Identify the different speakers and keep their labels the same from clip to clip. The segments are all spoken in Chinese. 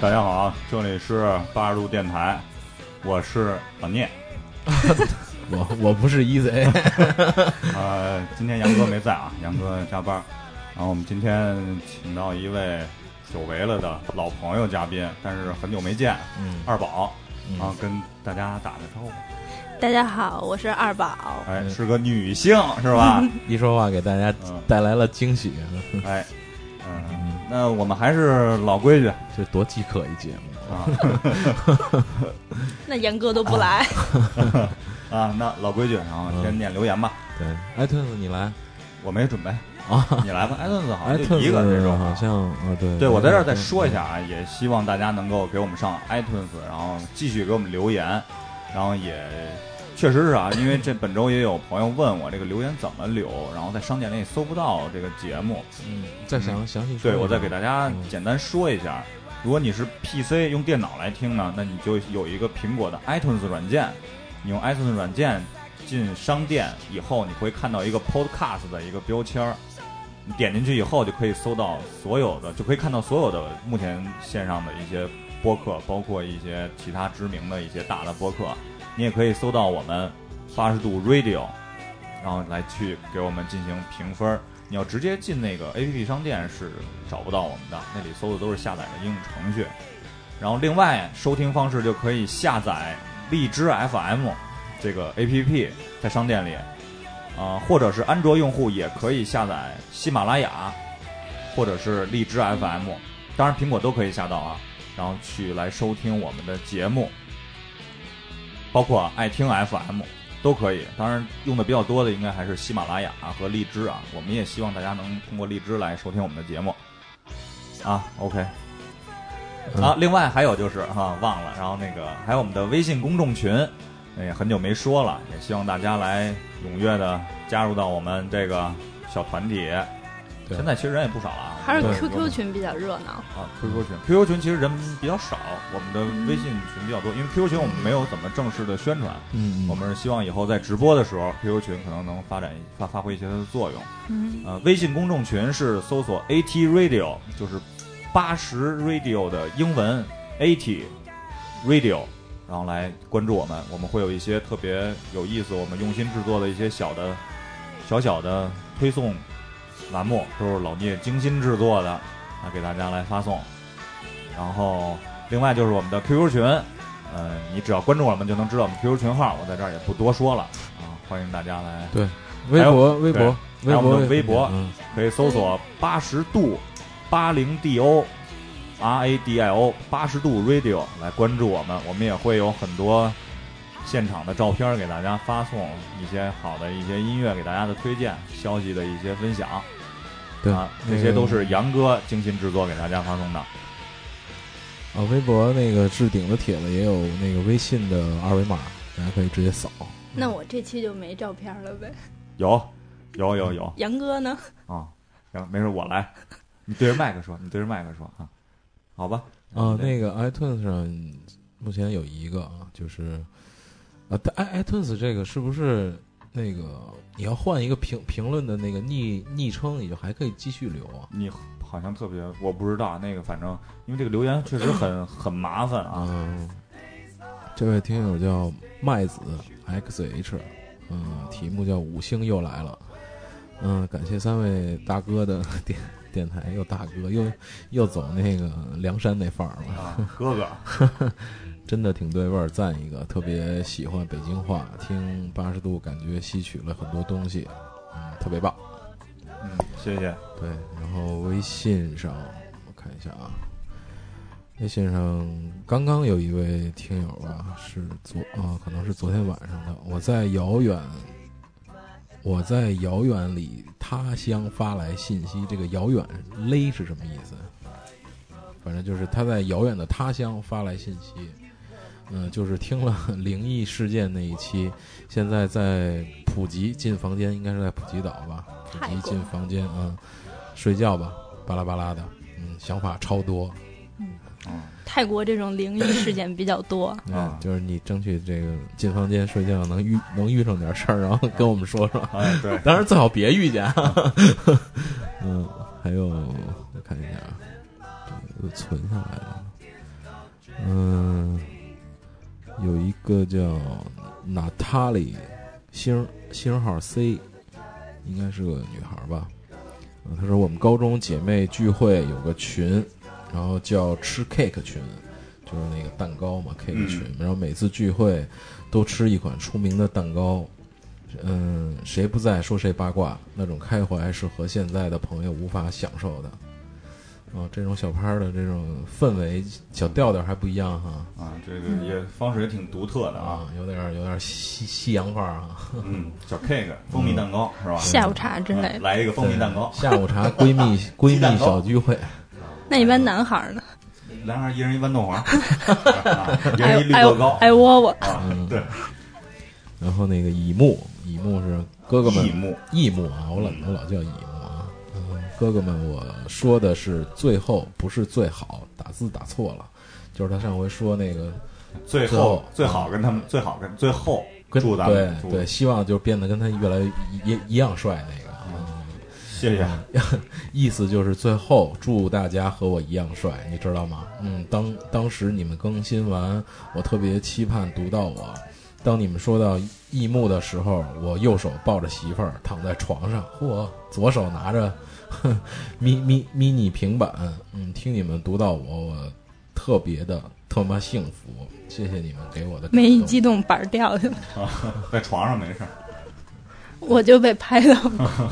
Speaker 1: 大家好啊，这里是八十度电台，我是老聂。
Speaker 2: 我我不是 EZ，
Speaker 1: 呃，今天杨哥没在啊， 杨哥加班儿。然后我们今天请到一位久违了的老朋友嘉宾，但是很久没见，
Speaker 2: 嗯
Speaker 1: 二宝，
Speaker 2: 嗯
Speaker 1: 然后跟大家打个招呼。
Speaker 3: 大家好，我是二宝。
Speaker 1: 哎，
Speaker 2: 嗯
Speaker 1: 是个女性是 吧？
Speaker 2: 一说话给大家
Speaker 1: 嗯
Speaker 2: 带来了惊喜，
Speaker 1: 哎，嗯、那我们还是老规矩
Speaker 2: 这多饥渴一节目
Speaker 1: 啊
Speaker 3: 那严哥都不来，
Speaker 1: 啊，那老规矩，然后先念留言吧。
Speaker 2: 对，iTunes 你来
Speaker 1: 我没准备，
Speaker 2: 啊
Speaker 1: 你来吧。哎，那好像就
Speaker 2: ，iTunes
Speaker 1: 一个这种
Speaker 2: 好像啊，对，
Speaker 1: 对，我在这儿再
Speaker 2: 嗯
Speaker 1: 说一下啊，也希望大家能够给我们上 iTunes，然后继续给我们留言，然后也确实是啊，因为这本周也有朋友问我这个留言怎么留，然后在商店里搜不到这个节目，
Speaker 2: 嗯，再详详细说
Speaker 1: 对
Speaker 2: 一下，
Speaker 1: 我再给大家
Speaker 2: 嗯
Speaker 1: 简单说一下。如果你是 PC 用电脑来听呢，那你就有一个苹果的 iTunes 软件，你用 iTunes 软件进商店以后，你会看到一个 Podcast 的一个标签儿，你点进去以后就可以搜到所有的，就可以看到所有的目前线上的一些播客，包括一些其他知名的一些大的播客，你也可以搜到我们八十度 Radio，然后来去给我们进行评分儿。你要直接进那个 APP 商店是找不到我们的，那里搜的都是下载的应用程序。然后另外收听方式就可以下载荔枝 FM 这个 APP 在商店里，啊、或者是安卓用户也可以下载喜马拉雅，或者是荔枝 FM，当然苹果都可以下到啊，然后去来收听我们的节目，包括爱听 FM 都可以。当然用的比较多的应该还是喜马拉雅啊和荔枝啊，我们也希望大家能通过荔枝来收听我们的节目。啊，OK，
Speaker 2: 嗯
Speaker 1: 啊，另外还有就是哈、忘了，然后那个还有我们的微信公众群，也很久没说了，也希望大家来踊跃的加入到我们这个小团体。
Speaker 2: 对
Speaker 1: 现在其实人也不少了啊，
Speaker 3: 还是
Speaker 2: 对嗯
Speaker 3: QQ 群比较热闹。
Speaker 1: 啊，QQ 群，QQ 群其实人比较少，我们的微信群比较多，因为 QQ 群我们没有怎么正式的宣传，
Speaker 2: 嗯，嗯
Speaker 1: 我们是希望以后在直播的时候，QQ 群可能能发展一发发挥一些它的作用。
Speaker 3: 嗯，
Speaker 1: 呃，微信公众群是搜索 AT Radio，就是八十 Radio 的英文 AT Radio，然后来关注我们，我们会有一些特别有意思，我们用心制作的一些小的、小小的推送栏目，都是老聂精心制作的，啊，给大家来发送。然后，另外就是我们的 QQ 群，呃，你只要关注我们就能知道我们 QQ 群号，我在这儿也不多说了啊，欢迎大家来，
Speaker 2: 微博微
Speaker 1: 对
Speaker 2: 博
Speaker 1: 还有
Speaker 2: 微
Speaker 1: 我们
Speaker 2: 博
Speaker 1: 的微博
Speaker 2: 嗯
Speaker 1: 可以搜索八十度八零 D O R A D I O 八十度 Radio 来关注我们，我们也会有很多现场的照片儿给大家发送，一些好的一些音乐给大家的推荐，消息的一些分享。
Speaker 2: 对
Speaker 1: 啊，
Speaker 2: 那
Speaker 1: 这些
Speaker 2: 个
Speaker 1: 都是杨哥精心制作给大家发送的。
Speaker 2: 啊，微博那个置顶的帖子也有那个微信的二维码，大家可以直接扫。
Speaker 3: 那我这期就没照片了呗？
Speaker 1: 有，有，有，有
Speaker 3: 杨哥呢？
Speaker 1: 啊！行，没事，我来。你对着麦克说，你对着麦克说啊。好吧。
Speaker 2: 啊，那个 iTunes 上目前有一个啊，就是啊，但 i iTunes 这个是不是那个你要换一个评评论的那个昵昵称，你就还可以继续留啊？
Speaker 1: 你好像特别，我不知道那个，反正因为这个留言确实很 很麻烦啊。
Speaker 2: 啊，这位听友叫麦子 xh，嗯，题目叫五星又来了，嗯，感谢三位大哥的 电电台，又大哥又又走那个梁山那范儿了。
Speaker 1: 啊，哥哥，
Speaker 2: 真的挺对味儿，赞一个！特别喜欢北京话，听八十度感觉吸取了很多东西，嗯，特别棒。
Speaker 1: 嗯，谢谢。
Speaker 2: 对，然后微信上我看一下啊，微信上刚刚有一位听友吧，是昨啊，可能是昨天晚上的，我在遥远，我在遥远里他乡发来信息，这个遥远勒是什么意思？反正就是他在遥远的他乡发来信息，嗯、就是听了灵异事件那一期，现在在普吉进房间，应该是在普吉岛吧？普
Speaker 3: 泰
Speaker 2: 吉
Speaker 3: 国
Speaker 2: 进房间啊、嗯睡觉吧，巴拉巴拉的，嗯，想法超多，
Speaker 1: 嗯，
Speaker 3: 泰国这种灵异事件比较多，
Speaker 2: 嗯，
Speaker 1: 啊
Speaker 2: 就是你争取这个进房间睡觉能遇能遇上点事儿，然后跟我们说说。
Speaker 1: 哎，对，
Speaker 2: 当然最好别遇见啊。 嗯，还有我看一下，啊，这个存下来了。嗯，有一个叫娜塔莉，星星号 C，应该是个女孩儿吧。嗯，她说我们高中姐妹聚会有个群，然后叫吃 cake 群，就是那个蛋糕嘛 cake 群。然后每次聚会都吃一款出名的蛋糕。嗯，谁不在说谁八卦，那种开怀是和现在的朋友无法享受的。哦，这种小拍儿的这种氛围、小调调还不一样哈。
Speaker 1: 啊，这个也方式也挺独特的啊。
Speaker 2: 啊，有点儿有点儿西西洋范儿啊，
Speaker 1: 嗯，小 cake 蜂蜜蛋
Speaker 2: 嗯
Speaker 1: 糕是吧？
Speaker 3: 下午茶之类
Speaker 1: 嗯
Speaker 3: 的。
Speaker 1: 来一个蜂蜜蛋糕，
Speaker 2: 下午茶 闺蜜闺
Speaker 1: 鸡蛋
Speaker 2: 蜜
Speaker 1: 糕
Speaker 2: 小聚会，
Speaker 3: 那一般男孩儿呢？
Speaker 2: 嗯
Speaker 1: 男孩一人一豌豆 黄，啊一
Speaker 2: 哎
Speaker 1: 人一绿
Speaker 3: 爱
Speaker 1: 豆糕
Speaker 3: 爱窝窝，
Speaker 1: 啊。对，
Speaker 2: 然后那个乙木，乙木是哥哥
Speaker 1: 异
Speaker 2: 们，
Speaker 1: 木
Speaker 2: 乙木啊，我老我老叫乙木啊，嗯，哥哥们，我说的是最后不是最好，打字打错了，就是他上回说那个
Speaker 1: 最
Speaker 2: 最
Speaker 1: 后
Speaker 2: 后
Speaker 1: 最好跟他们最好跟最后
Speaker 2: 跟
Speaker 1: 祝咱
Speaker 2: 对
Speaker 1: 们祝
Speaker 2: 对，，希望就变得跟他越来越一一样帅那个
Speaker 1: 嗯
Speaker 2: 啊，
Speaker 1: 谢谢。
Speaker 2: 意思就是最后祝大家和我一样帅，你知道吗？嗯，当当时你们更新完，我特别期盼读到我。当你们说到异幕的时候，我右手抱着媳妇儿躺在床上，嚯，左手拿着 哼咪咪 mini 平板，嗯，听你们读到我，我特别的特妈幸福，谢谢你们给我的感
Speaker 3: 没一
Speaker 2: 动
Speaker 3: 激动板儿掉下来，
Speaker 1: 在床上没事儿，
Speaker 3: 我就被拍到过。
Speaker 2: 啊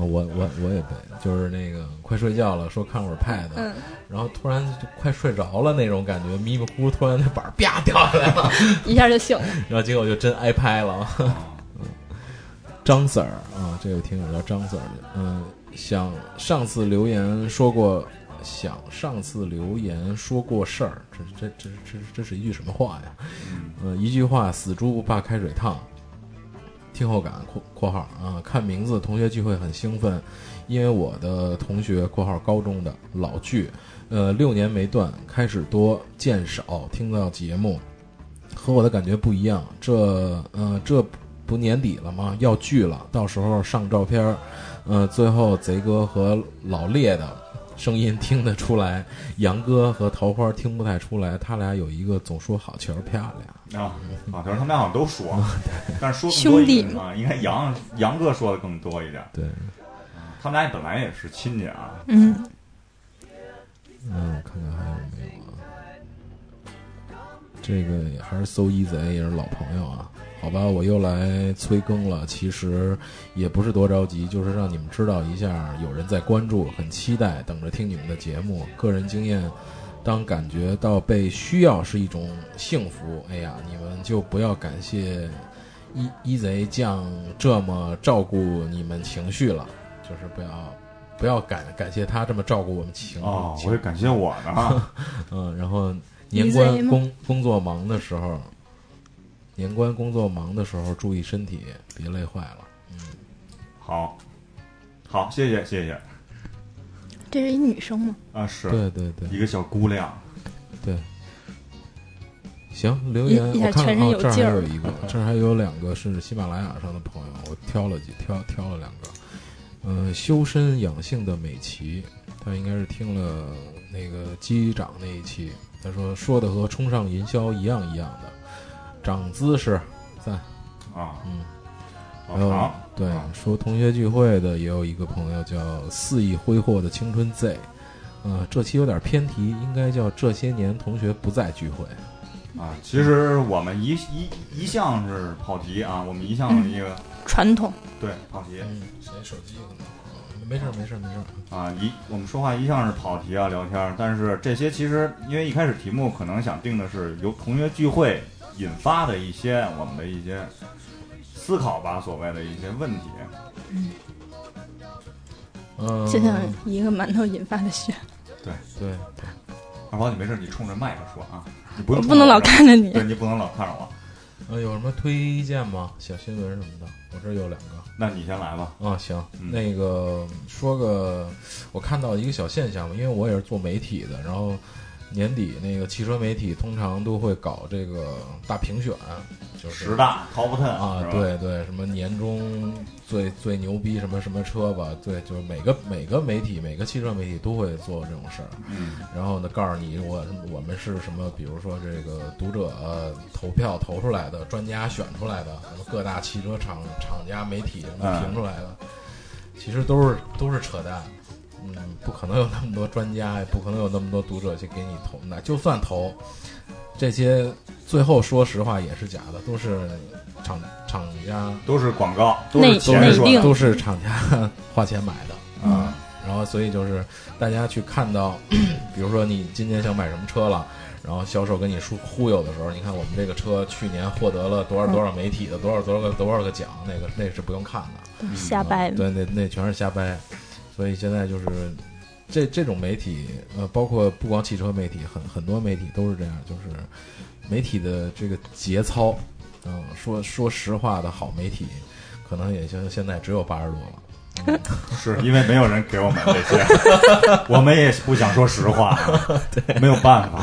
Speaker 2: 我我我也被，就是那个快睡觉了，说看会儿 pad，、
Speaker 3: 嗯
Speaker 2: 然后突然就快睡着了那种感觉，迷迷糊糊，突然那板儿啪掉下来了，
Speaker 3: 一下就醒了。
Speaker 2: 然后结果就真挨拍了。嗯张 Sir 啊，这位听友叫张 Sir，嗯，想上次留言说过，想上次留言说过事儿，这这这这这是一句什么话呀？
Speaker 1: 嗯
Speaker 2: 嗯，一句话，死猪不怕开水烫。听后感（括括号啊）看名字，同学聚会很兴奋，因为我的同学（括号高中的）老聚，呃，六年没断，开始多见少，听到节目，和我的感觉不一样。这呃，这不年底了吗？要聚了，到时候上照片儿，呃，最后贼哥和老烈的声音听得出来，杨哥和桃花听不太出来，他俩有一个总说好球漂亮。
Speaker 1: 啊，好像他们俩好像都说， 但是说更多
Speaker 3: 兄弟
Speaker 1: 一点啊，应该杨杨哥说的更多一点。
Speaker 2: 对，
Speaker 1: 他们俩本来也是亲戚啊，
Speaker 3: 嗯，
Speaker 2: 嗯，我看看还有没有啊？这个也还是搜一贼，也是老朋友啊。好吧，我又来催更了。其实也不是多着急，就是让你们知道一下，有人在关注，很期待，等着听你们的节目。个人经验，当感觉到被需要是一种幸福，哎呀，你们就不要感谢一一贼酱这么照顾你们情绪了，就是不要不要感感谢他这么照顾我们情
Speaker 1: 哦，
Speaker 2: 情
Speaker 1: 我也感谢我呢。啊
Speaker 2: 嗯，然后
Speaker 3: 你
Speaker 2: 年
Speaker 3: 贼
Speaker 2: 关
Speaker 3: 吗
Speaker 2: 工工作忙的时候，年关工作忙的时候注意身体，别累坏了。
Speaker 1: 好，好，谢谢谢谢
Speaker 3: 这是一女生吗？
Speaker 1: 啊，是
Speaker 2: 对对对
Speaker 1: 一个小姑娘，
Speaker 2: 对。行，留
Speaker 3: 一
Speaker 2: 言
Speaker 3: 一下
Speaker 2: 我看
Speaker 3: 全身
Speaker 2: 看，哦
Speaker 3: 有，
Speaker 2: 这儿还
Speaker 3: 劲儿
Speaker 2: 有
Speaker 3: 了
Speaker 2: 一个，这儿还有两个是喜马拉雅上的朋友，我挑了几挑挑了两个。呃，修身养性的美琪，她应该是听了那个机长那一期，她说说的和冲上云霄一样一样的，长姿势，赞，
Speaker 1: 啊，
Speaker 2: 嗯。
Speaker 1: 老
Speaker 2: 还有
Speaker 1: 唐，
Speaker 2: 对
Speaker 1: 啊
Speaker 2: 说同学聚会的也有一个朋友叫肆意挥霍的青春 Z，呃，这期有点偏题，应该叫这些年同学不再聚会。
Speaker 1: 啊，其实我们一一一向是跑题啊，我们一向是一 个
Speaker 3: 传统。
Speaker 1: 对跑题
Speaker 2: 嗯，谁手机可能？没事儿没事儿没事儿。
Speaker 1: 啊，一我们说话一向是跑题啊聊天儿，但是这些其实因为一开始题目可能想定的是由同学聚会引发的一些我们的一些思考吧，所谓的一些问题。
Speaker 2: 嗯，
Speaker 3: 就像一个馒头引发的血，
Speaker 2: 对，
Speaker 1: 二宝，你没事，你冲着麦克说啊，你不
Speaker 3: 我
Speaker 1: 用
Speaker 3: 不能老
Speaker 1: 看，
Speaker 3: 看着你
Speaker 1: 对。你不能老看着我，
Speaker 2: 呃，有什么推荐吗？小新闻什么的，我这儿有两个。
Speaker 1: 那你先来吧。
Speaker 2: 啊，行，
Speaker 1: 嗯
Speaker 2: 那个说个，我看到一个小现象嘛，因为我也是做媒体的，然后年底那个汽车媒体通常都会搞这个大评选，就是
Speaker 1: 十大 top ten
Speaker 2: 啊，，对对，什么年终最最牛逼什么什么车吧，对，就是每个每个媒体每个汽车媒体都会做这种事儿，
Speaker 1: 嗯，
Speaker 2: 然后呢，告诉你我我们是什么，比如说这个读者、呃投票投出来的，专家选出来的，什么各大汽车厂厂家媒体什么
Speaker 1: 嗯
Speaker 2: 评出来的，其实都是都是扯淡。嗯，不可能有那么多专家，也不可能有那么多读者去给你投。那就算投，这些最后说实话也是假的，都是厂厂家
Speaker 1: 都是广告，都
Speaker 3: 内
Speaker 1: 是
Speaker 2: 都
Speaker 1: 钱
Speaker 2: 是
Speaker 3: 内
Speaker 1: 说
Speaker 3: 定
Speaker 1: 的
Speaker 2: 都是厂家花钱买的。
Speaker 1: 啊，
Speaker 2: 然后所以就是大家去看到， 比如说你今年想买什么车了，然后销售跟你说忽悠的时候，你看我们这个车去年获得了多少多少媒体的多少多少个多少个奖，那个那是不用看的，
Speaker 3: 都是瞎掰
Speaker 2: 嗯对，那那全是瞎掰。所以现在就是这这种媒体，呃，包括不光汽车媒体，很很多媒体都是这样，就是媒体的这个节操，嗯、说说实话的好媒体，可能也就现在只有八十多了。
Speaker 1: 是因为没有人给我们这些，我们也不想说实话，啊没有办法，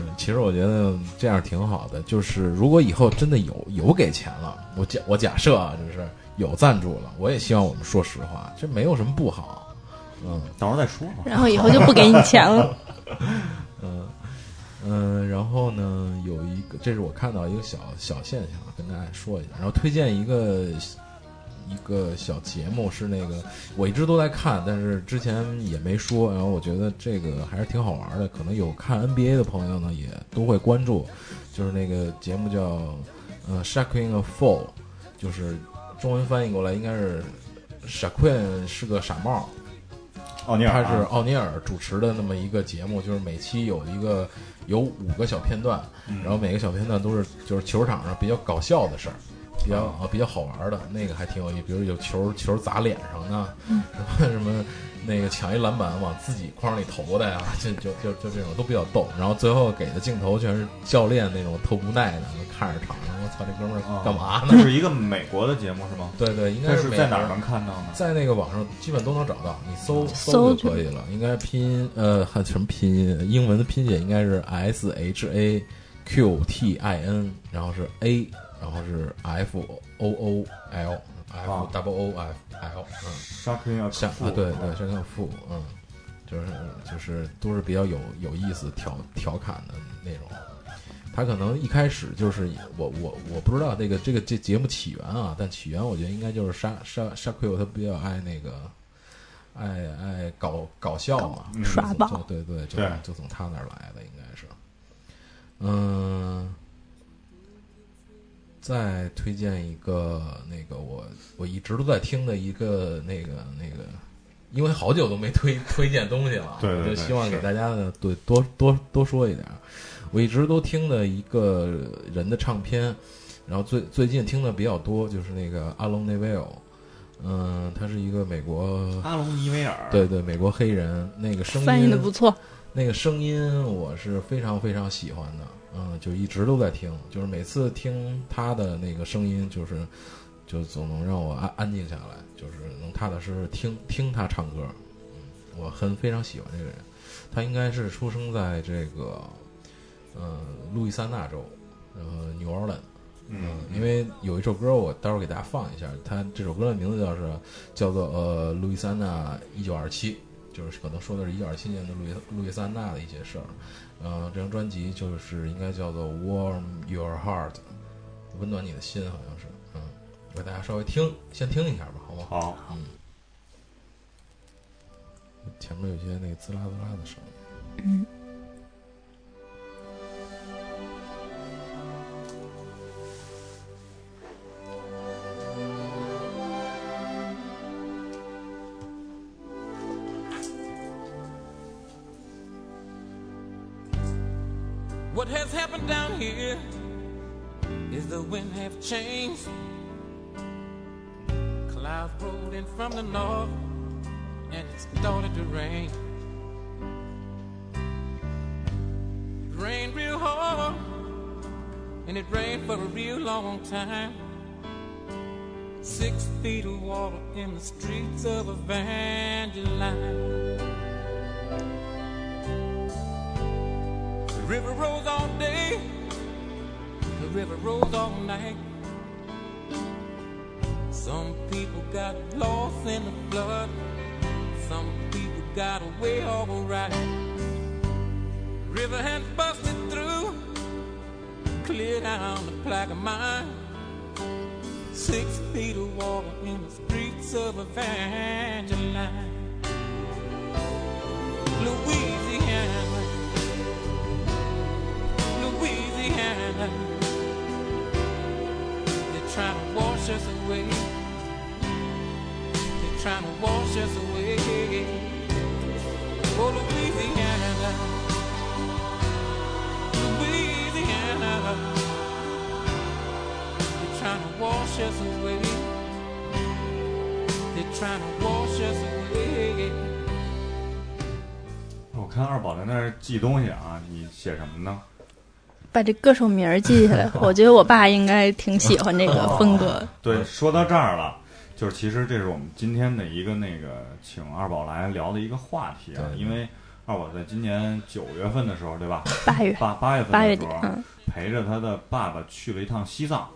Speaker 2: 嗯其实我觉得这样挺好的，就是如果以后真的有有给钱了，我假我假设啊，就是有赞助了，我也希望我们说实话，这没有什么不好。嗯
Speaker 1: 到时候再说吧。
Speaker 3: 然后以后就不给你 钱了。
Speaker 2: 嗯嗯，然后呢，有一个，这是我看到一个小小现象，啊跟大家说一下，然后推荐一个一个小节目，是那个我一直都在看，但是之前也没说，然后我觉得这个还是挺好玩的，可能有看 NBA 的朋友呢也都会关注，就是那个节目叫呃《Shaquin a Fool》，就是中文翻译过来应该是 Shaquin 是个傻帽。
Speaker 1: 奥尼尔
Speaker 2: 他
Speaker 1: 啊
Speaker 2: 是奥尼尔主持的那么一个节目，就是每期有一个有五个小片段，
Speaker 1: 嗯
Speaker 2: 然后每个小片段都是就是球场上比较搞笑的事儿，比较啊比较好玩的那个还挺有意思，比如有球球砸脸上的， 什么什么那个抢一篮板往自己框里投的呀，就就就就这种都比较逗。然后最后给的镜头全是教练那种特无奈的看着场上，我操这哥们儿干嘛
Speaker 1: 那
Speaker 2: 呢？
Speaker 1: 是一个美国的节目是吗？
Speaker 2: 对对，应
Speaker 1: 这
Speaker 2: 该
Speaker 1: 啊是
Speaker 2: 美
Speaker 1: 在哪
Speaker 2: 国
Speaker 1: 儿能看到呢？
Speaker 2: 在那个网上基本都能找到，你搜
Speaker 3: 搜
Speaker 2: 就可以了。应该拼呃，还什么拼音？英文的拼写应该是 S H A Q T I N，然后是 A，然后是 F O O L F
Speaker 1: 啊
Speaker 2: W O F L，嗯，
Speaker 1: 沙克亚
Speaker 2: 像啊对对，像像负，嗯，就是就是都是比较有有意思调调侃的内容。他可能一开始就是我我我不知道这个这个这节目起源啊，但起源我觉得应该就是沙沙沙奎尔他比较爱那个爱爱搞搞笑嘛，
Speaker 1: 嗯
Speaker 3: 耍
Speaker 2: 就
Speaker 3: 宝
Speaker 2: 对对，就
Speaker 1: 对
Speaker 2: 就从他那儿来的应该是。嗯，再推荐一个那个我我一直都在听的一个那个那个，因为好久都没推 推荐东西了，啊
Speaker 1: 对对
Speaker 2: 我就
Speaker 1: 对
Speaker 2: 希望给
Speaker 1: 是
Speaker 2: 大家呢对多多多说一点儿。我一直都听的一个人的唱片，然后最最近听的比较多就是那个阿隆内维尔，嗯，他是一个美国
Speaker 1: 阿隆尼维尔，
Speaker 2: 对对美国黑人，那个声音
Speaker 3: 翻译的不错，
Speaker 2: 那个声音我是非常非常喜欢的，嗯，就一直都在听，就是每次听他的那个声音，就是就总能让我安安静下来，就是能踏踏实实听听他唱歌。嗯，我很非常喜欢这个人，他应该是出生在这个呃路易三那州，呃 New Orleans。
Speaker 1: 嗯
Speaker 2: 嗯，，因为有一首歌，我待会儿给大家放一下。它这首歌的名字叫是叫做呃路易三那一九二七，就是可能说的是一九二七年的路易路易三那的一些事儿。呃，这张专辑就是应该叫做 Warm Your Heart，温暖你的心，好像是。嗯，我给大家稍微听，先听一下吧，好不好？
Speaker 1: 好，
Speaker 2: 前面有些那个滋啦滋啦的声音。
Speaker 3: 嗯，
Speaker 4: What has happened down here is the wind have changed. Clouds rolled in from the north and it started to rain. It rained real hard and it rained for a real long time. Six feet of water in the streets of Evangeline. river rolls all day, the river rolls all night. Some people got lost in the flood, some people got away alright. River has busted through, clear down the plaque of mine. Six feet of water in the streets of Evangeline. Louisiana, Louisiana. They're trying to wash us away. They're trying to wash us away. Oh, Louisiana, Louisiana. They're trying to wash us away. They're trying to wash us away.
Speaker 1: 我看二宝在那儿记东西啊，你写什么呢？
Speaker 3: 把这歌手名儿记 下来，我觉得我爸应该挺喜欢这个风格。
Speaker 2: 哦
Speaker 1: 对，说到这儿了，就是其实这是我们今天的一个那个请二宝来聊的一个话题啊，
Speaker 2: 对
Speaker 1: 因为二宝在今年九月份的时候，对吧？
Speaker 3: 八月，
Speaker 1: 八八月份
Speaker 3: 八月
Speaker 1: 的时
Speaker 3: 底，
Speaker 2: 哦
Speaker 1: 候，
Speaker 3: 嗯，
Speaker 1: 陪着他的爸爸去了一趟西藏。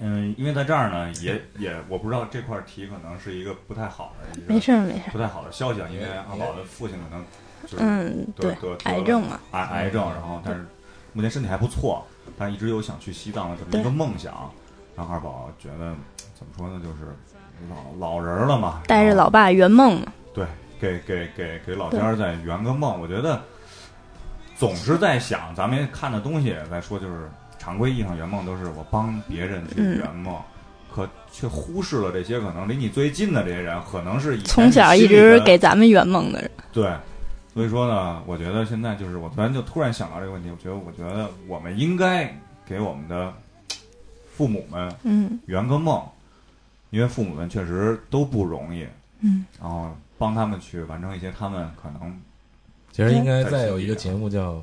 Speaker 3: 嗯
Speaker 1: 因为在这儿呢，也也我不知道这块题可能是一个不太好的一
Speaker 3: 没
Speaker 1: 个
Speaker 3: 事儿没事儿，
Speaker 1: 不太好的消息，啊，因为二宝的父亲可能就是
Speaker 3: 嗯，
Speaker 1: 得
Speaker 3: 对
Speaker 1: 得得，
Speaker 3: 癌症嘛，
Speaker 1: 癌癌症，然后但是目前身体还不错，但一直有想去西藏的这么一个
Speaker 3: 对
Speaker 1: 梦想。然后二宝觉得怎么说呢，就是老老人儿了嘛，
Speaker 3: 带着
Speaker 1: 然后
Speaker 3: 老爸圆梦
Speaker 1: 哦
Speaker 3: 嘛，
Speaker 1: 给给给给老家儿再圆个梦。我觉得总是在想，咱们看的东西来说，就是常规意义上圆梦都是我帮别人去
Speaker 3: 嗯
Speaker 1: 圆梦。可却忽视了这些可能离你最近的这些人，可能是以前
Speaker 3: 从小
Speaker 1: 你
Speaker 3: 一
Speaker 1: 心里
Speaker 3: 直
Speaker 1: 的
Speaker 3: 给咱们圆梦的人，
Speaker 1: 对，所以说呢，我觉得现在就是我突然就突然想到这个问题，我觉得我觉得我们应该给我们的父母们
Speaker 3: 嗯
Speaker 1: 圆个梦，因为父母们确实都不容易，
Speaker 3: 嗯，
Speaker 1: 然后帮他们去完成一些他们可能
Speaker 2: 其实应该再有一个节目叫《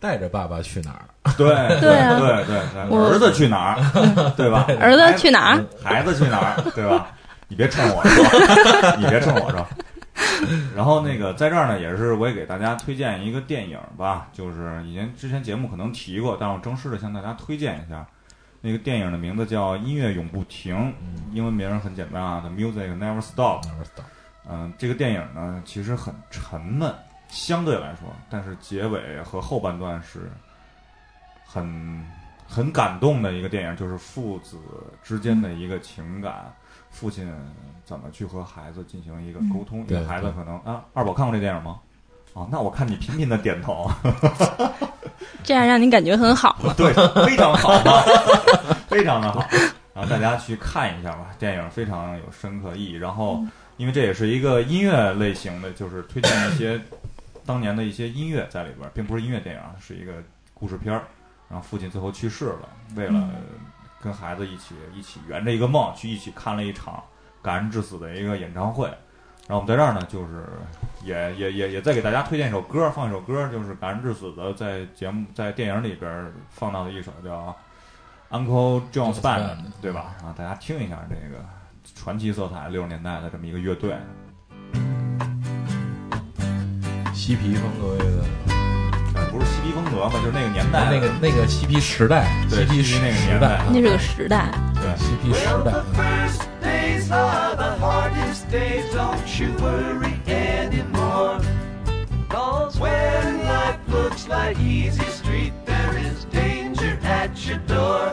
Speaker 2: 带着爸爸去哪儿》。
Speaker 1: 对
Speaker 3: 对啊
Speaker 1: 对对对，
Speaker 3: 我
Speaker 1: 儿子去哪 儿，对吧？
Speaker 3: 儿
Speaker 1: 孩
Speaker 3: 子去哪儿？
Speaker 1: 孩子去哪 儿，对吧？你别冲我说，你别冲我说。然后那个在这儿呢，也是我也给大家推荐一个电影吧，就是以前之前节目可能提过，但我正式的向大家推荐一下。那个电影的名字叫《音乐永不停》，
Speaker 2: 嗯，
Speaker 1: 英文名很简单啊，The Music Never Stop。
Speaker 2: 哪儿知道？
Speaker 1: 嗯，这个电影呢其实很沉闷，相对来说，但是结尾和后半段是很很感动的一个电影，就是父子之间的一个情感，父亲怎么去和孩子进行一个沟通，因为
Speaker 2: 嗯对
Speaker 1: 孩子
Speaker 2: 对
Speaker 1: 可能啊，二宝看过这电影吗？哦，那我看你频频的点头，
Speaker 3: 这样让你感觉很好嘛，
Speaker 1: 对，非常好，啊 非常的好。然后大家去看一下吧，电影非常有深刻意义。然后，因为这也是一个音乐类型的，就是推荐一些当年的一些音乐在里边儿，并不是音乐电影啊，是一个故事片儿。然后父亲最后去世了，为了跟孩子一起一起圆着一个梦，去一起看了一场感人至死的一个演唱会。然后我们在这儿呢，就是也也也也再给大家推荐一首歌，放一首歌，就是感人至死的，在节目在电影里边儿放到的一首叫 Uncle John's Band，
Speaker 2: John's Band
Speaker 1: 对吧？然后大家听一下这个传奇色彩六十年代的这么一个乐队。
Speaker 2: 嬉皮风格的，
Speaker 1: 呃不是嬉皮风格嘛，就是那个年代的
Speaker 2: 那个那个嬉皮时代，嬉
Speaker 1: 对
Speaker 2: 皮
Speaker 1: 嬉皮那个
Speaker 2: 时
Speaker 1: 年代
Speaker 2: 代，啊
Speaker 3: 那是个时代，
Speaker 1: 对
Speaker 2: 嬉皮时
Speaker 5: Well,
Speaker 2: 代。
Speaker 5: the first days are the hardest days. Don't you worry anymore. Cause when life looks like easy street, there is danger at your door.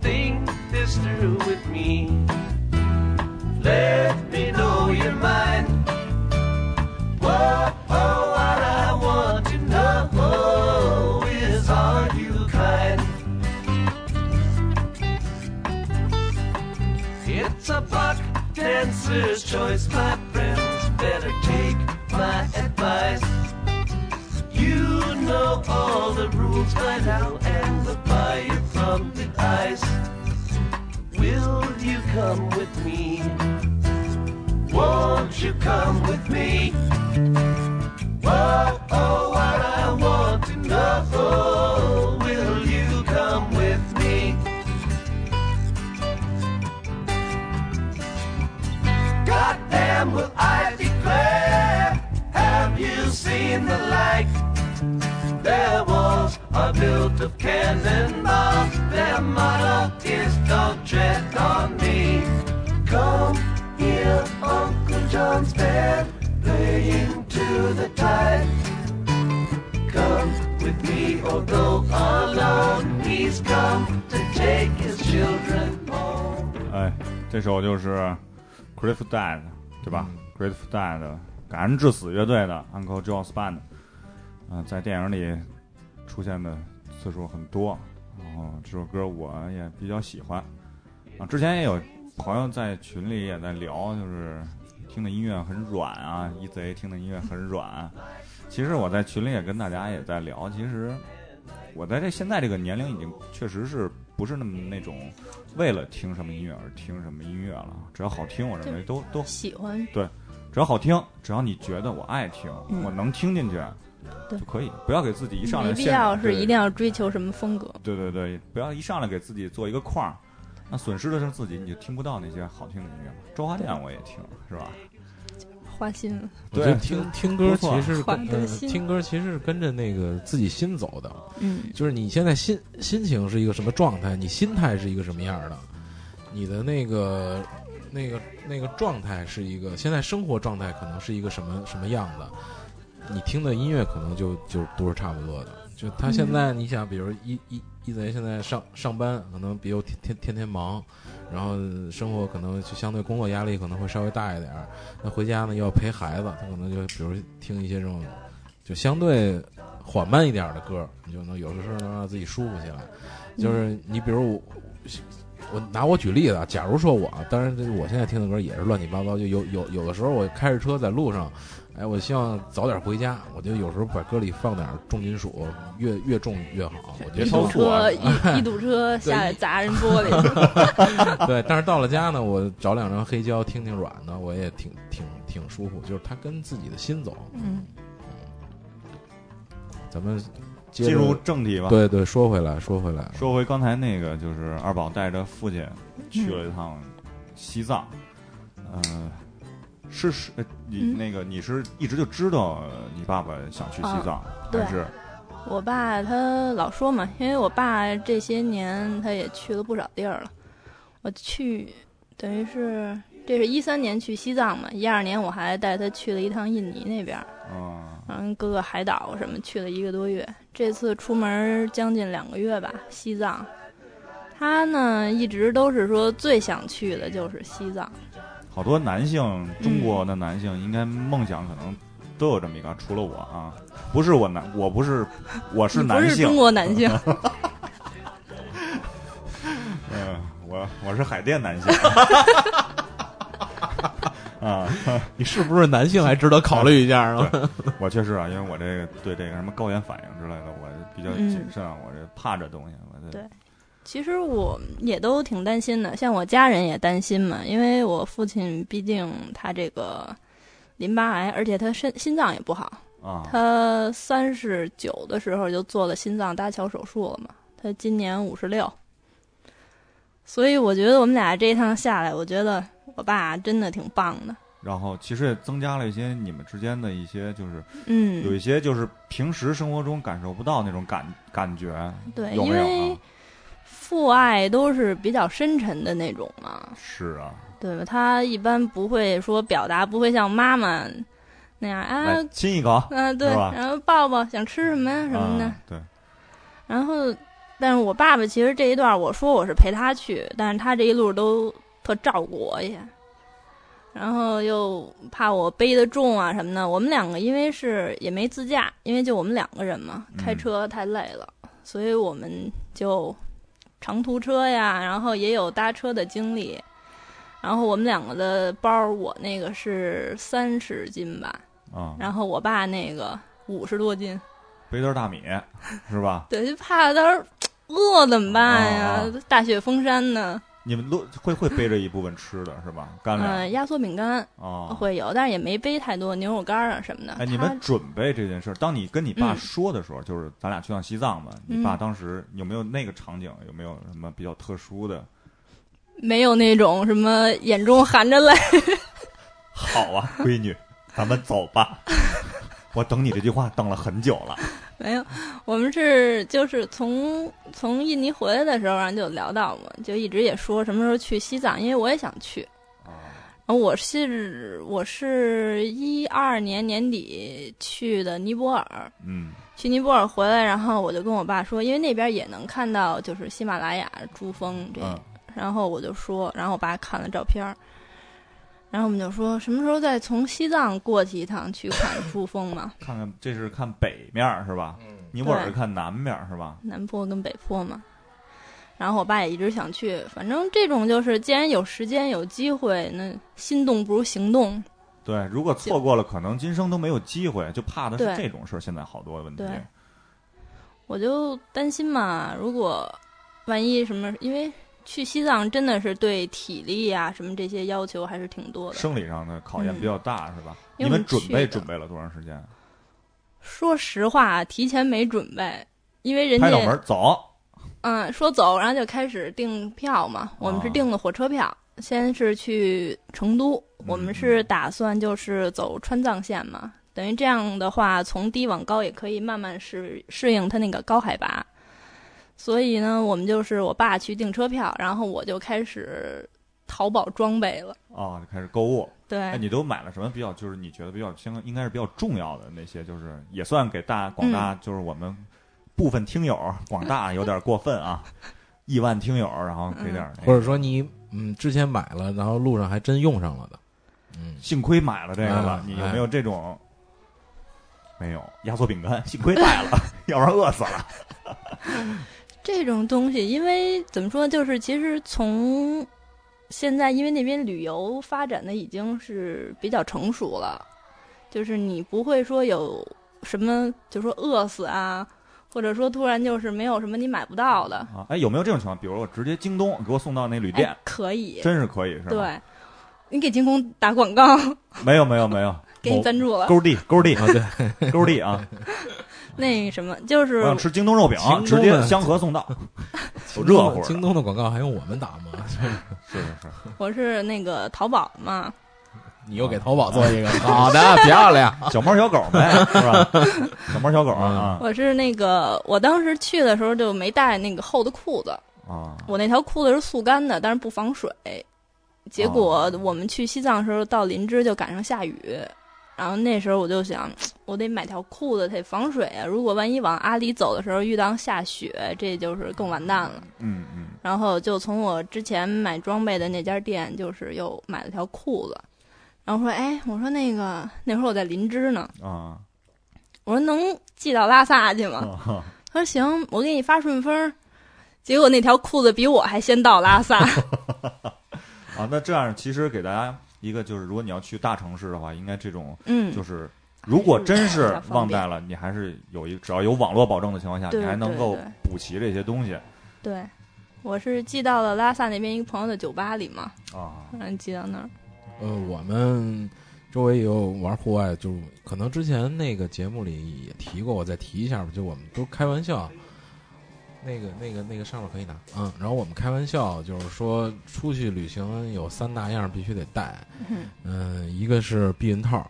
Speaker 5: Think this through with me. Let me know your mind. Whoa, oh, what I want to know is are you kind? It's a buck dancer's choice, my friends. Better take my advice. You know all the rules by now and the fire from the ice. Will you come with me? Won't you come with me? Whoa, oh, what I want to know. Will you come with me? Goddamn, will I declare? Have you seen the like? There built of cannonballs. Their motto is don't tread on me. Come here, Uncle John's band, playing to the tide. Come with me, although alone, he's come to take his children home.
Speaker 1: 哎，这首就是 Grateful Dead，对吧、g r a t e f u l Dead，感恩至死乐队的 Uncle John's Band，嗯、在电影里出现的次数很多，然后这首歌我也比较喜欢。啊，之前也有朋友在群里也在聊，就是听的音乐很软啊，一贼听的音乐很软。其实我在群里也跟大家也在聊，其实我在这现在这个年龄已经确实是不是那么那种为了听什么音乐而听什么音乐了，只要好听，我认为都都
Speaker 3: 喜欢
Speaker 1: 只要好听，只要你觉得我爱听，
Speaker 3: 嗯
Speaker 1: 我能听进去，
Speaker 3: 对
Speaker 1: 就可以，不要给自己一上来
Speaker 3: 没必
Speaker 1: 限制
Speaker 3: 要是
Speaker 1: 对
Speaker 3: 一定要追求什么风格。
Speaker 1: 对对对，不要一上来给自己做一个框儿，那损失的是自己，你就听不到那些好听的音乐了。周华健我也听，是吧？
Speaker 3: 花心了，
Speaker 2: 我觉得
Speaker 1: 对
Speaker 2: 听听歌
Speaker 1: 不错
Speaker 2: 其实是
Speaker 3: 缓
Speaker 2: 跟
Speaker 3: 得
Speaker 2: 呃
Speaker 3: 心
Speaker 2: 听歌其实是跟着那个自己心走的，
Speaker 3: 嗯，
Speaker 2: 就是你现在心心情是一个什么状态，你心态是一个什么样的，你的那个那个那个状态是一个现在生活状态可能是一个什么什么样的，你听的音乐可能就就都是差不多的。就他现在，你想，比如一一一贼现在上上班，可能比如天天天天忙，然后生活可能就相对工作压力可能会稍微大一点儿。那回家呢又要陪孩子，他可能就比如听一些这种就相对缓慢一点儿的歌，你就能有的时候能让自己舒服起来。就是你比如我，我拿我举例子啊，假如说我啊，当然这我现在听的歌也是乱七八糟，就有有有的时候我开着车在路上，哎，我希望早点回家，我就有时候把歌里放点儿重金属，越越重越好。我觉
Speaker 1: 别
Speaker 2: 得
Speaker 3: 一
Speaker 1: 超
Speaker 3: 堵
Speaker 1: 速啊
Speaker 3: 车 一一堵车下来砸人玻璃，
Speaker 2: 对，但是到了家呢，我找两张黑胶听听软的，我也挺挺挺舒服，就是它跟自己的心走。嗯
Speaker 3: 嗯，
Speaker 2: 咱们接着
Speaker 1: 进入正题吧。
Speaker 2: 对对，说回来说回来，啊
Speaker 1: 说回刚才那个，就是二宝带着父亲去了一趟西藏，呃，是是，呃你
Speaker 3: 嗯
Speaker 1: 那个你是一直就知道你爸爸想去西藏，
Speaker 3: 啊对
Speaker 1: 还是
Speaker 3: 我爸他老说嘛，因为我爸这些年他也去了不少地儿了。我去，等于是这是一三年去西藏嘛，一二年我还带他去了一趟印尼那边儿，
Speaker 1: 嗯
Speaker 3: 然后各个海岛什么去了一个多月。这次出门儿将近两个月吧，西藏。他呢一直都是说最想去的就是西藏，
Speaker 1: 好多男性，中国的男性应该梦想可能都有这么一个，除了我啊，不是我男，我不是，我是
Speaker 3: 嗯你不
Speaker 1: 男
Speaker 3: 是
Speaker 1: 性
Speaker 3: 中，国 男性，
Speaker 1: 嗯，我我是海淀男性。 啊，
Speaker 2: 你是不是男性还值得考虑一下啊？
Speaker 1: 我确实啊，因为我这个对这个什么高原反应之类的，我比较谨慎啊，我这怕这东西，我这
Speaker 3: 嗯对其实我也都挺担心的，像我家人也担心嘛，因为我父亲毕竟他这个淋巴癌，而且他身心脏也不好，
Speaker 1: 啊，
Speaker 3: 他三十九的时候就做了心脏搭桥手术了嘛，他今年五十六，所以我觉得我们俩这一趟下来，我觉得我爸真的挺棒的，
Speaker 1: 然后其实也增加了一些你们之间的一些，就是有
Speaker 3: 嗯，
Speaker 1: 一些就是平时生活中感受不到那种感感觉，
Speaker 3: 对，
Speaker 1: 有
Speaker 3: 因
Speaker 1: 没有
Speaker 3: 为
Speaker 1: 啊？
Speaker 3: 父爱都是比较深沉的那种嘛，
Speaker 1: 是啊，
Speaker 3: 对吧？他一般不会说表达，不会像妈妈那样啊，
Speaker 1: 来
Speaker 3: 嗯、
Speaker 1: 亲一口，
Speaker 3: 对，
Speaker 1: 是吧
Speaker 3: 然后抱抱，想吃什么呀什么的。
Speaker 1: 啊，对，
Speaker 3: 然后，但是我爸爸其实这一段，我说我是陪他去，但是他这一路都特照顾我也，然后又怕我背得重啊什么的。我们两个因为是也没自驾，因为就我们两个人嘛，
Speaker 1: 嗯
Speaker 3: 开车太累了，所以我们就长途车呀，然后也有搭车的经历。然后我们两个的包，我那个是三十斤吧，
Speaker 1: 啊，
Speaker 3: 然后我爸那个五十多斤。
Speaker 1: 背兜大米是吧？
Speaker 3: 对，就怕到时候饿怎么办呀？
Speaker 1: 啊
Speaker 3: 大雪封山呢。
Speaker 1: 你们都会会背着一部分吃的是吧？干
Speaker 3: 嗯、
Speaker 1: 粮
Speaker 3: 压缩饼干
Speaker 1: 啊，
Speaker 3: 会有，但是也没背太多牛肉干啊什么的。
Speaker 1: 哎，你
Speaker 3: 他
Speaker 1: 们准备这件事儿，当你跟你爸
Speaker 3: 嗯
Speaker 1: 说的时候，就是咱俩去趟西藏吧。你爸
Speaker 3: 嗯
Speaker 1: 当时有没有那个场景？有没有什么比较特殊 的？
Speaker 3: 没有那种什么眼中含着泪，
Speaker 1: 好啊，闺女，咱们走吧。我等你这句话等了很久了。
Speaker 3: 没有，我们是就是从从印尼回来的时候，然后就有聊到嘛，就一直也说什么时候去西藏，因为我也想去。
Speaker 1: 啊
Speaker 3: 然后我是我是一二年年底去的尼泊尔，
Speaker 1: 嗯
Speaker 3: 去尼泊尔回来，然后我就跟我爸说，因为那边也能看到就是喜马拉雅珠峰这，
Speaker 1: 嗯
Speaker 3: 然后我就说，然后我爸看了照片儿，然后我们就说什么时候再从西藏过去一趟去看珠峰 嘛，
Speaker 1: 看看这是看北面儿是吧？
Speaker 2: 嗯，
Speaker 1: 尼泊尔
Speaker 3: 对
Speaker 1: 看南面儿是吧？
Speaker 3: 南坡跟北坡嘛。然后我爸也一直想去，反正这种就是既然有时间有机会，那心动不如行动。
Speaker 1: 对，如果错过了，可能今生都没有机会，就怕的是
Speaker 3: 对
Speaker 1: 这种事儿。现在好多问题，
Speaker 3: 对我就担心嘛，如果万一什么，因为去西藏真的是对体力啊什么这些要求还是挺多的。
Speaker 1: 生理上的考验比较大，是吧？
Speaker 3: 因
Speaker 1: 你
Speaker 3: 为
Speaker 1: 们
Speaker 3: 我们
Speaker 1: 准
Speaker 3: 去
Speaker 1: 备
Speaker 3: 的
Speaker 1: 准备了多长时间？
Speaker 3: 说实话，啊提前没准备，因为人
Speaker 1: 拍脑门
Speaker 3: 家
Speaker 1: 儿走，
Speaker 3: 嗯说走，然后就开始订票嘛。我们
Speaker 1: 啊
Speaker 3: 是订的火车票，先是去成都，我
Speaker 1: 嗯
Speaker 3: 们是打算就是走川藏线嘛。等于这样的话，从低往高也可以慢慢适适应它那个高海拔。所以呢，我们就是我爸去订车票，然后我就开始淘宝装备了。
Speaker 1: 哦，就开始购物。
Speaker 3: 对，
Speaker 1: 哎，你都买了什么比较就是你觉得比较相应该是比较重要的那些，就是也算给大广
Speaker 3: 嗯
Speaker 1: 大、就是我们部分听友广大有点过分 啊，亿万听友，然后给点、那
Speaker 2: 或
Speaker 1: 个，
Speaker 2: 者说你嗯之前买了，然后路上还真用上了的，嗯，
Speaker 1: 幸亏买了这个了，
Speaker 3: 嗯
Speaker 2: 啊
Speaker 1: 你有没有这种？没有压缩饼干，幸亏 带了，要不然饿死了。
Speaker 3: 这种东西，因为怎么说，就是其实从现在，因为那边旅游发展的已经是比较成熟了，就是你不会说有什么，就是说饿死啊，或者说突然就是没有什么你买不到的，
Speaker 1: 啊，哎，有没有这种情况？比如我直接京东给我送到那旅店，
Speaker 3: 嗯哎、可以，
Speaker 1: 真是可以是吧？，
Speaker 3: 对，你给京东打广告，
Speaker 1: 没有没有没有，
Speaker 3: 给你
Speaker 1: 某
Speaker 3: 赞助了，
Speaker 1: 勾地勾地
Speaker 2: 啊对，
Speaker 1: 勾地啊！
Speaker 3: 那什么，就是
Speaker 1: 我想吃京东肉饼啊
Speaker 2: 京，东
Speaker 1: 直接
Speaker 2: 的
Speaker 1: 香河送到。有
Speaker 2: 京
Speaker 1: 热
Speaker 2: 东
Speaker 1: 乎
Speaker 2: 的
Speaker 1: 的
Speaker 2: 京东的广告还用我们打吗？
Speaker 1: 是是是，
Speaker 3: 我是那个淘宝嘛，
Speaker 2: 你又给淘宝做一 个，好的，漂亮。
Speaker 1: 小猫小狗呗，是吧？小猫小狗啊
Speaker 3: 我是那个我当时去的时候就没带那个厚的裤子。
Speaker 2: 嗯
Speaker 1: 啊！
Speaker 3: 我那条裤子是速干的，但是不防水。结果我们去西藏的时候，到林芝就赶上下雨，然后那时候我就想，我得买条裤子，得防水啊。如果万一往阿里走的时候遇到下雪，这就是更完蛋了。
Speaker 1: 嗯嗯，
Speaker 3: 然后就从我之前买装备的那家店，就是又买了条裤子。然后说，哎，我说那个那会儿我在林芝呢，
Speaker 1: 啊
Speaker 3: 我说能寄到拉萨去吗？
Speaker 1: 啊！
Speaker 3: 他说行，我给你发顺丰儿。结果那条裤子比我还先到拉萨。
Speaker 1: 啊，那这样其实给大家一个就是，如果你要去大城市的话，应该这种
Speaker 3: 嗯，
Speaker 1: 就是，如果真是
Speaker 3: 嗯
Speaker 1: 忘带了，你还是有一只要有网络保证的情况下，
Speaker 3: 对
Speaker 1: 你还能
Speaker 3: 对
Speaker 1: 够
Speaker 3: 对
Speaker 1: 补齐这些东西
Speaker 3: 对，我是寄到了拉萨那边一个朋友的酒吧里嘛，
Speaker 1: 啊。
Speaker 3: 嗯，寄到那儿。
Speaker 2: 呃，我们周围也有玩户外，就是可能之前那个节目里也提过，我再提一下吧。就我们都开玩笑，那个、那个、那个上面可以拿，嗯。然后我们开玩笑就是说，出去旅行有三大样必须得带，
Speaker 3: 嗯
Speaker 2: 嗯、一个是避孕套，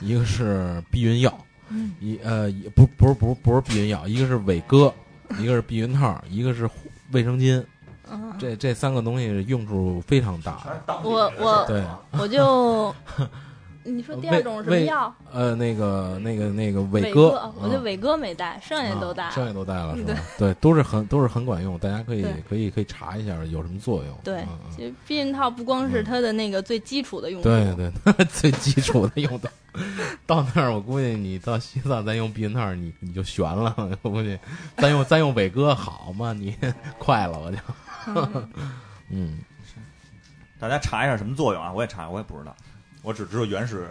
Speaker 2: 一个是避孕药，
Speaker 3: 嗯
Speaker 2: 一呃也不不是不是不是避孕药，一个是伟哥，一个是避孕套，一个是卫生巾。
Speaker 3: 嗯，
Speaker 2: 这这三个东西用处非常大，
Speaker 3: 我我
Speaker 2: 对。
Speaker 3: 我就，你说第二种是什么
Speaker 2: 为
Speaker 3: 药？
Speaker 2: 呃，那个、那个、那个伟
Speaker 3: 哥，
Speaker 2: 哥，嗯
Speaker 3: 我就伟哥没带，剩下都带
Speaker 2: 啊。剩下都带了是吧
Speaker 3: 对？
Speaker 2: 对，都是很都是很管用，大家可以
Speaker 3: 对
Speaker 2: 可以可以查一下有什么作用。
Speaker 3: 对
Speaker 2: 嗯，嗯
Speaker 3: 其实避孕套不光是它的那个最基础的用途，
Speaker 2: 对对，对 最基础的用的。到那儿我估计你到西藏再用避孕套，你你就悬了。我估计再用再用伟哥好嘛，你快了我就。
Speaker 3: 嗯
Speaker 2: 嗯，
Speaker 1: 大家查一下什么作用啊？我也查，我也不知道，我只知道原始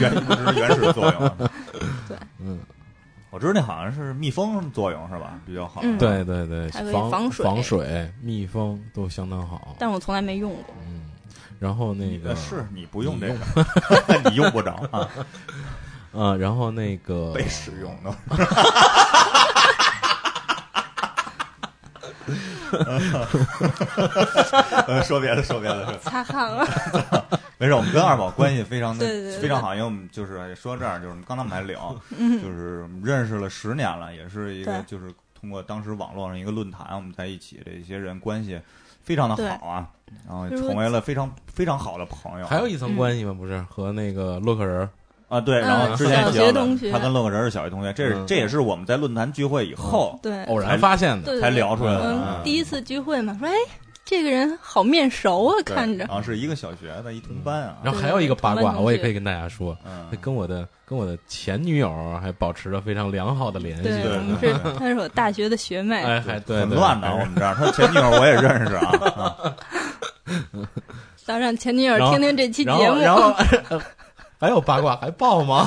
Speaker 1: 原不知道原始作用啊。
Speaker 3: 对，
Speaker 2: 嗯，
Speaker 1: 我知道那好像是密封作用是吧？比较好。
Speaker 3: 嗯
Speaker 2: 对对对，
Speaker 3: 还可以
Speaker 2: 防
Speaker 3: 防水
Speaker 2: 防水、密封都相当好。
Speaker 3: 但我从来没用 过。
Speaker 2: 嗯，然后那
Speaker 1: 呃
Speaker 2: 个
Speaker 1: 是你不
Speaker 2: 不
Speaker 1: 用这个， 你用不着 啊，
Speaker 2: 嗯，然后那个
Speaker 1: 被使用 的。 呃，说别的，说别的，
Speaker 3: 擦汗了，
Speaker 1: 没事，我们跟二宝关系非常的
Speaker 3: 对对对嗯
Speaker 1: 非常好，因为我们就是说这儿，就是刚才我们还 聊，就是认识了十年了，也是一个就
Speaker 3: 对
Speaker 1: 是通过当时网络上一个论坛，我们在一起的一些人关系非常的好啊，然后也成为了非常非常好的朋友。
Speaker 2: 还有一层关系吗？不是和那个洛克人儿，
Speaker 1: 啊，对，然后
Speaker 3: 嗯
Speaker 1: 之前
Speaker 3: 小
Speaker 1: 提到
Speaker 3: 学
Speaker 1: 的
Speaker 3: 同学
Speaker 1: 他跟乐个人是小学同学，这是
Speaker 2: 嗯
Speaker 1: 这也是我们在论坛聚会以后
Speaker 3: 对，
Speaker 2: 偶然发现的。
Speaker 3: 嗯对
Speaker 1: 才聊出来的
Speaker 3: 嗯，
Speaker 1: 啊。
Speaker 3: 第一次聚会嘛，说哎，这个人好面熟啊，看着
Speaker 1: 然。后是一个小学的一同班啊，
Speaker 2: 然后还有一个八
Speaker 3: 对对
Speaker 2: 卦，
Speaker 3: 对
Speaker 2: 我也可以跟大家说，
Speaker 1: 嗯，
Speaker 2: 跟我的跟我的前女友啊还保持着非常良好的联系。
Speaker 3: 对，
Speaker 1: 对
Speaker 3: 我们
Speaker 1: 对
Speaker 3: 是
Speaker 1: 对
Speaker 3: 他是我大学的学妹，
Speaker 2: 哎，还对，
Speaker 1: 很
Speaker 2: 对
Speaker 1: 乱的啊，我们这儿。他前女友我也认识 啊，
Speaker 3: 咱让前女友
Speaker 2: 然后
Speaker 3: 听听这期
Speaker 2: 然后
Speaker 3: 节目。
Speaker 2: 然后 哎还有八卦还爆吗？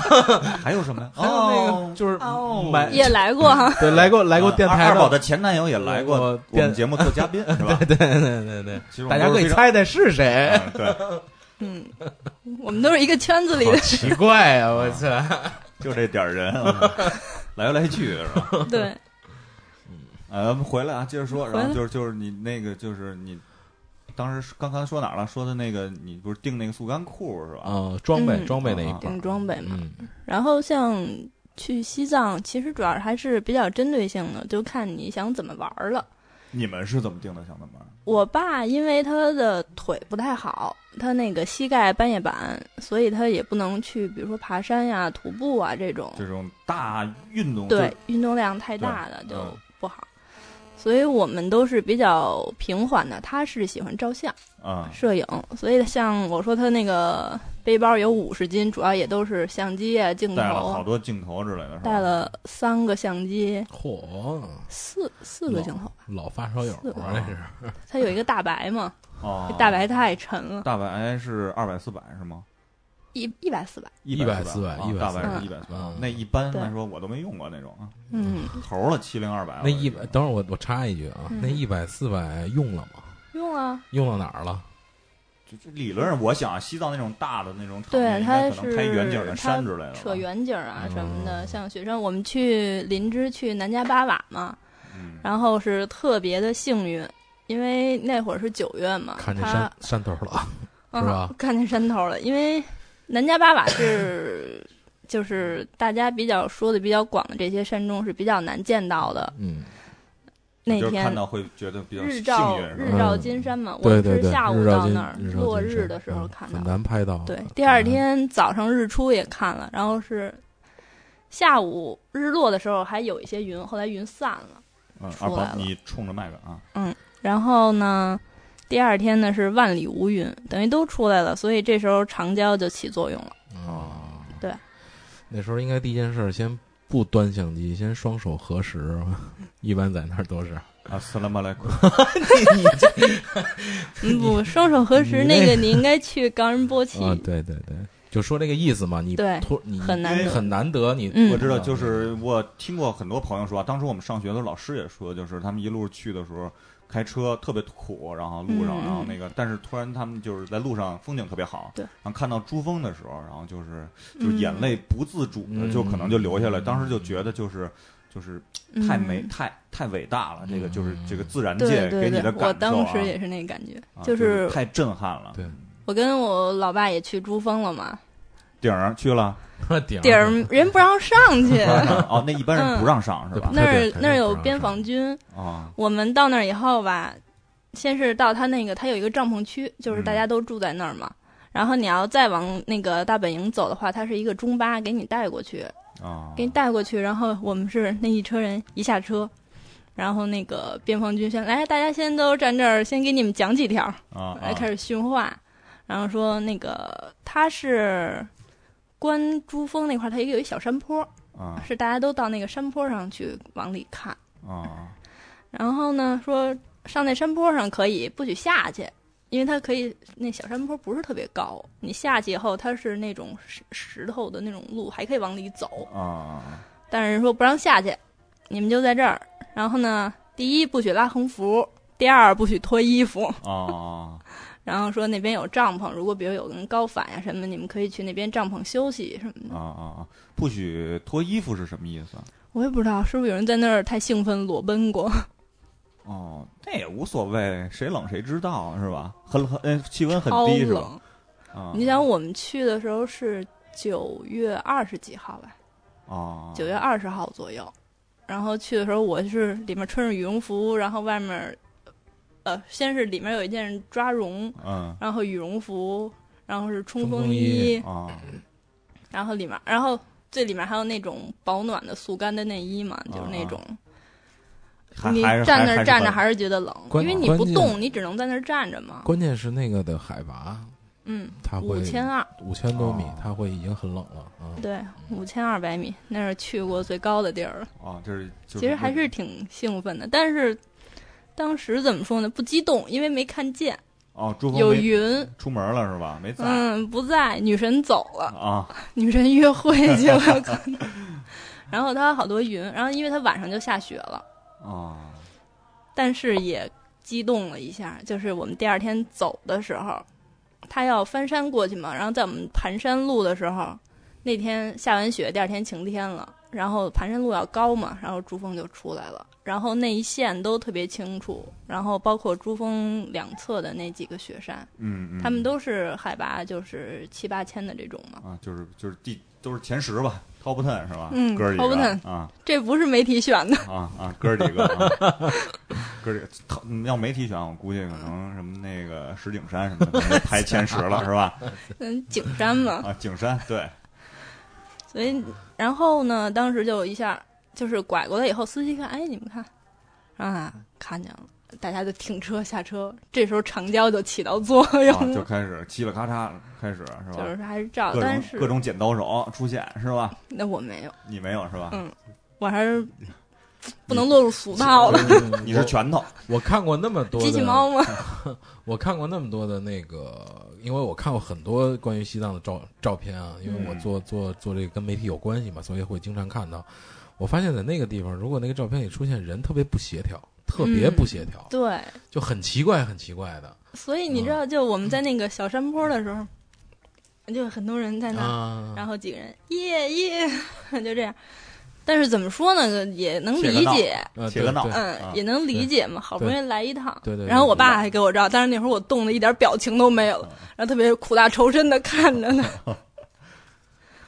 Speaker 1: 还有什么呀？
Speaker 2: 还有那
Speaker 1: 哦
Speaker 2: 个就是
Speaker 1: 哦
Speaker 2: 买
Speaker 3: 也来过哈，
Speaker 2: 对来过来过电台
Speaker 1: 啊二二宝
Speaker 2: 的，
Speaker 1: 的前男友也来过
Speaker 2: 我
Speaker 1: 我
Speaker 2: 电
Speaker 1: 们节目做嘉宾，是吧？
Speaker 2: 对对对对
Speaker 1: 其实我
Speaker 2: 大
Speaker 1: 们
Speaker 2: 家
Speaker 1: 都
Speaker 2: 可
Speaker 1: 是非
Speaker 2: 以
Speaker 1: 常
Speaker 2: 猜猜是谁。
Speaker 1: 嗯对，
Speaker 3: 嗯，我们都是一个圈子里
Speaker 2: 好
Speaker 3: 的，
Speaker 2: 奇怪啊！我操，
Speaker 1: 就这点儿人， 嗯来来去是吧？
Speaker 3: 对，
Speaker 1: 呃，回来啊，接着说，
Speaker 3: 回来
Speaker 1: 然后就是就是你那个就是你。当时是刚刚说哪儿了？说的那个，你不是订那个速干裤是吧？
Speaker 2: 啊，装备
Speaker 3: 嗯
Speaker 2: 装备那一块
Speaker 3: 定
Speaker 2: 儿，
Speaker 3: 装备嘛。
Speaker 2: 嗯，
Speaker 3: 然后像去西藏，其实主要还是比较针对性的，就看你想怎么玩儿了。
Speaker 1: 你们是怎么定的小怎么玩？
Speaker 3: 我爸因为他的腿不太好，他那个膝盖半月板，所以他也不能去，比如说爬山呀、徒步啊这种。
Speaker 1: 这种大运动
Speaker 3: 对，，运动量太大的
Speaker 1: 对
Speaker 3: 就
Speaker 1: 嗯
Speaker 3: 不好。所以我们都是比较平缓的。他是喜欢照相、
Speaker 1: 啊，
Speaker 3: 摄影，所以像我说他那个背包有五十斤，主要也都是相机啊、镜头
Speaker 1: 带了好
Speaker 3: 啊，
Speaker 1: 多镜头之类的，是吧
Speaker 3: 带了三个相机，
Speaker 2: 嚯，
Speaker 3: 四四个
Speaker 2: 老
Speaker 3: 镜头。
Speaker 2: 老发烧友
Speaker 3: 四
Speaker 2: 啊，这是
Speaker 3: 他有一个大白嘛，
Speaker 1: 哦，
Speaker 3: 大白太沉了，
Speaker 1: 大白是二百四百是吗？
Speaker 3: 一一百四百。
Speaker 1: 百
Speaker 2: 100 400
Speaker 1: 啊大白
Speaker 3: 100
Speaker 1: 是一百四
Speaker 2: 嗯
Speaker 1: 那一般来
Speaker 3: 对
Speaker 1: 说我都没用过那种啊，
Speaker 3: 嗯，
Speaker 1: 头了七零二百，
Speaker 2: 那一百，等会儿我我插一句啊，
Speaker 3: 嗯
Speaker 2: 那一百四百用了吗？
Speaker 3: 用啊，
Speaker 2: 用到哪儿了？
Speaker 1: 就就理论上我想啊西藏那种大的那种场
Speaker 3: 对
Speaker 1: 地，应
Speaker 3: 它
Speaker 1: 该可能
Speaker 3: 是
Speaker 1: 拍远景的
Speaker 3: 它
Speaker 1: 山之类的吧，
Speaker 3: 扯远景啊
Speaker 2: 嗯
Speaker 3: 什么的，像雪山，我们去林芝去南迦巴瓦嘛，
Speaker 1: 嗯，
Speaker 3: 然后是特别的幸运，因为那会儿是九月嘛，
Speaker 2: 看见
Speaker 3: 它
Speaker 2: 山山头了啊，
Speaker 3: 嗯
Speaker 2: 是吧
Speaker 3: 看见山头了，因为南迦巴瓦是就是大家比较说的比较广的这些山中是比较难见到的，
Speaker 2: 嗯，
Speaker 3: 那
Speaker 1: 就是看
Speaker 3: 天。
Speaker 1: 到会觉得比较
Speaker 3: 日
Speaker 1: 幸
Speaker 3: 照
Speaker 1: 运是
Speaker 3: 日
Speaker 1: 吧？
Speaker 3: 照金山嘛，
Speaker 2: 对
Speaker 3: 我
Speaker 2: 对
Speaker 3: 们是
Speaker 2: 对，
Speaker 3: 下午
Speaker 2: 日照
Speaker 3: 到
Speaker 2: 金
Speaker 3: 那儿
Speaker 2: 日照
Speaker 3: 落
Speaker 2: 金
Speaker 3: 日
Speaker 2: 山
Speaker 3: 的时候
Speaker 2: 嗯
Speaker 3: 看到
Speaker 2: 很，难拍到。啊
Speaker 3: 对
Speaker 2: 很，
Speaker 3: 第二
Speaker 2: 难，
Speaker 3: 天早上日出也看了，然后是下午日落的时候还有一些云，后来云散了。
Speaker 1: 嗯，
Speaker 3: 出
Speaker 1: 二
Speaker 3: 来
Speaker 1: 宝
Speaker 3: 了
Speaker 1: 你冲着麦克 啊，
Speaker 3: 然后呢，第二天呢是万里无云，等于都出来了，所以这时候长焦就起作用了。
Speaker 2: 啊，
Speaker 3: 嗯对，
Speaker 2: 那时候应该第一件事儿先不端相机，先双手合十， 一般在那儿都是。
Speaker 1: 啊，斯拉马莱 库，
Speaker 3: 嗯，不，双手合十
Speaker 2: 你
Speaker 3: 那
Speaker 2: 那
Speaker 3: 个你应该去冈仁波齐，
Speaker 2: 啊，对对对，就说这个意思嘛，你
Speaker 3: 对
Speaker 2: 突你
Speaker 3: 很难
Speaker 1: 因为
Speaker 3: 得。
Speaker 2: 很难得，你
Speaker 3: 嗯
Speaker 1: 我知道，就是我听过很多朋友说，啊当时我们上学的时候老师也说，就是他们一路去的时候开车特别苦，然后路上，
Speaker 3: 嗯
Speaker 1: 然后那个，但是突然他们就是在路上风景特别好，
Speaker 3: 对嗯
Speaker 1: 然后看到珠峰的时候，然后就是就是眼泪不自主的
Speaker 2: 嗯
Speaker 1: 就可能就流下来，当时就觉得就是就是太美太太伟大了，这个就是这个自然界
Speaker 3: 嗯对
Speaker 1: 给
Speaker 3: 对
Speaker 1: 你
Speaker 3: 对
Speaker 1: 的，
Speaker 3: 我
Speaker 1: 感受
Speaker 3: 当
Speaker 1: 啊
Speaker 3: 时，也是那感觉，
Speaker 1: 啊就
Speaker 3: 就
Speaker 1: 是
Speaker 3: 是
Speaker 1: 太震撼了，
Speaker 2: 对
Speaker 3: 我跟我老爸也去珠峰了嘛，
Speaker 1: 啊顶儿去 了，
Speaker 2: 顶
Speaker 3: 顶儿人不让上 去，
Speaker 1: 哦，那一般人不让上是吧？
Speaker 3: 那
Speaker 2: 对
Speaker 3: 儿
Speaker 2: 对对
Speaker 3: 那儿
Speaker 2: 不
Speaker 3: 有
Speaker 2: 让
Speaker 3: 边
Speaker 2: 上
Speaker 3: 防军，
Speaker 1: 啊，
Speaker 3: 我们到那儿以后吧，先是到他那个，他有一个帐篷区，就是大
Speaker 1: 嗯
Speaker 3: 家都住在那儿嘛。然后你要再往那个大本营走的话，它是一个中巴，给你带过去，
Speaker 1: 啊，
Speaker 3: 给你带过去。然后我们是那一车人一下车，然后那个边防军先来，大家先都站这儿，先给你们讲几条，
Speaker 1: 啊，
Speaker 3: 来
Speaker 1: 啊
Speaker 3: 开始训话，然后说那个他是观珠峰那块儿，它也有一小山坡，
Speaker 1: 啊
Speaker 3: 是大家都到那个山坡上去往里看。
Speaker 1: 啊。
Speaker 3: 然后呢，说上那山坡上可以，不许下去，因为它可以那小山坡不是特别高，你下去以后它是那种石石头的那种路，还可以往里走，
Speaker 1: 啊，
Speaker 3: 但是人说不让下去，你们就在这儿。然后呢，第一不许拉横幅，第二不许脱衣服，
Speaker 1: 哦，
Speaker 3: 然后说那边有帐篷，如果比如有人高反呀、什么的，你们可以去那边帐篷休息什么
Speaker 1: 啊
Speaker 3: 的。
Speaker 1: 啊！不许脱衣服是什么意思？
Speaker 3: 我也不知道是不是有人在那儿太兴奋裸奔过，
Speaker 1: 哦，那也无所谓，谁冷谁知道是吧？很很，呃气温很
Speaker 3: 超
Speaker 1: 低是吧？
Speaker 3: 冷，
Speaker 1: 啊
Speaker 3: 你想我们去的时候是九月二十几号吧，
Speaker 1: 啊，
Speaker 3: 九月二十号左右，然后去的时候我是里面穿着羽绒服，然后外面，呃，先是里面有一件抓绒，
Speaker 1: 嗯
Speaker 3: 然后羽绒服，然后是冲
Speaker 2: 冲
Speaker 3: 锋
Speaker 2: 锋衣
Speaker 1: 啊
Speaker 3: 然后里面，然后最里面还有那种保暖的速干的内衣嘛，就是那种、
Speaker 1: 啊还
Speaker 3: 你
Speaker 1: 还是
Speaker 3: 站
Speaker 1: 还
Speaker 3: 那儿
Speaker 1: 是
Speaker 3: 站着
Speaker 1: 还
Speaker 3: 还是觉得冷，
Speaker 2: 关
Speaker 3: 因为你不
Speaker 2: 关键
Speaker 3: 动，你只能在那儿站着嘛。
Speaker 2: 关键是那个的海拔，
Speaker 3: 嗯，
Speaker 2: 它会
Speaker 3: 五千二，
Speaker 2: 五千多米
Speaker 1: 哦，
Speaker 2: 它会已经很冷了啊。
Speaker 3: 对，五千二百米，那是去过最高的地儿了。
Speaker 1: 啊，就是就是
Speaker 3: 其实还是挺兴奋的，但是当时怎么说呢？不激动，因为没看见
Speaker 1: 哦，朱峰
Speaker 3: 有
Speaker 1: 没
Speaker 3: 云。
Speaker 1: 出门了是吧？没在
Speaker 3: 嗯，不在，女神走了，
Speaker 1: 啊
Speaker 3: 女神约会去了，可能。 然后它好多云，然后因为它晚上就下雪了。
Speaker 1: 啊
Speaker 3: 但是也激动了一下。就是我们第二天走的时候，他要翻山过去嘛，然后在我们盘山路的时候，那天下完雪，第二天晴天了，然后盘山路要高嘛，然后珠峰就出来了，然后那一线都特别清楚，然后包括珠峰两侧的那几个雪山，
Speaker 1: 嗯嗯，
Speaker 3: 他们都是海拔就是七八千的这种嘛。
Speaker 1: 啊，就是就是第都是前十吧，top ten 是吧？
Speaker 3: 嗯
Speaker 1: 哥儿几个
Speaker 3: top ten
Speaker 1: 啊
Speaker 3: 这不是媒体选的，
Speaker 1: 啊啊，哥儿几个，啊哥儿几个他，要媒体选，我估计可能什么那个石景山什么的可能排前十了是吧？
Speaker 3: 嗯，景山嘛。
Speaker 1: 啊，景山对，
Speaker 3: 所以，然后呢，当时就一下就是拐过来以后，司机一看，哎，你们看，啊，看见了，大家就停车下车。这时候长焦就起到作用
Speaker 1: 啊就
Speaker 3: 了，
Speaker 1: 开始嘁了咔嚓开始是吧？
Speaker 3: 哎就是还是照，
Speaker 1: 各
Speaker 3: 但
Speaker 1: 种
Speaker 3: 是
Speaker 1: 各种剪刀手出现是吧？
Speaker 3: 那我没有，
Speaker 1: 你没有是吧？
Speaker 3: 嗯我还是不能落入俗 套了。
Speaker 2: 了
Speaker 1: 嗯你是拳头
Speaker 2: 我看过那么多的
Speaker 3: 机器猫 吗？
Speaker 2: 我看过那么多的那个，因为我看过很多关于西藏的照照片啊，因为我
Speaker 1: 嗯
Speaker 2: 做做做这个跟媒体有关系嘛，所以会经常看到。我发现，在那个地方，如果那个照片里出现人特别不协调，特别不协调，
Speaker 3: 对，
Speaker 2: 就很奇怪，很奇怪的
Speaker 3: 所以你知道，就我们在那个小山坡的时候，就很多人在那儿
Speaker 2: 啊。
Speaker 3: 然后几个人耶耶， 就这样。但是怎么说呢，也能
Speaker 1: 切个
Speaker 3: 理
Speaker 1: 闹
Speaker 3: 解，
Speaker 2: 呃，
Speaker 1: 铁
Speaker 2: 对
Speaker 1: 个脑
Speaker 2: 对
Speaker 1: 啊
Speaker 3: 嗯，也能理解嘛，好不容易来一趟。
Speaker 2: 对对对嗯
Speaker 3: 然后我爸还给我照，但是那会儿我冻得一点表情都没有了，然后特别苦大仇深的看着呢。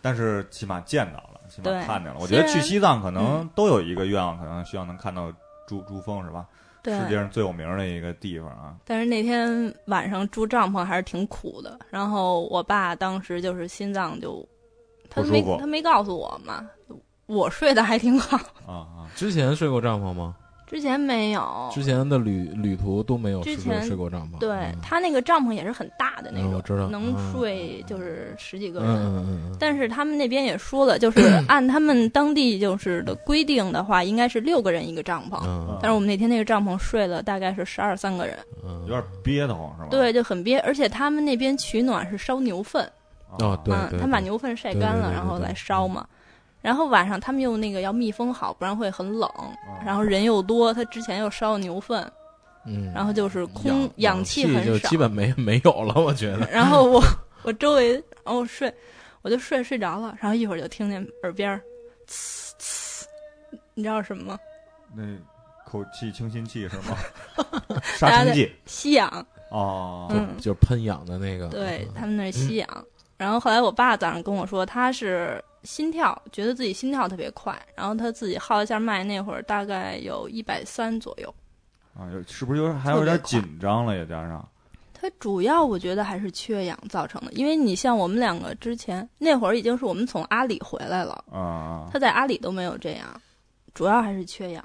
Speaker 1: 但是起码见到了，起码
Speaker 3: 对
Speaker 1: 看见了。我觉
Speaker 3: 虽
Speaker 1: 得
Speaker 3: 然嗯
Speaker 1: 去西藏可能都有一个愿望，可能希望能看到珠珠峰是吧？世界上最有名的一个地方啊。
Speaker 3: 但是那天晚上住帐篷还是挺苦的。然后我爸当时就是心脏就，他
Speaker 1: 不舒
Speaker 3: 没
Speaker 1: 服
Speaker 3: 他没告诉我嘛，我睡得还挺好，
Speaker 1: 啊啊！
Speaker 2: 之前睡过帐篷吗？
Speaker 3: 之前没有。
Speaker 2: 之前的旅旅途都没有
Speaker 3: 哦之
Speaker 2: 睡过
Speaker 3: 前
Speaker 2: 睡过帐篷。
Speaker 3: 对
Speaker 2: 嗯
Speaker 3: 他那个帐篷也是很大的那
Speaker 2: 嗯我知道
Speaker 3: 种，能
Speaker 2: 嗯
Speaker 3: 睡就是十几个
Speaker 2: 嗯
Speaker 3: 人。
Speaker 2: 嗯嗯嗯，
Speaker 3: 但是他们那边也说了，就是 按他们当地就是的规定的话，应该是六个人一个帐篷。
Speaker 2: 嗯
Speaker 3: 但是我们那天那个帐篷睡了大概是十二三个人，
Speaker 2: 嗯，
Speaker 1: 有点憋得慌是吧？
Speaker 3: 对，就很憋。而且他们那边取暖是烧牛粪，
Speaker 2: 哦
Speaker 1: 啊
Speaker 2: 对
Speaker 3: 嗯，他们把牛粪晒干
Speaker 2: 对对
Speaker 3: 了，
Speaker 2: 对
Speaker 3: 然后来烧嘛。然后晚上他们用那个要密封好，不然会很冷。
Speaker 1: 啊
Speaker 3: 然后人又多，他之前又烧牛粪，
Speaker 2: 嗯，
Speaker 3: 然后就是空
Speaker 2: 氧
Speaker 3: 氧
Speaker 2: 气就
Speaker 3: 很少
Speaker 2: 基。本没没有了，我觉 得。
Speaker 3: 然后 我我周围，然后我睡，我就睡睡着了，然后一会儿就听见耳边儿，呲呲，你知道什么吗？
Speaker 1: 那口气清新剂是 吗？杀青剂
Speaker 3: 吸氧，
Speaker 1: 哦，
Speaker 3: 嗯
Speaker 2: 就是喷氧的那个，
Speaker 3: 对
Speaker 2: 嗯
Speaker 3: 他们那儿吸氧。然后后来我爸早上跟我说，他是心跳，觉得自己心跳特别快，然后他自己号一下脉，那会儿大概有一百三左右。
Speaker 1: 啊，有是不是有点还有点紧张了？也加上
Speaker 3: 他主要我觉得还是缺氧造成的，因为你像我们两个之前那会儿已经是我们从阿里回来了，
Speaker 1: 啊啊，
Speaker 3: 他在阿里都没有这样，主要还是缺氧，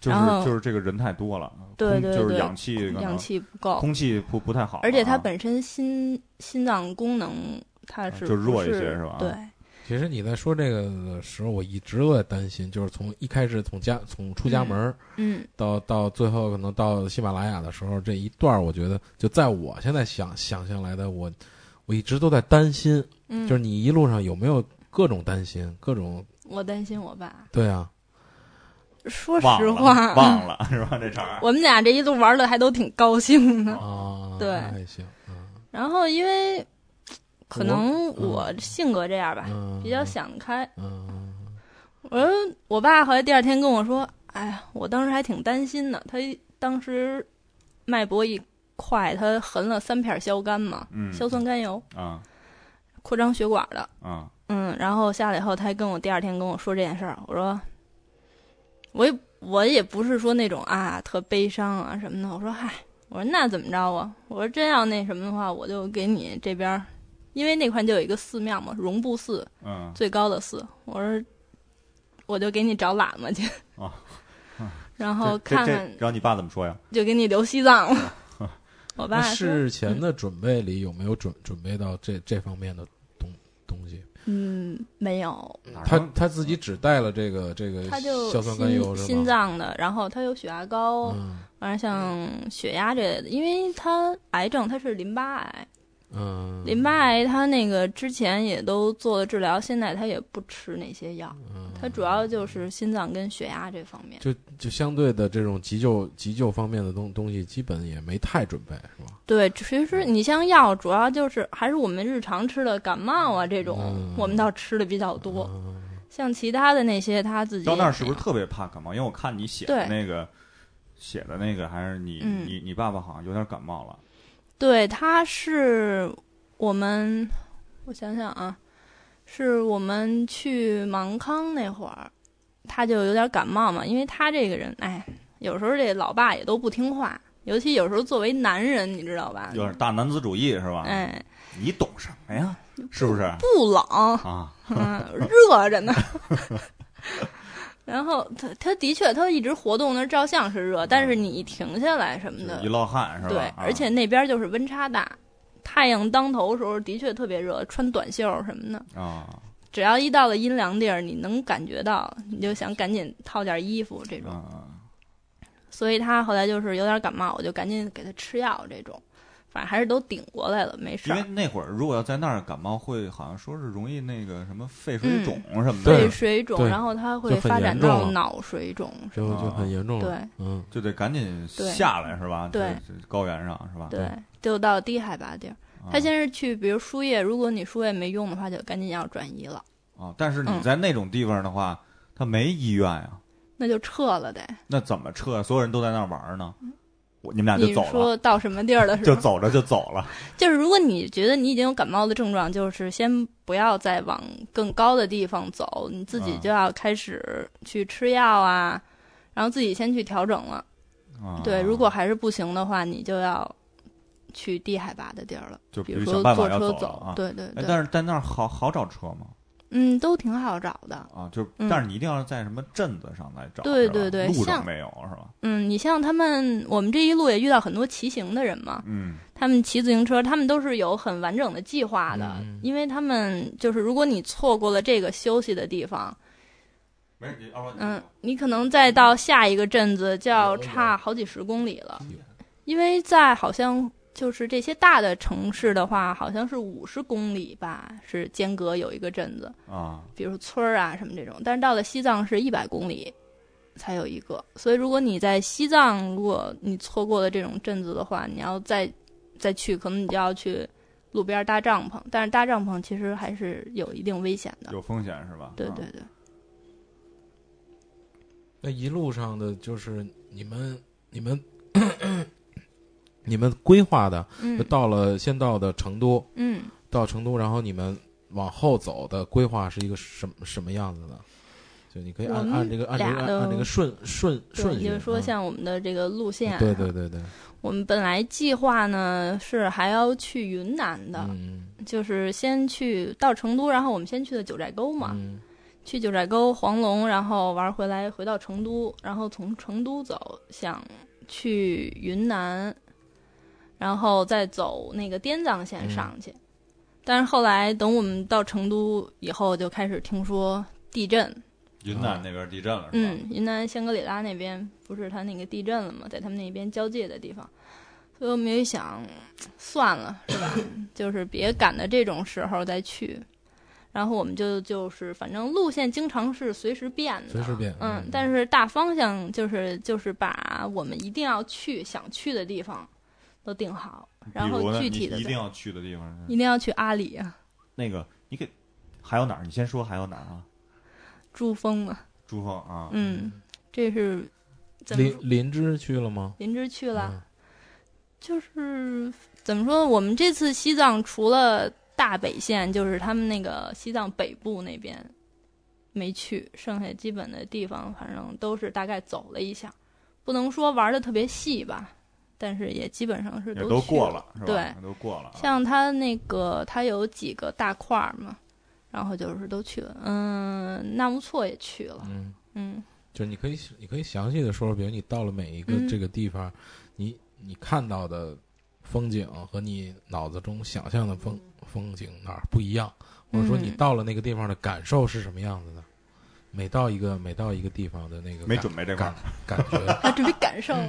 Speaker 1: 就是
Speaker 3: 然后
Speaker 1: 就是这个人太多了，空
Speaker 3: 对对
Speaker 1: 就是
Speaker 3: 对
Speaker 1: 氧气可能
Speaker 3: 氧气不够。
Speaker 1: 空气不不太好了啊，
Speaker 3: 而且他本身心心脏功能它是
Speaker 1: 就弱
Speaker 3: 不
Speaker 1: 一些是吧
Speaker 3: 对，
Speaker 2: 其实你在说这个的时候，我一直都在担心，就是从一开始从家从出家门儿
Speaker 3: 嗯，
Speaker 2: 到、到最后可能到喜马拉雅的时候，这一段儿我觉得就在我现在想想象来的，我我一直都在担心，
Speaker 3: 嗯
Speaker 2: 就是你一路上有没有各种担心，各种
Speaker 3: 我担心我爸。
Speaker 2: 对啊，
Speaker 3: 说
Speaker 1: 忘
Speaker 3: 实
Speaker 1: 了
Speaker 3: 话，
Speaker 1: 忘了 是吧？这茬儿
Speaker 3: 我们俩这一路玩的还都挺高兴的。
Speaker 2: 啊，
Speaker 3: 嗯对
Speaker 2: 那还行，嗯
Speaker 3: 然后因为可能我性格这样吧，
Speaker 2: 嗯，
Speaker 3: 哎比较想得开。
Speaker 2: 嗯，嗯
Speaker 3: 我说我爸后来第二天跟我说：“哎呀，我当时还挺担心的。”他当时脉搏一快，它含了三片硝酐嘛，
Speaker 1: 嗯
Speaker 3: 硝酸甘油，
Speaker 1: 啊
Speaker 3: 扩张血管的。
Speaker 1: 啊
Speaker 3: 嗯，然后下来以后，他还跟我第二天跟我说这件事儿，我说，我也我也不是说那种啊特悲伤啊什么的，我说嗨，我说那怎么着啊？我说真要那什么的话，我就给你这边儿，因为那块就有一个寺庙嘛，绒布寺
Speaker 1: 嗯
Speaker 3: 最高的寺，我说我就给你找喇嘛去，
Speaker 1: 哦
Speaker 3: 然
Speaker 1: 这
Speaker 3: 后
Speaker 1: 这
Speaker 3: 哦
Speaker 1: 哦
Speaker 3: 看
Speaker 1: 这
Speaker 3: 看
Speaker 1: 然后你爸怎么说呀？
Speaker 3: 就给你留西藏了。我
Speaker 2: 那
Speaker 3: 爸说，
Speaker 2: 事前的准备里有没有准准备到这这方面的东东西？
Speaker 3: 嗯，没有，
Speaker 1: 哪儿
Speaker 2: 他
Speaker 1: 能
Speaker 2: 他自己只带了这个这个
Speaker 3: 他就
Speaker 2: 呃硝酸甘油
Speaker 3: 心
Speaker 2: 是吧？
Speaker 3: 心脏哦的，然后他有血压高。
Speaker 2: 嗯
Speaker 3: 反正像血压这类的，因为他癌症他是淋巴癌，
Speaker 2: 嗯，
Speaker 3: 淋巴癌他那个之前也都做了治疗，现在他也不吃那些药，
Speaker 2: 嗯
Speaker 3: 他主要就是心脏跟血压这方面。
Speaker 2: 就就相对的这种急救急救方面的东东西，基本也没太准备是吧？
Speaker 3: 对，其实
Speaker 2: 嗯
Speaker 3: 你像药，主要就是还是我们日常吃的感冒啊这种，
Speaker 2: 嗯
Speaker 3: 我们倒吃的比较多。
Speaker 2: 嗯
Speaker 3: 像其他的那些他自己
Speaker 1: 到那
Speaker 3: 也
Speaker 1: 儿是
Speaker 3: 没
Speaker 1: 不
Speaker 3: 有
Speaker 1: 是特别怕感冒？因为我看你写的
Speaker 3: 对
Speaker 1: 那个写的那个，还是你、
Speaker 3: 嗯
Speaker 1: 你你爸爸好像有点感冒了。
Speaker 3: 对，他是我们，我想想啊，是我们去芒康那会儿，他就有点感冒嘛，因为他这个人，哎，有时候这老爸也都不听话，尤其有时候作为男人，你知道吧？
Speaker 1: 有点啊大男子主义是吧？，
Speaker 3: 嗯哎，
Speaker 1: 你懂什么呀？是不是
Speaker 3: 不冷，
Speaker 1: 啊？
Speaker 3: 嗯，热着呢。 然后他他的确，他一直活动那儿照相是热，但是你一停下来什
Speaker 1: 就
Speaker 3: 么的
Speaker 1: 嗯是一，落汗是吧？
Speaker 3: 对
Speaker 1: 啊，
Speaker 3: 而且那边就是温差大，太阳当头的时候的确特别热，穿短袖什么的，
Speaker 1: 啊
Speaker 3: 只要一到了阴凉地儿，你能感觉到，你就想赶紧套点衣服这种。
Speaker 1: 啊
Speaker 3: 所以他后来就是有点感冒，我就赶紧给他吃药这种，反正还是都顶过来了，没事
Speaker 1: 因为
Speaker 3: 儿。
Speaker 1: 那会儿如果要在那儿感冒，会好像说是容易那个什么肺水肿
Speaker 3: 嗯
Speaker 1: 什么的，
Speaker 2: 对
Speaker 3: 肺水肿，
Speaker 2: 对
Speaker 3: 然后他
Speaker 2: 就
Speaker 3: 会
Speaker 2: 很
Speaker 3: 发展
Speaker 2: 严重
Speaker 3: 到
Speaker 2: 了
Speaker 3: 脑水肿什
Speaker 2: 就就很严重
Speaker 3: 么
Speaker 2: 了。
Speaker 1: 啊
Speaker 3: 的，
Speaker 2: 嗯，
Speaker 1: 就得赶紧
Speaker 3: 对
Speaker 1: 下来是吧？
Speaker 3: 对
Speaker 1: 这，这高原上是吧？
Speaker 3: 对对，就到低海拔地儿。
Speaker 1: 啊
Speaker 3: 他先是去，比如输液，如果你输液没用的话，就赶紧要转移了，
Speaker 1: 啊，但是你
Speaker 3: 嗯
Speaker 1: 在那种地方的话，他没医院呀，
Speaker 3: 那就撤了得。
Speaker 1: 那怎么撤？所有人都在那儿玩儿呢，我你们俩
Speaker 3: 嗯你
Speaker 1: 就是走了，
Speaker 3: 说到什么地儿了是吧？
Speaker 1: 就走着就走了。
Speaker 3: 就是如果你觉得你已经有感冒的症状，就是先不要再往更高的地方走，你自己
Speaker 1: 嗯
Speaker 3: 就要开始去吃药啊，然后自己先去调整了。
Speaker 1: 啊，
Speaker 3: 对，如果还是不行的话，你就要去低海拔的地儿了，
Speaker 1: 就
Speaker 3: 比
Speaker 1: 如
Speaker 3: 如
Speaker 1: 想
Speaker 3: 说
Speaker 1: 办
Speaker 3: 坐
Speaker 1: 法要
Speaker 3: 车
Speaker 1: 了啊。
Speaker 3: 对对
Speaker 1: 哎
Speaker 3: 对，
Speaker 1: 但是在那儿好好找车吗？
Speaker 3: 嗯，都挺好找的。
Speaker 1: 啊，就是，
Speaker 3: 嗯
Speaker 1: 但是你一定要在什么镇子上来找，
Speaker 3: 对
Speaker 1: 是吧
Speaker 3: 对对
Speaker 1: 路上
Speaker 3: 像
Speaker 1: 没有是吧？
Speaker 3: 嗯，你像他们，我们这一路也遇到很多骑行的人嘛，
Speaker 1: 嗯
Speaker 3: 他们骑自行车，他们都是有很完整的计划的，
Speaker 2: 嗯
Speaker 3: 因为他们就是如果你错过了这个休息的地方，
Speaker 1: 没事，你二说
Speaker 3: 嗯，你可能再到下一个镇子就要差好几十公里了，因为在好像就是这些大的城市的话，好像是五十公里吧，是间隔有一个镇子，
Speaker 1: 啊，
Speaker 3: 比如说村儿啊什么这种。但是到了西藏是一百公里才有一个，所以如果你在西藏，如果你错过了这种镇子的话，你要再再去，可能你就要去路边搭帐篷，但是搭帐篷其实还是有一定危险的。
Speaker 1: 有风险是吧？
Speaker 3: 对
Speaker 1: 啊
Speaker 3: 对对。
Speaker 2: 那一路上的就是你们你们 你们规划的，就
Speaker 3: 嗯
Speaker 2: 到了先到的成都，
Speaker 3: 嗯，
Speaker 2: 到成都，然后你们往后走的规划是一个什么什么样子的？就你可以
Speaker 3: 我
Speaker 2: 按
Speaker 3: 们
Speaker 2: 按这个按这个
Speaker 3: 俩
Speaker 2: 按
Speaker 3: 都
Speaker 2: 按这个顺顺顺
Speaker 3: 对，
Speaker 2: 序，
Speaker 3: 就是说
Speaker 2: 嗯
Speaker 3: 像我们的这个路线，啊
Speaker 2: 对对，对对，
Speaker 3: 我们本来计划呢是还要去云南的，
Speaker 2: 嗯
Speaker 3: 就是先去到成都，然后我们先去的九寨沟嘛，
Speaker 2: 嗯
Speaker 3: 去九寨沟、黄龙，然后玩回来回到成都，然后从成都走想去云南，然后再走那个滇藏
Speaker 2: 嗯
Speaker 3: 线上去。但是后来等我们到成都以后，就开始听说地震，
Speaker 1: 云南那边地震了是吧？
Speaker 3: 嗯，云南香格里拉那边不是它那个地震了吗？在他们那边交界的地方，所以我们也想，算了，是吧？就是别赶到这种时候再去。然后我们就就是，反正路线经常是随时变的，
Speaker 2: 随时变
Speaker 3: 嗯
Speaker 2: 嗯，
Speaker 3: 但是大方向就是就是把我们一定要去想去的地方都定好，然
Speaker 1: 比如
Speaker 3: 后
Speaker 1: 呢
Speaker 3: 具
Speaker 1: 你
Speaker 3: 体的
Speaker 1: 一定要去的地方是，
Speaker 3: 一定要去阿里啊，
Speaker 1: 那个你给还有哪儿？你先说还有哪儿啊？
Speaker 3: 珠峰啊，嗯
Speaker 1: 珠峰啊，
Speaker 3: 嗯，这是怎
Speaker 2: 嗯
Speaker 3: 么
Speaker 2: 林
Speaker 3: 说
Speaker 2: 林芝去了吗？
Speaker 3: 林芝去了，
Speaker 2: 嗯
Speaker 3: 就是怎么说，我们这次西藏除了大北线，就是他们那个西藏北部那边没去，剩下基本的地方反正都是大概走了一下，不能说玩的特别细吧，但是也基本上是
Speaker 1: 也都
Speaker 3: 去
Speaker 1: 过了，是吧？
Speaker 3: 对，
Speaker 1: 都过了。啊
Speaker 3: 像它那个，它有几个大块儿嘛，然后就是都去了，嗯，纳木错也去了，
Speaker 2: 嗯，
Speaker 3: 嗯，
Speaker 2: 就是你可以你可以详细的说说，比如你到了每一个
Speaker 3: 嗯
Speaker 2: 这个地方，你你看到的风景和你脑子中想象的风风景哪儿不一样，或者说你
Speaker 3: 嗯
Speaker 2: 到了那个地方的感受是什么样子的？每到一个每到一个地方的那个
Speaker 1: 没
Speaker 2: 感
Speaker 1: 准备这块儿
Speaker 2: 感感觉，
Speaker 3: 啊，这是感受。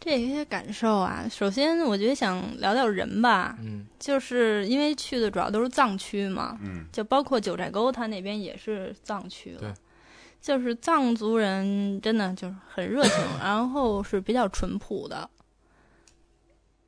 Speaker 3: 这些感受啊，首先我觉得想聊聊人吧，
Speaker 2: 嗯
Speaker 3: 就是因为去的主要都是藏区嘛，
Speaker 1: 嗯，
Speaker 3: 就包括九寨沟，它那边也是藏区
Speaker 2: 对
Speaker 3: 了。就是藏族人真的就是很热情，然后是比较淳朴的，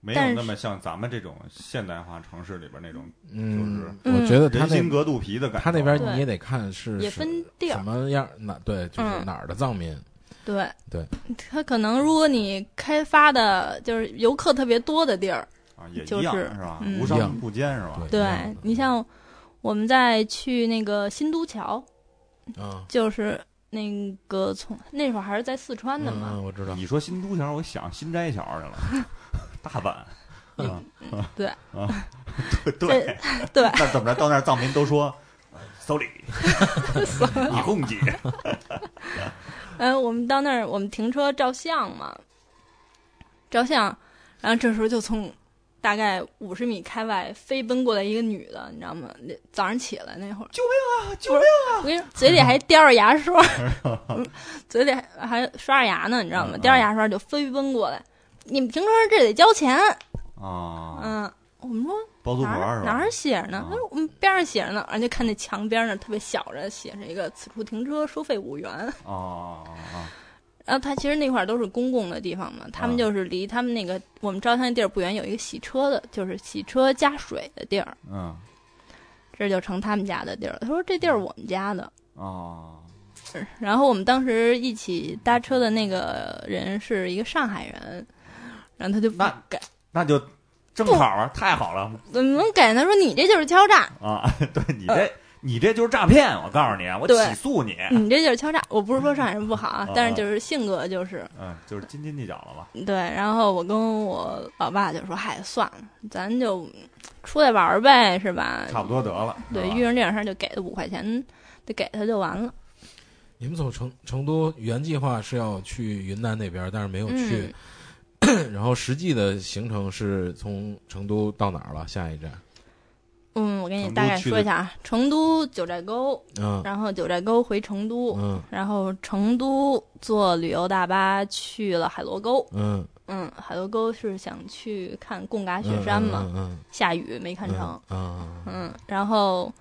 Speaker 1: 没
Speaker 3: 但
Speaker 1: 有
Speaker 3: 是
Speaker 1: 那么像咱们这种现代化城市里边那种
Speaker 2: 嗯，
Speaker 3: 就是
Speaker 2: 我觉得他
Speaker 1: 人
Speaker 2: 那
Speaker 1: 心隔肚皮的感觉。
Speaker 2: 他那边
Speaker 3: 对
Speaker 2: 你也得看是
Speaker 3: 也
Speaker 2: 什
Speaker 3: 分地儿
Speaker 2: 什。么样儿哪对就是
Speaker 3: 嗯
Speaker 2: 哪儿的藏民，
Speaker 3: 对
Speaker 2: 对，
Speaker 3: 他可能如果你开发的就是游客特别多的地儿，
Speaker 1: 啊也
Speaker 3: 就
Speaker 1: 一样
Speaker 3: 是
Speaker 1: 吧？
Speaker 3: 嗯
Speaker 1: 无
Speaker 2: 一
Speaker 1: 商
Speaker 2: 样
Speaker 1: 不奸是吧？
Speaker 2: 对
Speaker 3: 对你像我们在去那个新都桥，
Speaker 2: 嗯
Speaker 3: 就是那个从那会儿还是在四川的
Speaker 2: 嗯
Speaker 3: 嘛，
Speaker 2: 嗯，我知道
Speaker 1: 你说新都桥，我想新斋桥去 了，大阪。
Speaker 2: 嗯
Speaker 1: 啊，
Speaker 3: 对
Speaker 1: 啊，对对
Speaker 3: 对，
Speaker 1: 那怎么着？到那儿藏民都说 sorry，你共济，
Speaker 3: 呃，我们到那儿我们停车照相嘛，照相，然后这时候就从大概五十米开外飞奔过来一个女的，你知道吗？那早上起来那会儿，救命啊！救命啊！我跟你说，嘴里还叼着牙 刷，嗯嘴里还还刷着牙呢，你知道吗
Speaker 1: 嗯？
Speaker 3: 叼着牙刷就飞奔过来，你们停车这得交钱，
Speaker 1: 啊，
Speaker 3: 嗯。我们说
Speaker 1: 包租
Speaker 3: 哪
Speaker 1: 婆
Speaker 3: 儿
Speaker 1: 是吧？
Speaker 3: 哪儿写着呢？
Speaker 1: 啊
Speaker 3: 他说我们边上写着呢，而且看那墙边那儿特别小着写着一个“此处停车收费五元”，
Speaker 1: 哦哦哦
Speaker 3: 然后呃它其实那块儿都是公共的地方嘛，他们
Speaker 1: 啊
Speaker 3: 就是离他们那个我们照相的地儿不远有一个洗车的，就是洗车加水的地儿，
Speaker 1: 哦，
Speaker 3: 这就成他们家的地儿了。他说这地儿我们家的，
Speaker 1: 嗯，哦，
Speaker 3: 然后我们当时一起搭车的那个人是一个上海人，然后他就不
Speaker 1: 那
Speaker 3: 改，
Speaker 1: 那就正好啊，太好了
Speaker 3: 怎么能改呢？他说你这就是敲诈，
Speaker 1: 啊！对你这你这就是诈骗，我告诉你，啊我
Speaker 3: 呃对嗯
Speaker 1: 起诉你，
Speaker 3: 你这就是敲诈。我不是说上海人不好啊
Speaker 1: 哎啊，
Speaker 3: 但是就是性格就是
Speaker 1: 嗯，就是斤斤计较了吧？
Speaker 3: 对，然后我跟我老爸就说，嗨，算了，咱就出来玩儿呗，是吧？
Speaker 1: 差不多得了，是
Speaker 2: 啊
Speaker 3: 对，
Speaker 1: 吧
Speaker 3: 遇上这种事儿就给他五块钱，就给他就完了。
Speaker 2: 你们走成成都原计划是要去云南那边，但是没有去
Speaker 3: 嗯。，
Speaker 2: 然后实际的行程是从成都到哪儿了？下一站，
Speaker 3: 嗯，我给你
Speaker 1: 成
Speaker 3: 大
Speaker 1: 都
Speaker 3: 概
Speaker 1: 去
Speaker 3: 说
Speaker 1: 的
Speaker 3: 一下啊，成都九寨沟，
Speaker 2: 嗯
Speaker 3: 然后九寨沟回成都，
Speaker 2: 嗯
Speaker 3: 然后成都坐旅游大巴去了海螺沟。
Speaker 2: 嗯，
Speaker 3: 嗯，海螺沟是想去看贡嘎
Speaker 2: 嗯
Speaker 3: 雪山嘛，
Speaker 2: 嗯嗯
Speaker 3: 下雨没看
Speaker 2: 嗯
Speaker 3: 成。
Speaker 2: 嗯嗯
Speaker 3: 嗯，然后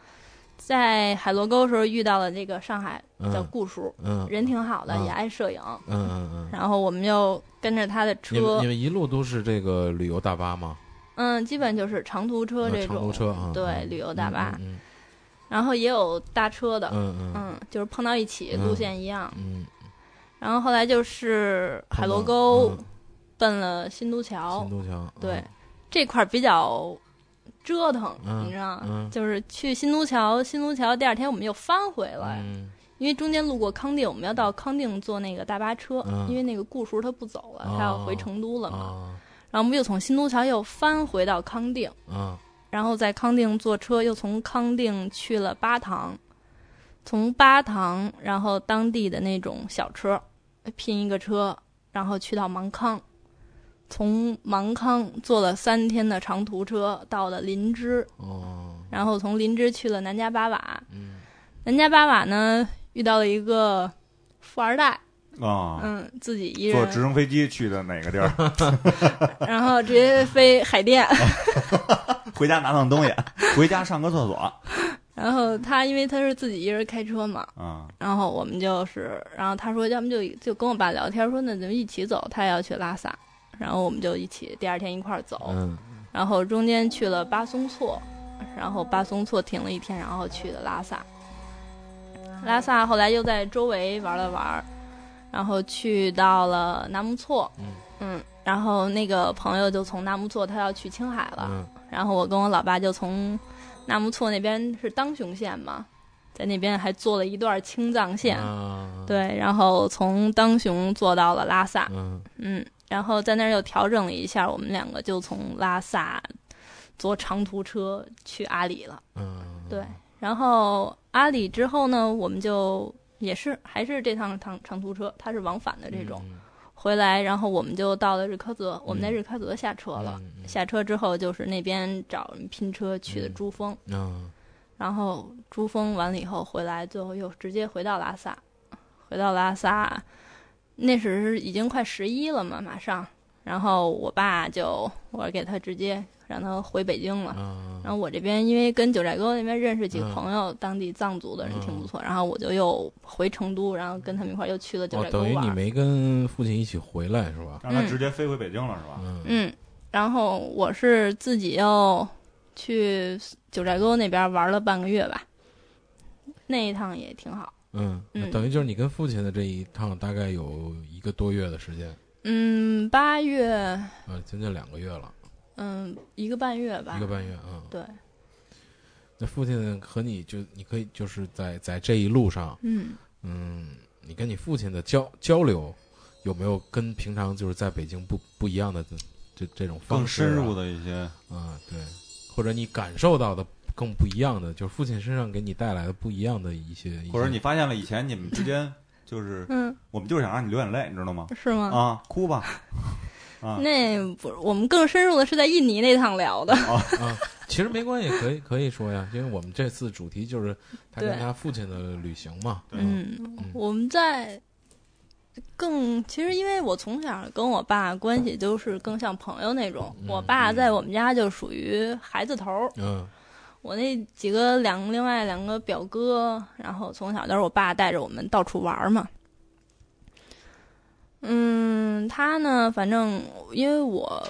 Speaker 3: 在海螺沟的时候遇到了这个上海的
Speaker 2: 嗯
Speaker 3: 顾叔，
Speaker 2: 嗯
Speaker 3: 人挺好的，
Speaker 2: 嗯
Speaker 3: 也爱摄影。
Speaker 2: 嗯嗯嗯，
Speaker 3: 然后我们就跟着他的
Speaker 2: 你
Speaker 3: 车
Speaker 2: 们你，们一路都是这个旅游大巴吗？
Speaker 3: 嗯，基本就是长途车
Speaker 2: 嗯
Speaker 3: 这
Speaker 2: 长途，
Speaker 3: 种
Speaker 2: 车啊，
Speaker 3: 对
Speaker 2: 嗯
Speaker 3: 旅游大巴
Speaker 2: 嗯
Speaker 3: 然后也有搭车的，
Speaker 2: 嗯嗯
Speaker 3: 嗯，就是碰到一起
Speaker 2: 嗯
Speaker 3: 路线一样。
Speaker 2: 嗯，
Speaker 3: 然后后来就是海螺沟，奔了新都桥
Speaker 2: 嗯新，都桥，
Speaker 3: 对这块儿比较折腾，
Speaker 2: 嗯
Speaker 3: 你知道吗？
Speaker 2: 嗯
Speaker 3: 就是去新都桥，新都桥第二天我们又翻回来，
Speaker 2: 嗯
Speaker 3: 因为中间路过康定，我们要到康定坐那个大巴车，
Speaker 2: 嗯
Speaker 3: 因为那个顾叔他不走了，
Speaker 2: 哦
Speaker 3: 他要回成都了嘛。
Speaker 2: 啊
Speaker 3: 然后我们又从新都桥又翻回到康定。
Speaker 2: 啊
Speaker 3: 然后在康定坐车，又从康定去了巴塘，从巴塘，然后当地的那种小车，拼一个车，然后去到芒康，从芒康坐了三天的长途车到了林芝，
Speaker 2: 哦，
Speaker 3: 然后从林芝去了南迦巴瓦，
Speaker 2: 嗯
Speaker 3: 南迦巴瓦呢遇到了一个富二代，
Speaker 1: 啊。
Speaker 3: 嗯，自己一
Speaker 1: 坐直
Speaker 3: 人，
Speaker 1: 升飞机去的哪个地 儿？
Speaker 3: 然后直接飞海淀，
Speaker 1: 回家拿趟东西，回家上个厕所
Speaker 3: 然后他因为他是自己一人开车嘛，
Speaker 1: 啊。
Speaker 3: 然后我们就是，然后他说，要么就就跟我爸聊天，说那咱们一起走，他也要去拉萨，然后我们就一起第二天一块儿走，
Speaker 2: 嗯
Speaker 3: 然后中间去了巴松措，然后巴松措停了一天，然后去的拉萨，拉萨后来又在周围玩了玩，然后去到了纳木错，
Speaker 2: 嗯
Speaker 3: 嗯，然后那个朋友就从纳木错，他要去青海了，
Speaker 2: 嗯，
Speaker 3: 然后我跟我老爸就从纳木错那边是当雄县嘛，在那边还坐了一段青藏线，
Speaker 2: 啊，
Speaker 3: 对，然后从当雄坐到了拉萨，
Speaker 2: 嗯，
Speaker 3: 嗯，然后在那儿又调整了一下，我们两个就从拉萨坐长途车去阿里了。
Speaker 2: 嗯，
Speaker 3: 对，然后阿里之后呢，我们就也是还是这趟长长途车，它是往返的这种、
Speaker 2: 嗯
Speaker 3: 回来，然后我们就到了日喀则，我们在日喀则下车了。
Speaker 2: 嗯
Speaker 3: 下车之后就是那边找人拼车去的
Speaker 2: 嗯
Speaker 3: 珠峰，
Speaker 2: 嗯
Speaker 3: 然后珠峰完了以后回来，最后又直接回到拉萨，回到拉萨，那时是已经快十一了嘛，马上，然后我爸就我给他直接让他回北京了。
Speaker 2: 嗯
Speaker 3: 然后我这边因为跟九寨沟那边认识几个
Speaker 2: 嗯
Speaker 3: 朋友，当地藏族的人挺不错，然后我就又回成都，然后跟他们一块儿又去了九
Speaker 2: 哦
Speaker 3: 寨，沟
Speaker 2: 等于
Speaker 3: 玩
Speaker 2: 你
Speaker 3: 儿。
Speaker 2: 没跟父亲一起回来是吧？
Speaker 1: 让他
Speaker 3: 嗯
Speaker 1: 直接飞回北京了是吧？
Speaker 2: 嗯
Speaker 3: 嗯，然后我是自己又去九寨沟那边玩了半个月吧，那一趟也挺好。
Speaker 2: 嗯，那
Speaker 3: 嗯
Speaker 2: 等于就是你跟父亲的这一趟大概有一个多月的时间，
Speaker 3: 嗯，八月，
Speaker 2: 啊，将近两个月了，
Speaker 3: 嗯，一个半月吧
Speaker 2: 一个。半月啊。
Speaker 3: 对，
Speaker 2: 那父亲和你就你可以就是在在这一路上，
Speaker 3: 嗯，
Speaker 2: 嗯，你跟你父亲的交交流有没有跟平常就是在北京不不一样的这这这种方
Speaker 1: 更
Speaker 2: 式啊、
Speaker 1: 深入的一些，
Speaker 2: 啊，对，或者你感受到的更不一样的，就是父亲身上给你带来的不一样的一些，一些
Speaker 1: 或者你发现了以前你们之间就是
Speaker 3: 嗯，
Speaker 1: 我们就是想让你流眼泪，你知道吗？
Speaker 3: 是吗？
Speaker 1: 啊，哭吧，啊，
Speaker 3: 那不，我们更深入的是在印尼那趟聊的。
Speaker 2: 啊，其实没关系，可以可以说呀，因为我们这次主题就是他跟
Speaker 3: 对
Speaker 2: 他父亲的旅行嘛，
Speaker 1: 对
Speaker 3: 嗯，我们在更其实，因为我从小跟我爸关系就是更像朋友那种。
Speaker 2: 嗯
Speaker 3: 我爸在我们家就属于孩子头儿，
Speaker 2: 嗯
Speaker 3: 我那几个两另外两个表哥，然后从小都是我爸带着我们到处玩儿嘛。嗯，他呢，反正因为我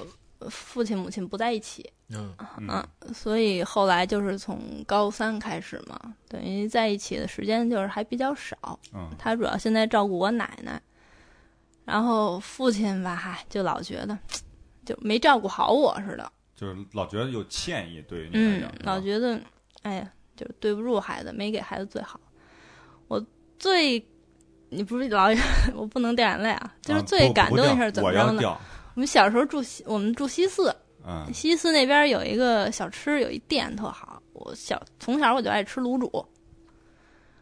Speaker 3: 父亲母亲不在一起，
Speaker 2: 嗯
Speaker 1: 嗯
Speaker 3: 嗯，所以后来就是从高三开始嘛，等于在一起的时间就是还比较少。
Speaker 1: 嗯，
Speaker 3: 他主要现在照顾我奶奶，然后父亲吧，嗨，就老觉得就没照顾好我似的，
Speaker 1: 就是老觉得有歉意对于你来
Speaker 3: 嗯
Speaker 1: 讲，，
Speaker 3: 老觉得哎呀，就是对不住孩子，没给孩子最好。我最你不是老 我不能掉眼泪啊，就是
Speaker 1: 啊
Speaker 3: 最
Speaker 1: 不
Speaker 3: 感
Speaker 1: 不
Speaker 3: 动的
Speaker 1: 掉
Speaker 3: 事儿怎么
Speaker 1: 我
Speaker 3: 着
Speaker 1: 要
Speaker 3: 呢？
Speaker 1: 掉，
Speaker 3: 我们小时候住西，我们住西四，
Speaker 1: 嗯
Speaker 3: 西四那边有一个小吃，有一店特好。我小从小我就爱吃卤煮，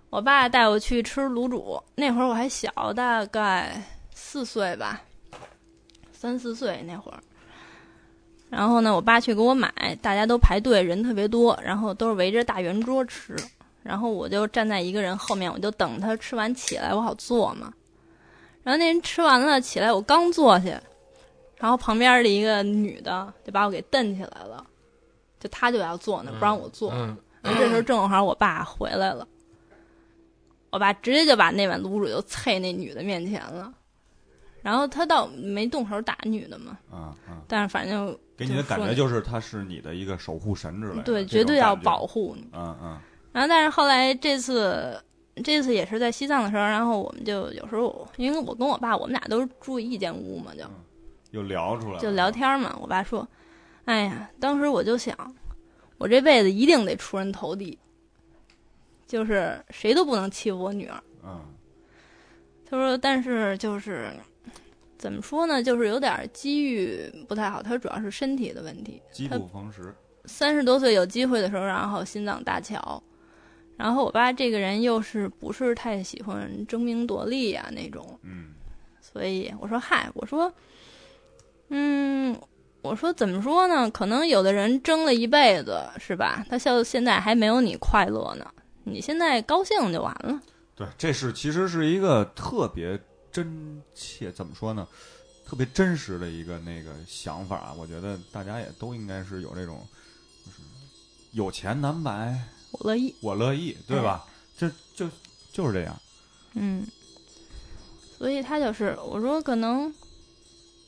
Speaker 3: 我爸带我去吃卤煮，那会儿我还小，大概四岁吧，三四岁那会儿。然后呢，我爸去给我买，大家都排队，人特别多，然后都是围着大圆桌吃。然后我就站在一个人后面，我就等他吃完起来，我好坐嘛。然后那人吃完了起来，我刚坐下，然后旁边的一个女的就把我给蹬起来了，就她就要坐那儿，不让我坐。
Speaker 2: 嗯
Speaker 3: 然后这时候正好我爸回来了，我爸直接就把那碗卤煮就啐那女的面前了。然后他倒没动手打女的嘛，
Speaker 1: 嗯嗯，
Speaker 3: 但是反正
Speaker 1: 给你的感觉
Speaker 3: 就
Speaker 1: 就是他是你的一个守护神之类的，
Speaker 3: 对，
Speaker 1: 这
Speaker 3: 绝
Speaker 1: 种
Speaker 3: 对要
Speaker 1: 感觉
Speaker 3: 保，护你。
Speaker 1: 嗯嗯
Speaker 3: 然后，但是后来这次，这次也是在西藏的时候，然后我们就有时候，因为我跟我爸，我们俩都是住一间屋嘛，就
Speaker 1: 嗯又聊出来了，
Speaker 3: 就聊天嘛。我爸说：“哎呀，当时我就想，我这辈子一定得出人头地，就是谁都不能欺负我女儿。
Speaker 1: 嗯，”
Speaker 3: 他说：“但是就是怎么说呢，就是有点机遇不太好，他主要是身体的问题。
Speaker 1: 机
Speaker 3: 他
Speaker 1: 不逢时，
Speaker 3: 三十多岁有机会的时候，然后心脏搭桥。然后我爸这个人又是不是太喜欢争名夺利呀、那种，
Speaker 1: 嗯
Speaker 3: 所以我说嗨，我说，嗯，我说怎么说呢？可能有的人争了一辈子是吧？他到现在还没有你快乐呢。你现在高兴就完了。
Speaker 1: 对，这是其实是一个特别真切，怎么说呢？特别真实的一个那个想法啊，我觉得大家也都应该是有这种，就是有钱难买
Speaker 3: 我乐意。
Speaker 1: 我乐意，对吧？这就就是这样，
Speaker 3: 嗯，所以他就是我说，可能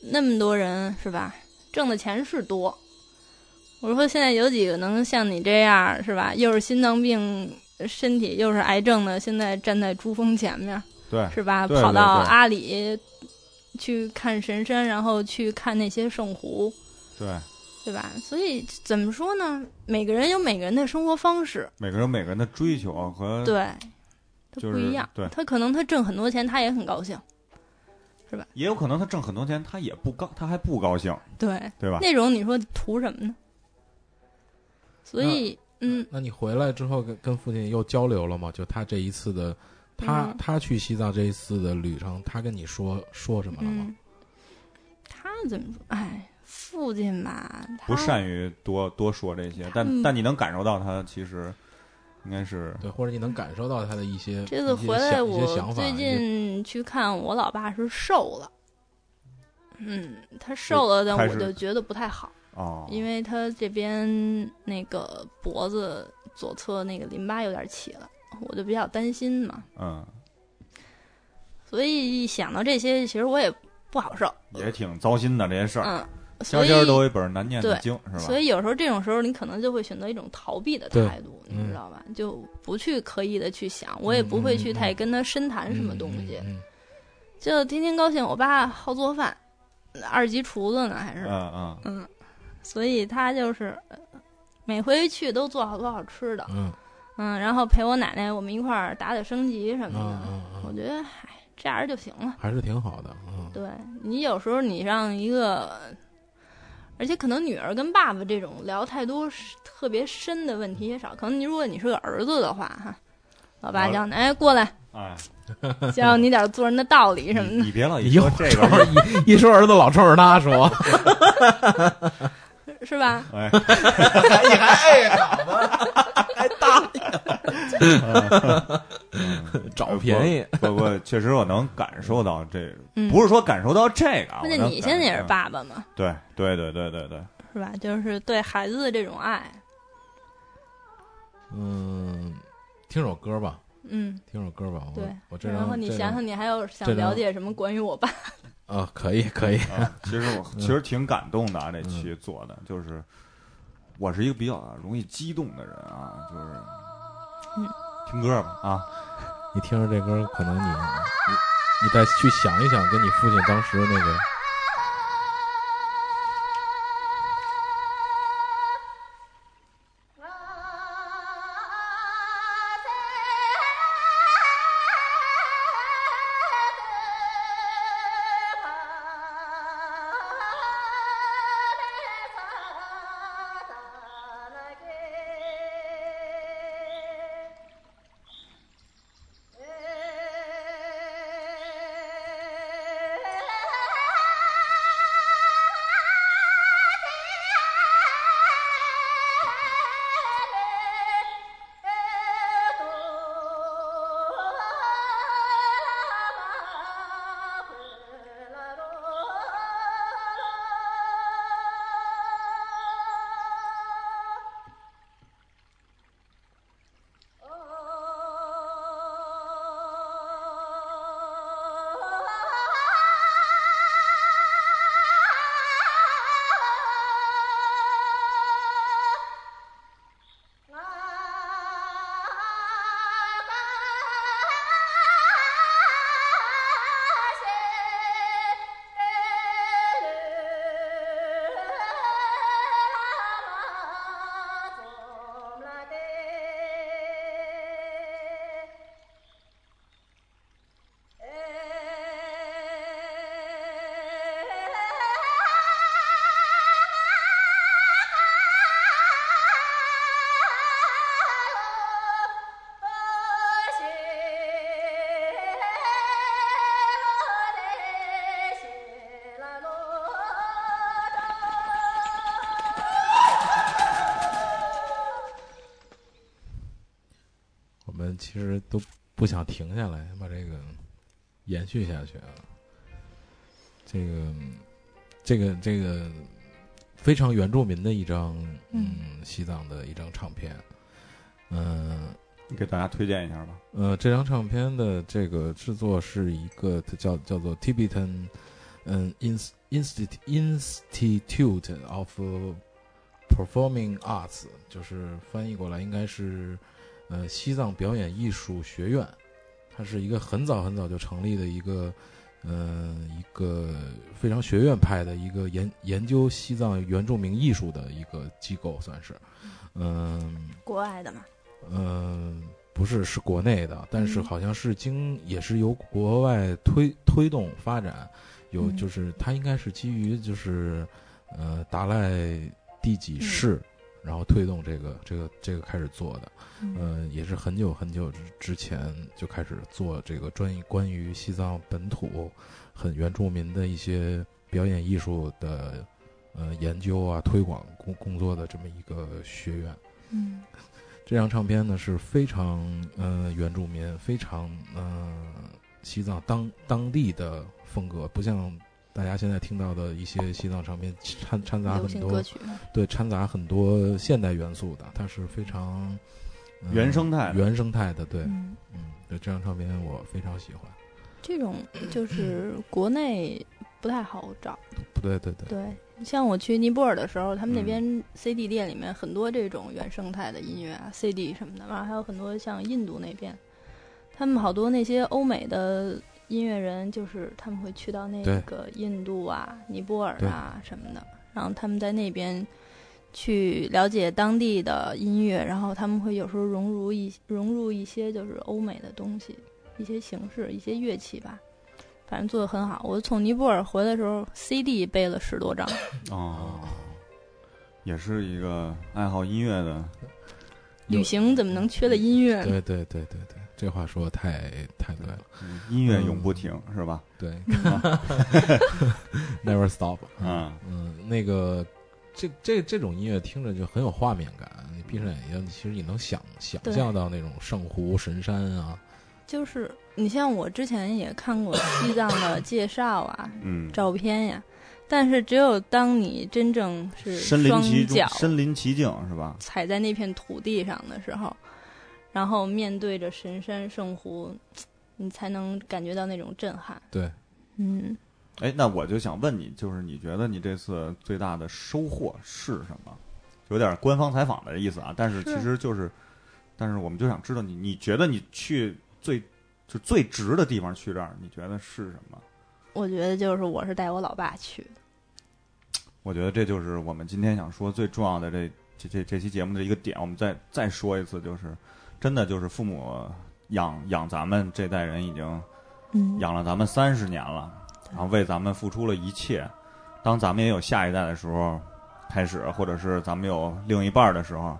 Speaker 3: 那么多人是吧，挣的钱是多。我说现在有几个能像你这样是吧？又是心脏病，身体又是癌症的，现在站在珠峰前面
Speaker 1: 对，
Speaker 3: 是吧？
Speaker 1: 对对
Speaker 3: 跑到
Speaker 1: 对
Speaker 3: 阿里去看神山，然后去看那些圣湖，
Speaker 1: 对，
Speaker 3: 对吧？所以怎么说呢？每个人有每个人的生活方式，
Speaker 1: 每个人有每个人的追求和
Speaker 3: 对，
Speaker 1: 嗯
Speaker 3: 他
Speaker 1: 就
Speaker 3: 不
Speaker 1: 是
Speaker 3: 一样。
Speaker 1: 对
Speaker 3: 他可能他挣很多钱，他也很高兴。
Speaker 1: 也有可能他挣很多钱，他也不高，他还不高兴，
Speaker 3: 对，
Speaker 1: 对吧？
Speaker 3: 那种你说图什么呢？所以，嗯，
Speaker 6: 那你回来之后跟跟父亲又交流了吗？就他这一次的，他、
Speaker 3: 嗯
Speaker 6: 他去西藏这一次的旅程，他跟你说说什么了吗？
Speaker 3: 嗯，他怎么说？哎，父亲吧，他
Speaker 1: 不善于多多说这些，但、
Speaker 3: 嗯
Speaker 1: 但你能感受到他其实应该是
Speaker 6: 对，或者你能感受到他的一些
Speaker 3: 这次
Speaker 6: 一些
Speaker 3: 回来，
Speaker 6: 想一
Speaker 3: 我
Speaker 6: 些想法，
Speaker 3: 最
Speaker 6: 一些
Speaker 3: 近去看我老爸是瘦了，嗯，他瘦了，但
Speaker 1: 开
Speaker 3: 我
Speaker 1: 始
Speaker 3: 就觉得不太好，
Speaker 1: 哦，
Speaker 3: 因为他这边那个脖子左侧那个淋巴有点起了，我就比较担心嘛，
Speaker 1: 嗯，
Speaker 3: 所以一想到这些，其实我也不好受，
Speaker 1: 也挺糟心的这些事儿，
Speaker 3: 嗯，
Speaker 1: 家
Speaker 3: 所以
Speaker 1: 家都有一本难念的
Speaker 3: 对
Speaker 1: 经，是吧？
Speaker 3: 所以有时候这种时候，你可能就会选择一种逃避的
Speaker 6: 对
Speaker 3: 态度，你
Speaker 6: 嗯
Speaker 3: 知道吧？就不去刻意的去想，我也
Speaker 6: 嗯
Speaker 3: 不会
Speaker 6: 嗯
Speaker 3: 去
Speaker 6: 嗯
Speaker 3: 太跟他深谈什么东西。
Speaker 6: 嗯嗯嗯
Speaker 3: 就天天高兴。我爸好做饭，二级厨子呢，还是、
Speaker 1: 嗯嗯，
Speaker 3: 所以他就是呃每回去都做好多好吃的，
Speaker 6: 嗯
Speaker 3: 嗯，然后陪我奶奶我们一块儿打打升级什么
Speaker 6: 嗯
Speaker 3: 的。
Speaker 6: 嗯
Speaker 3: 我
Speaker 6: 嗯，
Speaker 3: 觉得，唉，这样就行了。
Speaker 6: 还是挺好的，嗯，
Speaker 3: 对你有时候你让一个，而且可能女儿跟爸爸这种聊太多是特别深的问题也少。可能你如果你是个儿子的话，哈，老爸
Speaker 1: 嗯
Speaker 3: 叫你哎过来，
Speaker 1: 哎，
Speaker 3: 教你点做人的道理什么
Speaker 1: 你
Speaker 3: 的。
Speaker 1: 你别老一
Speaker 6: 你
Speaker 1: 说
Speaker 6: 又
Speaker 1: 这
Speaker 6: 冲
Speaker 1: 个，
Speaker 6: 着一一说儿子老冲着他说，
Speaker 3: 是吧？
Speaker 1: 哎，
Speaker 6: 你还好吗？还大 找便宜，
Speaker 1: 嗯不不，确实我能感受到这，
Speaker 3: 嗯，
Speaker 1: 不是说感受到这个啊，
Speaker 3: 而且
Speaker 1: 我能
Speaker 3: 你现在也是
Speaker 1: 感受
Speaker 3: 爸爸嘛，
Speaker 1: 对对对对对 对，
Speaker 3: 是吧？就是对孩子的这种爱，
Speaker 6: 嗯，听首歌吧，
Speaker 3: 嗯，
Speaker 6: 听首歌吧，我
Speaker 3: 对。
Speaker 6: 我这
Speaker 3: 然后
Speaker 6: 张
Speaker 3: 你
Speaker 6: 这
Speaker 3: 想
Speaker 6: 张
Speaker 3: 想，你还有
Speaker 6: 这
Speaker 3: 想
Speaker 6: 张
Speaker 3: 了解什么关于我爸？
Speaker 6: 啊，可以可以，
Speaker 1: 啊，其实
Speaker 6: 嗯
Speaker 1: 我其实挺感动的啊，这期做的就是，我是一个比较容易激动的人啊，就是，
Speaker 3: 嗯
Speaker 1: 听歌吧啊，
Speaker 6: 你听着这歌，可能你你你再去想一想，跟你父亲当时那个，啊我们其实都不想停下来，把这个延续下去啊。这个这个这个非常原住民的一张，嗯，西藏的一张唱片，嗯、
Speaker 1: 你给大家推荐一下吧。
Speaker 6: 呃，这张唱片的这个制作是一个叫叫做 Tibetan，嗯，Ins Institute Institute of Performing Arts，就是翻译过来应该是呃西藏表演艺术学院，它是一个很早很早就成立的一个
Speaker 2: 呃，一个非常学院派的一个研研究西藏原住民艺术的一个机构，算是，嗯、
Speaker 3: 国外的嘛，
Speaker 2: 嗯，不是，是国内的，但是
Speaker 3: 嗯
Speaker 2: 好像是经也是由国外推推动发展，有
Speaker 3: 嗯
Speaker 2: 就是它应该是基于就是呃达赖第几
Speaker 3: 嗯
Speaker 2: 世，然后推动这个这个这个开始做的，
Speaker 3: 嗯
Speaker 2: 呃，也是很久很久之之前就开始做这个专关于西藏本土很原住民的一些表演艺术的呃研究啊推广工工作的这么一个学院。
Speaker 3: 嗯
Speaker 2: 这张唱片呢是非常呃原住民，非常呃西藏当当地的风格，不像大家现在听到的一些西藏唱片掺掺杂
Speaker 3: 流
Speaker 2: 很
Speaker 3: 行歌
Speaker 2: 多
Speaker 3: 曲，
Speaker 2: 对掺杂很多现代元素的，它是非常、呃
Speaker 1: 原生态的
Speaker 2: 原生态的，对，
Speaker 3: 嗯，
Speaker 2: 嗯，对这张唱片我非常喜欢，
Speaker 3: 这种就是国内不太好找。
Speaker 2: 不对，对对，
Speaker 3: 对，像我去尼泊尔的时候，他们那边 CD 店里面很多这种原生态的音乐啊、CD 什么的，然后还有很多像印度那边，他们好多那些欧美的音乐人，就是他们会去到那
Speaker 2: 对
Speaker 3: 个印度啊、尼泊尔啊什么的，然后他们在那边。去了解当地的音乐，然后他们会有时候融入一融入一些就是欧美的东西，一些形式、一些乐器吧，反正做的很好。我从尼泊尔回来的时候，CD 背了十多张。
Speaker 1: 哦，也是一个爱好音乐的，
Speaker 2: 有
Speaker 3: 旅行怎么能缺了音乐呢？
Speaker 2: 对对对对对，这话说得太太对了，
Speaker 1: 嗯音乐永不停，是吧？
Speaker 2: 对
Speaker 3: 嗯
Speaker 1: 啊
Speaker 2: ，Never Stop，
Speaker 1: 嗯，
Speaker 2: 嗯，那个这这这种音乐听着就很有画面感，你闭上眼睛，其实你能想想
Speaker 3: 对
Speaker 2: 象到那种圣湖、神山啊，
Speaker 3: 就是你像我之前也看过西藏的介绍啊、
Speaker 1: 嗯，
Speaker 3: 照片呀，但是只有当你真正是
Speaker 1: 身临
Speaker 3: 双
Speaker 1: 其中
Speaker 3: 脚，
Speaker 1: 身临其境，是吧？
Speaker 3: 踩在那片土地上的时候，然后面对着神山圣湖，你才能感觉到那种震撼。
Speaker 2: 对，
Speaker 3: 嗯，
Speaker 1: 哎，那我就想问你，就是你觉得你这次最大的收获是什么？有点官方采访的意思啊，但是
Speaker 3: 是
Speaker 1: 其实就是，但是我们就想知道你，你觉得你去最就最值的地方去这儿，你觉得是什么？
Speaker 3: 我觉得就是我是带我老爸去的，
Speaker 1: 我觉得这就是我们今天想说最重要的这这这这期节目的一个点。我们再再说一次，就是真的就是父母养养咱们这代人已经
Speaker 3: 嗯，
Speaker 1: 养了咱们三十年了，然后为咱们付出了一切。当咱们也有下一代的时候，开始或者是咱们有另一半的时候，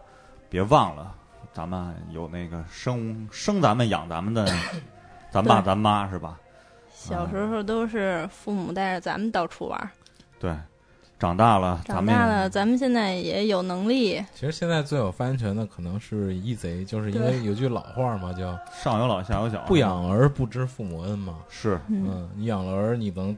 Speaker 1: 别忘了咱们有那个生生咱们养咱们 的咱爸
Speaker 3: 对
Speaker 1: 咱妈是吧？
Speaker 3: 小时候都是父母带着咱们到处玩儿，
Speaker 1: 对，长大了咱
Speaker 3: 长
Speaker 1: 们
Speaker 3: 大
Speaker 1: 也
Speaker 3: 了咱们现在也有能力，
Speaker 2: 其实现在最有发言权的可能是义贼，就是因为有句老话嘛，叫
Speaker 1: 上有老下有小，
Speaker 2: 不养儿不知父母恩嘛。
Speaker 1: 是
Speaker 3: 嗯，
Speaker 2: 嗯，你养了儿，你能，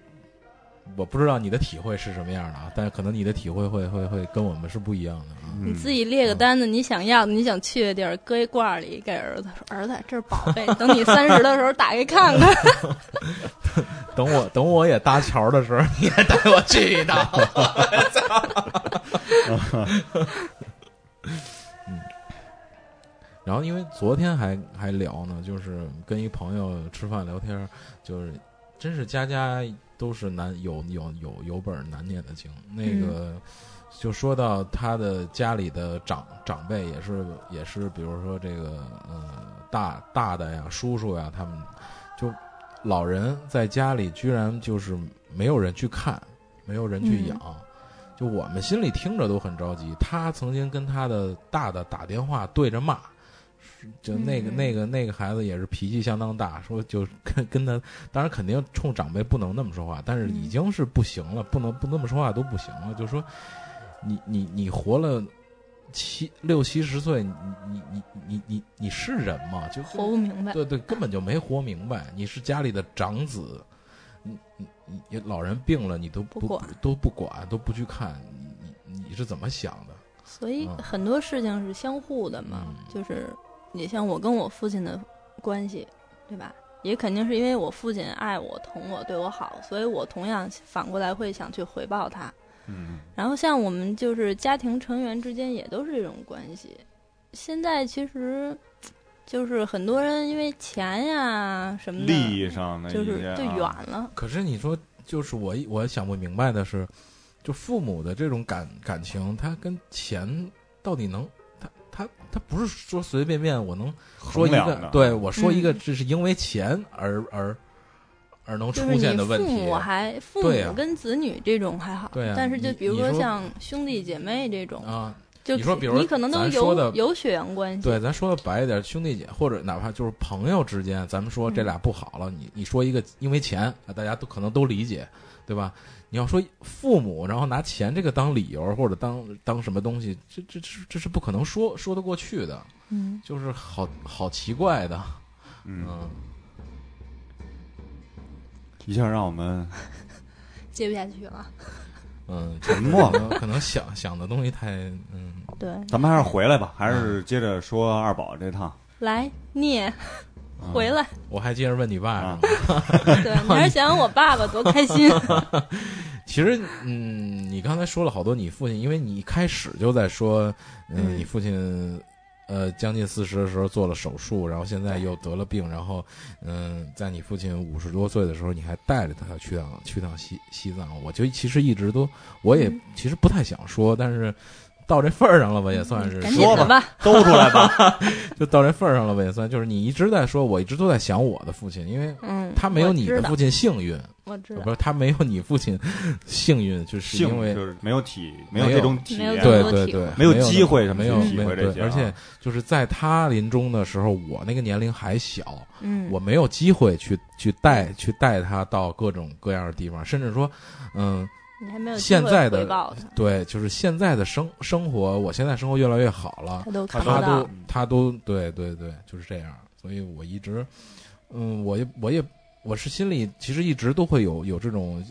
Speaker 2: 我不知道你的体会是什么样的啊，但是可能你的体会会会会跟我们是不一样的啊。
Speaker 3: 你
Speaker 1: 嗯
Speaker 3: 自己列个单子，你想要的、你想去的地儿，搁一罐儿里给儿子说：“儿子，这是宝贝，等你三十的时候打开看看。
Speaker 2: 等我等我也搭桥的时候，你也带我去一趟。嗯，然后因为昨天还还聊呢，就是跟一朋友吃饭聊天，就是真是家家都是难有有有有本难念的经。那个、就说到他的家里的长长辈也是也是，比如说这个呃大大的呀、叔叔呀，他们就老人在家里居然就是没有人去看，没有人去养。就我们心里听着都很着急。他曾经跟他的大的打电话对着骂，就那个、
Speaker 3: 嗯
Speaker 2: 那个那个孩子也是脾气相当大，说就跟跟他，当然肯定冲长辈不能那么说话，但是
Speaker 3: 嗯
Speaker 2: 已经是不行了，不能不那么说话都不行了。就说你你你活了七六七十岁，你你你你你你是人吗？就”
Speaker 3: 活不明白，
Speaker 2: 对对，根本就没活明白。你是家里的长子，你你你你老人病了，你都不
Speaker 3: 不管
Speaker 2: 都不管，都不去看，你你你是怎么想的？
Speaker 3: 所以
Speaker 2: 嗯
Speaker 3: 很多事情是相互的嘛
Speaker 2: 嗯。
Speaker 3: 就是你像我跟我父亲的关系，对吧？也肯定是因为我父亲爱我、疼我、对我好，所以我同样反过来会想去回报他。
Speaker 1: 嗯
Speaker 3: 然后像我们就是家庭成员之间也都是这种关系。现在其实就是很多人因为钱呀什么的，
Speaker 1: 利益上
Speaker 2: 哎
Speaker 1: 的一些
Speaker 3: 就是就远
Speaker 1: 啊
Speaker 3: 了。
Speaker 2: 可是你说，就是我一我想不明白的是，就父母的这种感感情，他跟钱到底能，他他他不是说随随便便我能说
Speaker 1: 衡
Speaker 2: 一
Speaker 1: 量
Speaker 2: 个
Speaker 1: 的，，
Speaker 2: 对我说一个，
Speaker 3: 嗯
Speaker 2: 这是因为钱而而而能
Speaker 3: 就
Speaker 2: 出
Speaker 3: 是
Speaker 2: 现
Speaker 3: 你
Speaker 2: 的问
Speaker 3: 父
Speaker 2: 题。
Speaker 3: 母还父
Speaker 2: 对呀
Speaker 3: 母跟子女这种还好，
Speaker 2: 对呀啊
Speaker 3: 但是就
Speaker 2: 你
Speaker 3: 比如
Speaker 2: 你说
Speaker 3: 像兄弟姐妹这种，
Speaker 2: 啊，
Speaker 3: 就
Speaker 2: 你说
Speaker 3: 可
Speaker 2: 比如
Speaker 3: 你可能都
Speaker 2: 咱说的
Speaker 3: 有有血缘关系，
Speaker 2: 对，咱说的白一点，兄弟姐或者哪怕就是朋友之间，咱们说这俩不好了，你你说一个因为钱啊，大家都可能都理解，对吧？你要说父母，然后拿钱这个当理由或者当当什么东西，这这这这是不可能说说得过去的，
Speaker 3: 嗯，
Speaker 2: 就是好好奇怪的，
Speaker 1: 嗯，
Speaker 2: 嗯，
Speaker 1: 一下让我们
Speaker 3: 接不下去了。
Speaker 2: 嗯，
Speaker 1: 沉默
Speaker 2: 可能可能想想的东西太嗯，
Speaker 3: 对，
Speaker 1: 咱们还是回来吧，还是接着说二宝这趟。
Speaker 3: 来聂
Speaker 2: 嗯
Speaker 3: 回 来，
Speaker 2: 我还接着问你爸
Speaker 1: 啊
Speaker 2: 是吗？
Speaker 3: 对，你还是想想我爸爸多开心。
Speaker 2: 其实，嗯，你刚才说了好多你父亲，因为你一开始就在说，嗯，
Speaker 3: 嗯
Speaker 2: 你父亲，呃，将近四十的时候做了手术，然后现在又得了病，然后，嗯，在你父亲五十多岁的时候，你还带着他去趟去趟西西藏，我就其实一直都，我也
Speaker 3: 嗯
Speaker 2: 其实不太想说，但是到这份儿上了 吧，也算是
Speaker 3: 嗯赶紧
Speaker 1: 说
Speaker 3: 的吧，
Speaker 1: 兜出来 吧，
Speaker 2: 就到这份儿上了吧，也算就是你一直在说，我一直都在想我的父亲，因为
Speaker 3: 嗯，
Speaker 2: 他没有
Speaker 3: 我
Speaker 2: 你
Speaker 3: 知
Speaker 2: 的
Speaker 3: 道
Speaker 2: 父亲幸运，
Speaker 3: 我知
Speaker 2: 不
Speaker 3: 道，
Speaker 2: 是他没有你父亲幸运，就是
Speaker 1: 幸
Speaker 2: 因为
Speaker 1: 就是没有体，没
Speaker 2: 没
Speaker 1: 有
Speaker 2: 有
Speaker 1: 这种体
Speaker 3: 没有
Speaker 1: 验，
Speaker 3: 这
Speaker 2: 对
Speaker 3: 种
Speaker 2: 对
Speaker 3: 体
Speaker 2: 对
Speaker 3: 会，
Speaker 1: 没有机会什么
Speaker 2: 没有
Speaker 1: 去体
Speaker 2: 没有
Speaker 1: 会这些
Speaker 2: 对
Speaker 1: 啊
Speaker 2: 而且就是在他临终的时候，我那个年龄还小，
Speaker 3: 嗯，
Speaker 2: 我没有机会去去带去带他到各种各样的地方，甚至说，嗯，
Speaker 3: 你还没有机
Speaker 2: 现
Speaker 3: 会
Speaker 2: 在的
Speaker 3: 回报他，
Speaker 2: 对，就是现在的生生活，我现在生活越来越好了，
Speaker 3: 他都
Speaker 1: 他
Speaker 3: 看
Speaker 1: 都
Speaker 3: 不
Speaker 2: 他
Speaker 3: 到
Speaker 2: 都，他都对对对，就是这样，所以我一直，嗯，我也我也我是心里其实一直都会有有这种，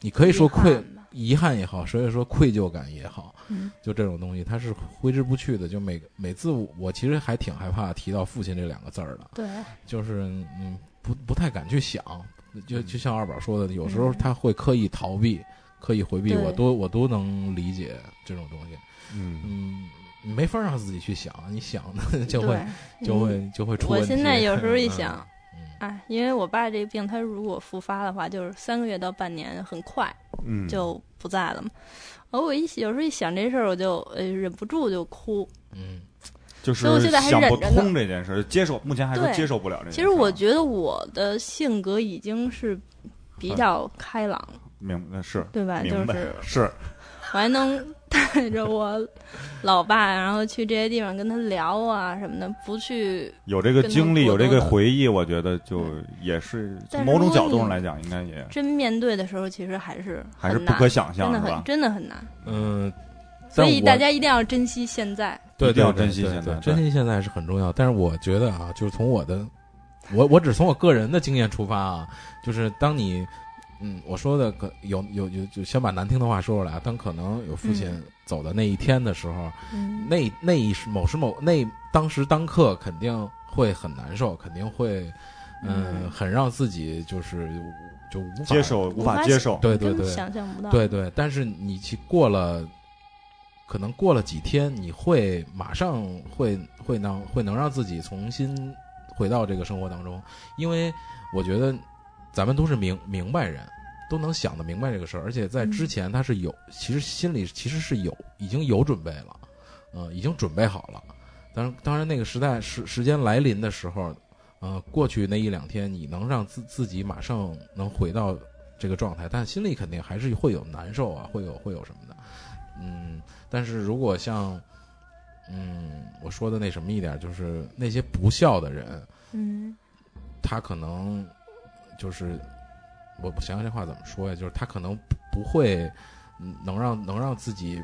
Speaker 2: 你可以说
Speaker 3: 遗
Speaker 2: 愧
Speaker 3: 憾吧
Speaker 2: 遗憾也好，所以说愧疚感也好。
Speaker 3: 嗯
Speaker 2: 就这种东西，它是挥之不去的。就每每次我我其实还挺害怕提到父亲这两个字儿的，
Speaker 3: 对，
Speaker 2: 就是嗯，不不太敢去想。就就像二宝说的，有时候他会刻意逃避、刻意回避，
Speaker 3: 嗯对
Speaker 2: 我都我都能理解这种东西。
Speaker 1: 嗯，
Speaker 2: 嗯，没法让自己去想，你想的 就会
Speaker 3: 对
Speaker 2: 就。
Speaker 3: 嗯
Speaker 2: 会就会出问
Speaker 3: 我
Speaker 2: 题。
Speaker 3: 现在有时候一想，
Speaker 2: 嗯，
Speaker 3: 哎，因为我爸这个病，他如果复发的话，就是三个月到半年，很快
Speaker 1: 嗯，
Speaker 3: 就不在了嘛。而我一有时候一想这事儿，我就呃忍不住就哭。
Speaker 2: 嗯
Speaker 1: 就是
Speaker 3: 所以我现在还
Speaker 1: 想不
Speaker 3: 忍着呢
Speaker 1: 通这件事，接受目前还是
Speaker 3: 对
Speaker 1: 接受不了这件事。
Speaker 3: 其实我觉得我的性格已经是比较开朗，
Speaker 1: 明白是
Speaker 3: 对吧？就
Speaker 1: 嗯明白
Speaker 3: 是
Speaker 1: 是
Speaker 3: 我还 能带着我老爸，然后去这些地方跟他聊啊什么的，不去。
Speaker 1: 有这个
Speaker 3: 跟他
Speaker 1: 经历，
Speaker 3: 过
Speaker 1: 有这
Speaker 3: 多
Speaker 1: 个
Speaker 3: 的
Speaker 1: 回忆，我觉得就也是
Speaker 3: 但
Speaker 1: 从
Speaker 3: 是
Speaker 1: 某种
Speaker 3: 如果
Speaker 1: 角度
Speaker 3: 你
Speaker 1: 上来讲，应该也
Speaker 3: 真面对的时候，其实还是
Speaker 1: 还是
Speaker 3: 很
Speaker 1: 不
Speaker 3: 难
Speaker 1: 可想
Speaker 3: 真
Speaker 1: 象，
Speaker 3: 的
Speaker 1: 是
Speaker 3: 很
Speaker 1: 吧？
Speaker 3: 真的很难。
Speaker 2: 嗯，
Speaker 3: 所
Speaker 2: 但
Speaker 3: 以
Speaker 2: 我
Speaker 3: 大家一定要珍惜现在。
Speaker 2: 对
Speaker 1: 一定
Speaker 2: 对
Speaker 1: 要
Speaker 2: 对
Speaker 1: 珍惜
Speaker 2: 对
Speaker 1: 现
Speaker 2: 对
Speaker 1: 在
Speaker 2: 珍
Speaker 1: 对
Speaker 2: 惜现在是很重要。但是我觉得啊，就是从我的，我我只从我个人的经验出发啊，就是当你，嗯，我说的可有有有，就先把难听的话说出来啊。当可能有父亲
Speaker 3: 嗯
Speaker 2: 走的那一天的时候，
Speaker 3: 嗯，
Speaker 2: 那那一时某时某那当时当刻肯定会很难受，肯定会，嗯，
Speaker 3: 嗯
Speaker 2: 很让自己就是就无法
Speaker 1: 接受无
Speaker 3: 无
Speaker 1: 法
Speaker 3: 法
Speaker 1: 接
Speaker 3: 想
Speaker 1: 受，
Speaker 2: 对对
Speaker 3: 根本
Speaker 2: 对
Speaker 3: 想象不到。
Speaker 2: 对对，但是你去过了，可能过了几天，你会马上会会能会能让自己重新回到这个生活当中，因为我觉得咱们都是明明白人，都能想得明白这个事儿，而且在之
Speaker 3: 嗯
Speaker 2: 前他是有，其实心里其实是有已经有准备了，嗯、已经准备好了。当然，当然，那个时代时时间来临的时候，呃，过去那一两天，你能让自自己马上能回到这个状态，但心里肯定还是会有难受啊，会有会有什么的，嗯。但是如果像，嗯，我说的那什么一点，就是那些不孝的人，
Speaker 3: 嗯，
Speaker 2: 他可能就是我我想想这话怎么说呀？就是他可能不不会嗯能让能让自己，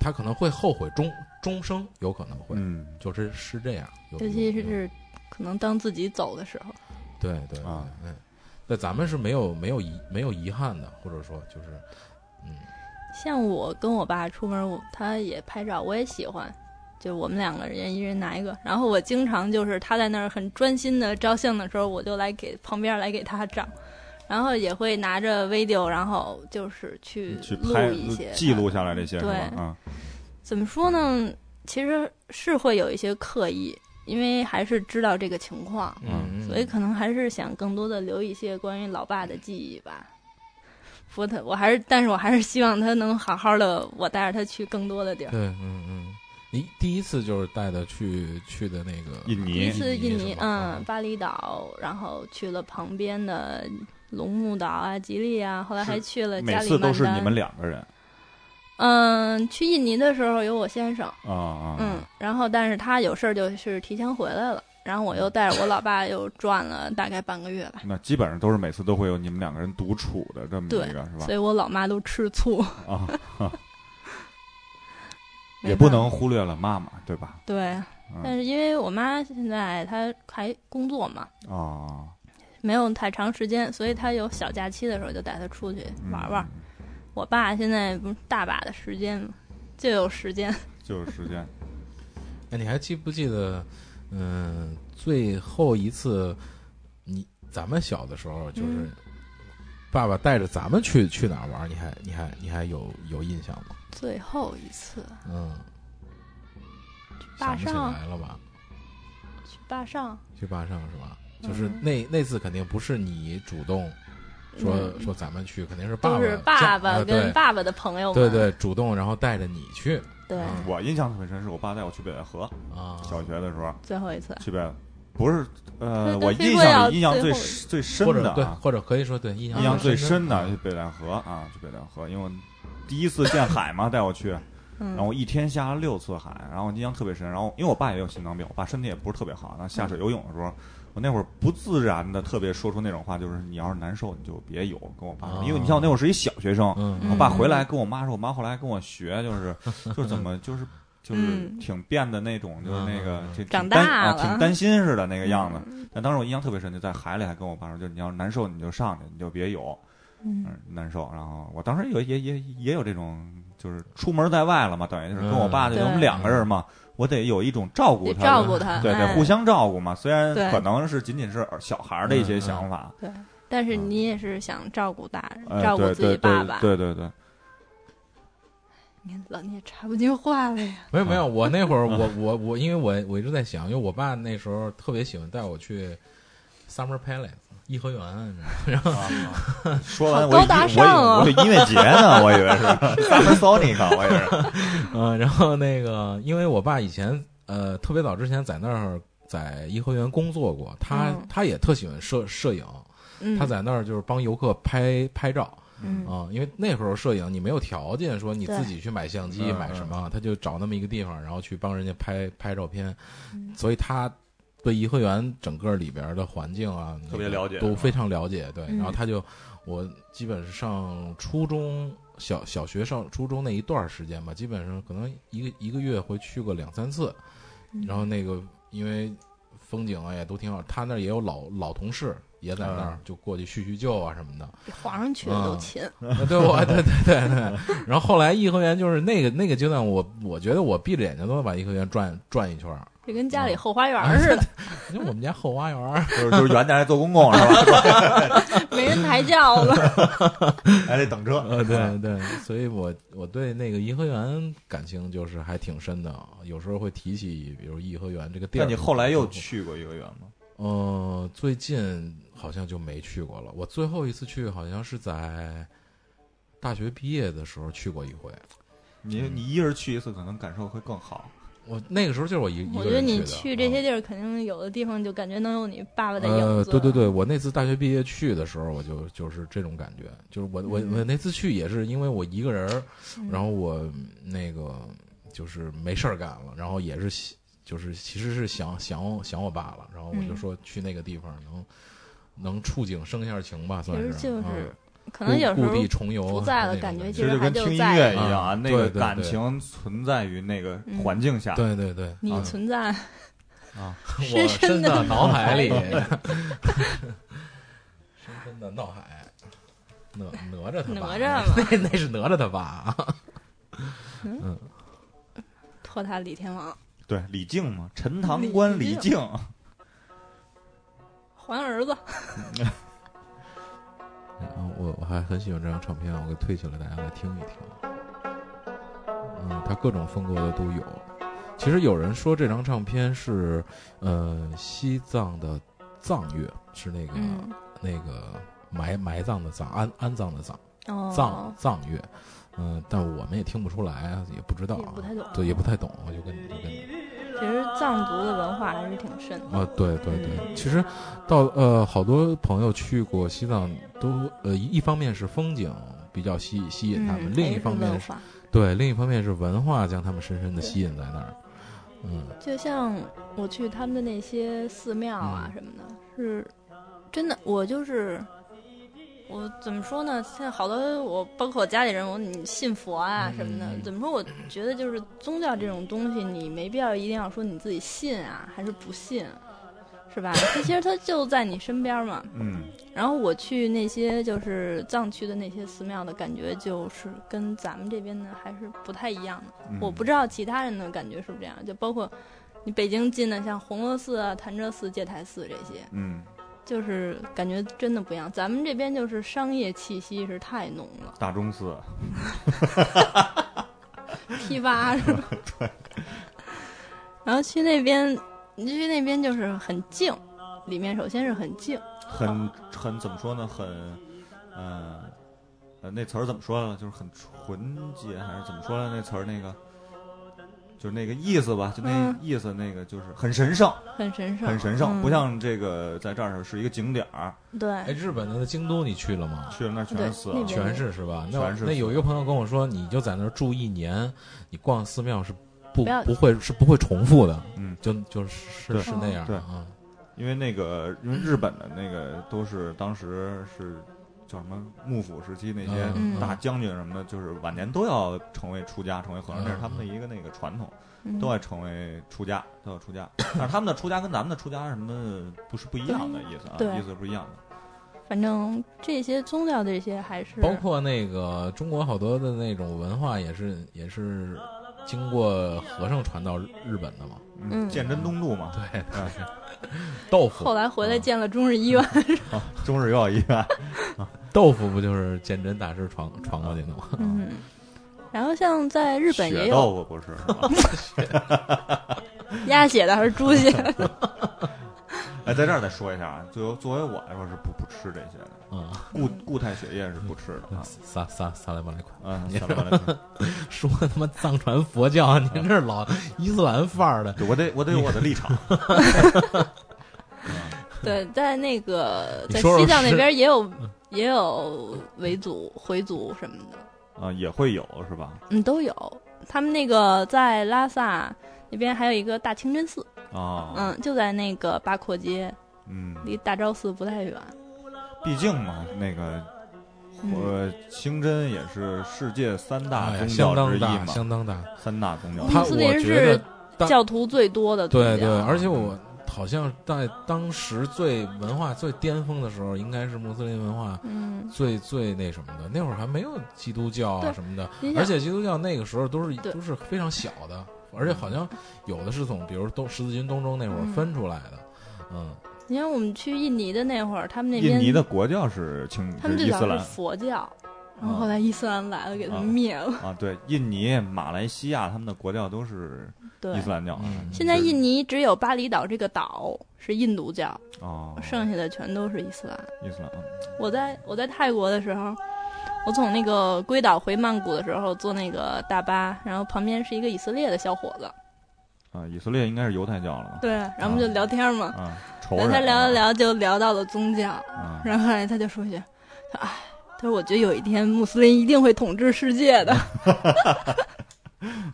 Speaker 2: 他可能会后悔终终生，有可能会，
Speaker 1: 嗯
Speaker 2: 就是是这样。有
Speaker 3: 尤其
Speaker 2: 有有
Speaker 3: 是可能当自己走的时候，
Speaker 2: 对对对
Speaker 1: 啊，
Speaker 2: 嗯，那咱们是没有没有遗没有遗憾的，或者说就是
Speaker 3: 像我跟我爸出门，我他也拍照，我也喜欢，就我们两个人一人拿一个。然后我经常就是他在那儿很专心的照相的时候，我就来给旁边来给他照，然后也会拿着 video，然后就是去
Speaker 1: 嗯去
Speaker 3: 录
Speaker 1: 拍
Speaker 3: 一些啊哎
Speaker 1: 记录
Speaker 3: 他
Speaker 1: 下来这些是吧
Speaker 3: 对？
Speaker 1: 啊，
Speaker 3: 怎么说呢？其实是会有一些刻意，因为还是知道这个情况，
Speaker 1: 嗯
Speaker 3: 所以可能还是想更多的留一些关于老爸的记忆吧。不过他，我还是，但是我还是希望他能好好的，我带着他去更多的地儿。
Speaker 2: 对，嗯嗯，你第一次就是带他去去的那个
Speaker 1: 印
Speaker 3: 第一
Speaker 1: 尼，
Speaker 3: 次印尼
Speaker 2: 是，啊吗
Speaker 3: 嗯，巴厘岛，然后去了旁边的龙目岛啊、吉利啊，后来还去了
Speaker 1: 每
Speaker 3: 加里
Speaker 1: 次
Speaker 3: 曼
Speaker 1: 都是
Speaker 3: 丹。
Speaker 1: 你们两个人
Speaker 3: 嗯，去印尼的时候有我先生，
Speaker 1: 啊啊，
Speaker 3: 嗯，然后但是他有事儿就是提前回来了，然后我又带着我老爸又转了大概半个月吧，
Speaker 1: 那基本上都是每次都会有你们两个人独处的这么一个是吧
Speaker 3: 所？以我老妈都吃醋，
Speaker 1: 啊，
Speaker 3: 没
Speaker 1: 也不
Speaker 3: 办法
Speaker 1: 能忽略了妈妈对吧？
Speaker 3: 对，但
Speaker 1: 嗯
Speaker 3: 是因为我妈现在她还工作嘛，
Speaker 1: 啊，
Speaker 3: 没有太长时间，所以她有小假期的时候就带她出去
Speaker 1: 嗯
Speaker 3: 玩玩。我爸现在不是大把的时间嘛，就有时间。
Speaker 1: 就是时间，
Speaker 2: 哎，你还记不记得，嗯、最后一次你咱们小的时候，就是
Speaker 3: 嗯
Speaker 2: 爸爸带着咱们去去哪儿玩儿，你还你还你还有有印象吗？
Speaker 3: 最后一次
Speaker 2: 嗯，
Speaker 3: 坝
Speaker 2: 想不起
Speaker 3: 上
Speaker 2: 来了吧？
Speaker 3: 去坝上，
Speaker 2: 去坝上是吧？就是
Speaker 3: 嗯
Speaker 2: 那那次肯定不是你主动说、
Speaker 3: 嗯
Speaker 2: 说咱们去，肯定是爸
Speaker 3: 都
Speaker 2: 爸
Speaker 3: 是
Speaker 2: 家
Speaker 3: 爸爸
Speaker 2: 啊
Speaker 3: 跟爸爸的朋友
Speaker 2: 对
Speaker 3: 们，
Speaker 2: 对对主动，然后带着你去
Speaker 3: 对，
Speaker 2: 嗯
Speaker 1: 我印象特别深，是我爸带我去北戴河，
Speaker 2: 啊，
Speaker 1: 小学的时候
Speaker 3: 最后一次。
Speaker 1: 去北，不是呃，
Speaker 3: 对
Speaker 1: 我
Speaker 3: 非
Speaker 1: 印
Speaker 3: 说要
Speaker 1: 象里印象
Speaker 3: 最
Speaker 1: 最
Speaker 3: 后
Speaker 1: 最深
Speaker 2: 或者
Speaker 1: 的
Speaker 2: 对，
Speaker 1: 啊，
Speaker 2: 或者可以说对印象
Speaker 1: 印象最深
Speaker 2: 深
Speaker 1: 的去北戴河啊，去北戴河，因为我第一次见海嘛，带我去，
Speaker 3: 嗯
Speaker 1: 然后我一天下了六次海，然后我印象特别深。然后因为我爸也有心脏病，我爸身体也不是特别好，然后下水游泳的时候，我那会儿不自然的特别说出那种话，就是你要是难受你就别游，跟我爸说，
Speaker 2: 啊
Speaker 1: 因为你像我那会儿是一小学生，
Speaker 2: 嗯，
Speaker 1: 我爸
Speaker 3: 嗯
Speaker 1: 回来跟我妈说，我妈后来跟我学，就是就是怎 么就是。就是
Speaker 3: 嗯
Speaker 1: 挺变的那种，就是那个
Speaker 2: 嗯
Speaker 1: 挺
Speaker 3: 长
Speaker 1: 挺担
Speaker 3: 大
Speaker 1: 啊，
Speaker 3: 了嗯
Speaker 1: 挺担心似的那个样子。但当时我印象特别深，就在海里还跟我爸说，就是你要是难受你就上去，你就别游。
Speaker 3: 嗯
Speaker 1: 嗯，难受。然后我当时有也也也有这种，就是出门在外了嘛，等于就是跟我爸，
Speaker 3: 嗯
Speaker 1: 就我们
Speaker 3: 对
Speaker 1: 两个人嘛，我得有一种照顾
Speaker 3: 得
Speaker 1: 他的，
Speaker 3: 照顾他，
Speaker 1: 对，得
Speaker 3: 哎
Speaker 1: 互相照顾嘛。虽然
Speaker 3: 对嗯
Speaker 1: 可能是仅仅是小孩儿的一些想法，
Speaker 3: 对，但
Speaker 2: 嗯
Speaker 3: 是你也是想照顾大人，
Speaker 1: 呃
Speaker 3: 照顾
Speaker 1: 对
Speaker 3: 自己
Speaker 1: 对
Speaker 3: 爸爸
Speaker 1: 对。对对对，
Speaker 3: 你老你也插不进话了呀。
Speaker 2: 没有没有，我那 会儿我我我，因为我我一直在想，因为我爸那时候特别喜欢带我去 Summer Palace 颐和园，然后
Speaker 1: 说完
Speaker 3: 好
Speaker 1: 我以
Speaker 3: 高大
Speaker 1: 我以
Speaker 3: 上啊
Speaker 1: 我以为音乐节呢，我以为 是 Summer Sonic，我以为是
Speaker 2: 嗯，然后那个，因为我爸以前呃特别早之前在那儿在颐和园工作过，他、
Speaker 3: 嗯
Speaker 2: 他也特喜欢摄摄影，
Speaker 3: 嗯，
Speaker 2: 他在那儿就是帮游客拍拍照
Speaker 3: 嗯
Speaker 2: 啊、因为那时候摄影你没有条件说你
Speaker 3: 对
Speaker 2: 自己去买相机
Speaker 1: 嗯
Speaker 2: 买
Speaker 1: 嗯
Speaker 2: 什么，他就找那么一个地方，然后去帮人家拍拍照片，
Speaker 3: 嗯
Speaker 2: 所以他。对颐和园整个里边的环境啊，
Speaker 1: 特别
Speaker 2: 那个
Speaker 1: 了解
Speaker 2: 都
Speaker 1: 是吧
Speaker 2: 非常了解。对，
Speaker 3: 嗯
Speaker 2: 然后他就，我基本上初中小小学上初中那一段儿时间吧，基本上可能一个一个月会去个两三次，
Speaker 3: 嗯
Speaker 2: 然后那个因为风景啊也都挺好，他那儿也有老老同事也在
Speaker 1: 嗯
Speaker 2: 那儿，就过去叙叙旧啊什么的。
Speaker 3: 比嗯皇上去的都勤。
Speaker 2: 啊 对，我对对对对。然后后来颐和园就是那个那个阶段，我我觉得我闭着眼睛都能把颐和园转转一圈儿，
Speaker 3: 就跟
Speaker 2: 嗯
Speaker 3: 家里后花园似的，
Speaker 2: 因为我们家后花 园儿
Speaker 1: 就是就是远点还坐公共是吧？
Speaker 3: 没人抬轿 子。
Speaker 1: 还得等车。嗯
Speaker 2: 呃，对 对，所以我我对那个颐和园感情就是还挺深的，啊有时候会提起，比如颐和园这个地儿。
Speaker 1: 那你后来又？去过颐和园吗？
Speaker 2: 呃，最近好像就没去过了。我最后一次去好像是在大学毕业的时候去过一回。
Speaker 1: 你你一人去一次，可能感受会更好。
Speaker 2: 我那个时候就是我一一
Speaker 3: 我
Speaker 2: 个
Speaker 3: 觉得
Speaker 2: 人
Speaker 3: 你
Speaker 2: 的
Speaker 3: 去这
Speaker 2: 嗯
Speaker 3: 些地儿，肯定有的地方就感觉能有你爸爸的影
Speaker 2: 呃，
Speaker 3: 子。
Speaker 2: 对对，对，我那次大学毕业去的时候，我就就是这种感觉，就是我我
Speaker 3: 嗯
Speaker 2: 我那次去也是因为我一个人儿，
Speaker 3: 嗯
Speaker 2: 然后我那个就是没事儿干了，然后也是喜就是其实是想想想我爸了，然后我就
Speaker 3: 嗯
Speaker 2: 说去那个地方能能触景生一下情吧，
Speaker 3: 其
Speaker 2: 算
Speaker 3: 实就是
Speaker 2: 嗯
Speaker 3: 可能有时
Speaker 2: 故
Speaker 3: 候
Speaker 2: 故地重游
Speaker 3: 不在了
Speaker 2: 那种
Speaker 3: 感
Speaker 2: 觉
Speaker 3: 觉
Speaker 1: 其实就
Speaker 3: 还
Speaker 1: 跟
Speaker 3: 就
Speaker 1: 听音
Speaker 3: 在
Speaker 1: 乐
Speaker 2: 于
Speaker 1: 一样啊，
Speaker 2: 啊
Speaker 1: 那
Speaker 2: 对
Speaker 1: 个
Speaker 2: 对对
Speaker 1: 感情存在于那个
Speaker 3: 嗯
Speaker 1: 环境下。
Speaker 2: 对对对，
Speaker 3: 你
Speaker 2: 嗯
Speaker 3: 存在，
Speaker 1: 啊，
Speaker 2: 我
Speaker 3: 深
Speaker 2: 深
Speaker 3: 深地
Speaker 2: 的脑海里，
Speaker 3: 脑
Speaker 2: 深 深的脑海，哪哪吒他爸，
Speaker 3: 哪吒
Speaker 2: 那那是哪吒他爸啊。
Speaker 3: 托他李天王
Speaker 1: 对，李靖嘛，陈塘关
Speaker 3: 李
Speaker 1: 李靖，
Speaker 3: 还儿子。
Speaker 2: 然后嗯我我还很喜欢这张唱片，我给推起来，大家来听一听。嗯，它各种风格的都有。其实有人说这张唱片是，呃，西藏的藏乐，是那个、
Speaker 3: 嗯，
Speaker 2: 那个埋埋葬的葬，安安葬的葬，
Speaker 3: 哦，
Speaker 2: 藏藏乐。嗯、但我们也听不出来啊，也不知道、
Speaker 3: 也
Speaker 2: 啊
Speaker 3: 不，太懂。
Speaker 2: 对，也不太懂。我就跟你就跟你
Speaker 3: 其实藏族的文化还是挺深的。
Speaker 2: 啊，对对对，其实到呃，好多朋友去过西藏都呃，一一方面是风景比较吸吸引他们，
Speaker 3: 嗯
Speaker 2: 另
Speaker 3: 还
Speaker 2: 一
Speaker 3: 是
Speaker 2: 方面
Speaker 3: 文
Speaker 2: 是
Speaker 3: 化
Speaker 2: 对，另一方面是文化将他们深深的吸引在那儿。嗯，
Speaker 3: 就像我去他们的那些寺庙啊
Speaker 2: 嗯
Speaker 3: 什么的，是真的，我就是我怎么说呢？现在好多我包括我家里人，我你信佛啊
Speaker 2: 嗯
Speaker 3: 什么的
Speaker 2: 嗯，嗯
Speaker 3: 怎么说？我觉得就是宗教这种东西，你没必要一定要说你自己信啊还是不信，是吧？它其实它就在你身边嘛。
Speaker 1: 嗯，
Speaker 3: 然后我去那些就是藏区的那些寺庙的感觉，就是跟咱们这边的还是不太一样的。
Speaker 1: 嗯
Speaker 3: 我不知道其他人的感觉是不是这样，就包括你北京近的，像红螺寺啊、潭柘寺、戒台寺这些，
Speaker 1: 嗯，
Speaker 3: 就是感觉真的不一样。咱们这边就是商业气息是太浓 了，
Speaker 1: 大钟寺，
Speaker 3: 批发是吧？对。然后去那边，你去那边就是很静，里面首先是很静，
Speaker 1: 很很怎么说呢？很，呃，呃，那词儿怎么说呢？就是很纯洁，还是怎么说呢？那词儿那个，就是那个意思吧，就那
Speaker 3: 嗯
Speaker 1: 意思，那个就是很神圣，
Speaker 3: 很神圣，
Speaker 1: 很神圣，
Speaker 3: 嗯
Speaker 1: 不像这个在这儿是一个景点儿，
Speaker 3: 对
Speaker 2: 哎，日本的京都你去了吗？
Speaker 1: 去了那儿全
Speaker 3: 对
Speaker 1: 是寺了
Speaker 3: 那。边
Speaker 2: 全是是吧？那
Speaker 1: 全是
Speaker 2: 那有一个朋友跟我说，你就在那儿住一年，你逛寺庙是不
Speaker 3: 不要
Speaker 2: 不会是不会重复的，
Speaker 1: 嗯，
Speaker 2: 就就是
Speaker 1: 对
Speaker 2: 是那样
Speaker 1: 对
Speaker 2: 啊。
Speaker 1: 因为那个，因为日本的那个都是当时是叫什么幕府时期那些
Speaker 3: 嗯
Speaker 1: 大将军什么的，就是晚年都要成为出家，成为和尚，
Speaker 2: 嗯
Speaker 1: 这是他们的一个那个传统，
Speaker 3: 嗯
Speaker 1: 都要成为出家，都要出家。但是他们的出家跟咱们的出家什么不是不一样的意思啊，
Speaker 3: 对
Speaker 1: 意思不一样的。
Speaker 3: 反正这些宗教这些还是
Speaker 2: 包括那个中国好多的那种文化也是也是经过和尚传到日日本的嘛。
Speaker 3: 嗯
Speaker 1: 鉴真东渡嘛，
Speaker 2: 对，
Speaker 1: 啊
Speaker 2: 豆腐
Speaker 3: 后来回来建了中日医院，
Speaker 1: 中日友好医 院，
Speaker 2: 豆腐不就是鉴真大师传传过去的吗？
Speaker 3: 嗯，然后像在日本也
Speaker 1: 血
Speaker 3: 有
Speaker 1: 豆腐不是是吧？
Speaker 3: 鸭血的还是猪血的，
Speaker 1: 哎，在这儿再说一下啊，作为作为我来说是不不吃这些的，
Speaker 2: 嗯，
Speaker 1: 固固态血液是不吃的啊。
Speaker 2: 撒撒撒来吧来快，
Speaker 1: 嗯，下来吧来吧
Speaker 2: 说他妈藏传佛教，您这老伊斯兰范儿的，
Speaker 1: 对我得我得有我的立场。
Speaker 3: 对，在那个
Speaker 2: 你
Speaker 3: 在
Speaker 2: 说说
Speaker 3: 西藏那
Speaker 2: 是
Speaker 3: 边也有
Speaker 1: 嗯
Speaker 3: 也有维族、回族什么的，
Speaker 1: 啊，也会有是吧？
Speaker 3: 嗯，都有。他们那个在拉萨那边还有一个大清真寺，
Speaker 1: 啊，
Speaker 3: 嗯，就在那个巴阔街，
Speaker 1: 嗯
Speaker 3: 离大昭寺不太远。
Speaker 1: 毕竟嘛，那个
Speaker 3: 嗯，
Speaker 1: 呃，清真也是世界三大
Speaker 2: 哎呀
Speaker 1: 宗
Speaker 2: 相
Speaker 1: 教之
Speaker 2: 当
Speaker 1: 一
Speaker 2: 大，
Speaker 1: 嘛，
Speaker 2: 相当大。
Speaker 1: 三大宗教。
Speaker 2: 他
Speaker 3: 穆斯
Speaker 2: 我
Speaker 3: 林
Speaker 2: 觉得
Speaker 3: 是教徒最多的宗
Speaker 2: 对
Speaker 3: 教
Speaker 2: 对，而且我好像在当时最文化最巅峰的时候，应该是穆斯林文化
Speaker 3: 嗯，
Speaker 2: 最最那什么的。那会儿还没有基督教啊
Speaker 3: 对
Speaker 2: 什么的，
Speaker 3: 你
Speaker 2: 而
Speaker 3: 想
Speaker 2: 且基督教那个时候都是
Speaker 3: 对
Speaker 2: 都是非常小的，而且好像有的是从比如东十字军东征那会儿
Speaker 3: 嗯
Speaker 2: 分出来的，嗯，
Speaker 3: 你看我们去印尼的那会儿，他们那
Speaker 1: 印
Speaker 3: 边
Speaker 1: 尼的国教是清
Speaker 3: 他
Speaker 1: 是
Speaker 3: 们最
Speaker 1: 伊
Speaker 3: 早
Speaker 1: 斯
Speaker 3: 是
Speaker 1: 兰
Speaker 3: 佛教，然
Speaker 1: 啊
Speaker 3: 后后来伊斯兰来了，给他们
Speaker 1: 啊
Speaker 3: 灭了。
Speaker 1: 啊，对，印尼、马来西亚他们的国教都是
Speaker 3: 对
Speaker 1: 伊，斯兰教。
Speaker 2: 嗯
Speaker 3: 现在印尼只有巴厘岛这个岛是印度教，
Speaker 1: 哦，
Speaker 3: 剩下的全都是伊斯兰。
Speaker 1: 伊斯兰，
Speaker 3: 我在我在泰国的时候，我从那个龟岛回曼谷的时候坐那个大巴，然后旁边是一个以色列的小伙子，
Speaker 1: 嗯啊，以色列应该是犹太教了吧？
Speaker 3: 对，然后我们就聊天嘛，
Speaker 1: 啊，仇
Speaker 3: 然
Speaker 1: 人。
Speaker 3: 后他聊着聊就聊到了宗教，
Speaker 1: 啊，
Speaker 3: 然后后来他就说一句，他哎，他说我觉得有一天穆斯林一定会统治世界
Speaker 2: 哎
Speaker 3: 的，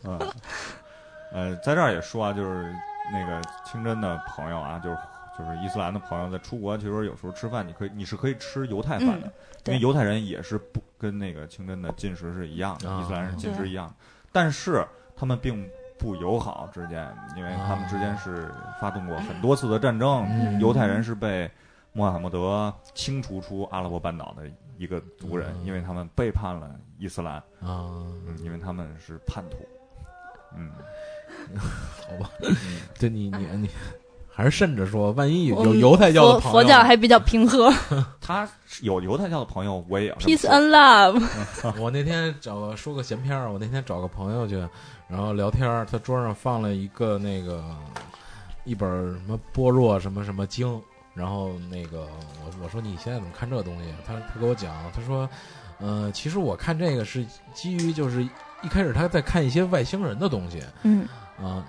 Speaker 1: 嗯，呃，在这儿也说啊，就是那个清真的朋友啊，就是就是伊斯兰的朋友，在出国其实有时候吃饭，你可以你是可以吃犹太饭的，因
Speaker 3: 嗯对
Speaker 1: 为犹太人也是不跟那个清真的进食是一样的，
Speaker 2: 啊
Speaker 1: 伊斯兰人进食一样的，但是他们并不友好之间，因为他们之间是发动过很多次的战争，
Speaker 2: 啊嗯
Speaker 1: 犹太人是被。穆罕默德清除出阿拉伯半岛的一个族人，
Speaker 2: 嗯
Speaker 1: 因为他们背叛了伊斯兰，
Speaker 2: 啊，
Speaker 1: 嗯，因为他们是叛徒，嗯，
Speaker 2: 好吧，对你你你还是慎着说，万一有
Speaker 3: 哎我
Speaker 2: 有
Speaker 3: 们
Speaker 2: 犹太教的
Speaker 3: 佛
Speaker 2: 朋友啊
Speaker 3: 佛教还比较平和，
Speaker 1: 他是有犹太教的朋友，我也有。
Speaker 3: Peace and Love，
Speaker 2: 我那天找个说个闲篇儿，我那天找个朋友去，然后聊天儿，他桌上放了一个那个一本儿什么般若什么什么经，然后那个我我说你现在怎么看这东西？他他给我讲，他说，呃，其实我看这个是基于就是一开始他在看一些外星人的东西啊、
Speaker 3: 嗯，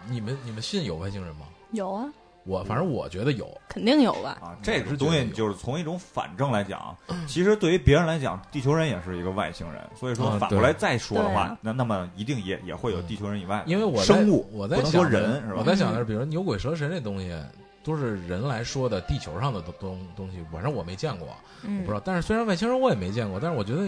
Speaker 2: 你们你们信有外星人吗？
Speaker 3: 有啊，
Speaker 2: 我反正我觉得有，
Speaker 3: 肯定有吧？
Speaker 1: 啊，
Speaker 2: 我
Speaker 1: 这
Speaker 2: 是觉
Speaker 1: 个
Speaker 2: 得
Speaker 1: 东西
Speaker 2: 有
Speaker 1: 就是从一种反正来讲，
Speaker 3: 嗯
Speaker 1: 其实对于别人来讲，地球人也是一个外星人，所以说
Speaker 2: 啊
Speaker 1: 反
Speaker 2: 对嗯
Speaker 1: 过来再说的
Speaker 3: 对
Speaker 1: 话
Speaker 3: 啊，
Speaker 1: 那那么一定也也会有地球人以外的
Speaker 2: 因为我在
Speaker 1: 生物，
Speaker 2: 我在
Speaker 1: 不能
Speaker 2: 想
Speaker 1: 说人是吧
Speaker 2: 我在
Speaker 3: 嗯
Speaker 2: 想的是，比如牛鬼蛇神这东西，都是人来说的，地球上的东东东西，反正我没见过，我
Speaker 3: 嗯
Speaker 2: 不知，道。但是虽然外星人我也没见过，但是我觉得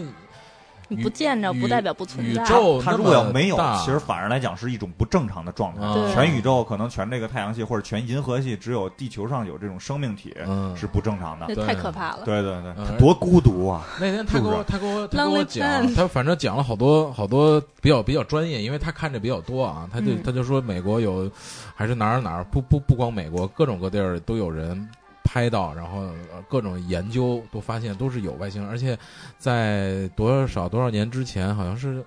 Speaker 3: 你不见着
Speaker 2: 宇
Speaker 3: 不代表不存在啊
Speaker 2: 宇。宙
Speaker 1: 他
Speaker 2: 那
Speaker 1: 如果要
Speaker 2: 么
Speaker 1: 没有
Speaker 2: 大，
Speaker 1: 其实反而来讲是一种不正常的状态。
Speaker 2: 啊
Speaker 3: 对
Speaker 1: 全宇宙可能全这个太阳系或者全银河系，只有地球上有这种生命体
Speaker 2: 嗯
Speaker 1: 是不正常的
Speaker 3: 这。
Speaker 2: 对
Speaker 3: 太可怕了。
Speaker 1: 对对对，
Speaker 2: 嗯
Speaker 1: 他多孤独啊！
Speaker 2: 那天他
Speaker 1: 是
Speaker 2: 给
Speaker 1: 不是
Speaker 2: 我他给我他给
Speaker 3: Lonely
Speaker 2: 我讲，
Speaker 3: Planet
Speaker 2: 他反正讲了好多好多比较比较专业，因为他看着比较多啊，他就、
Speaker 3: 嗯
Speaker 2: 他就说美国有，还是哪儿哪儿不不不光美国，各种各地儿都有人拍到，然后呃各种研究都发现都是有外星人，而且在多少多少年之前，好像是。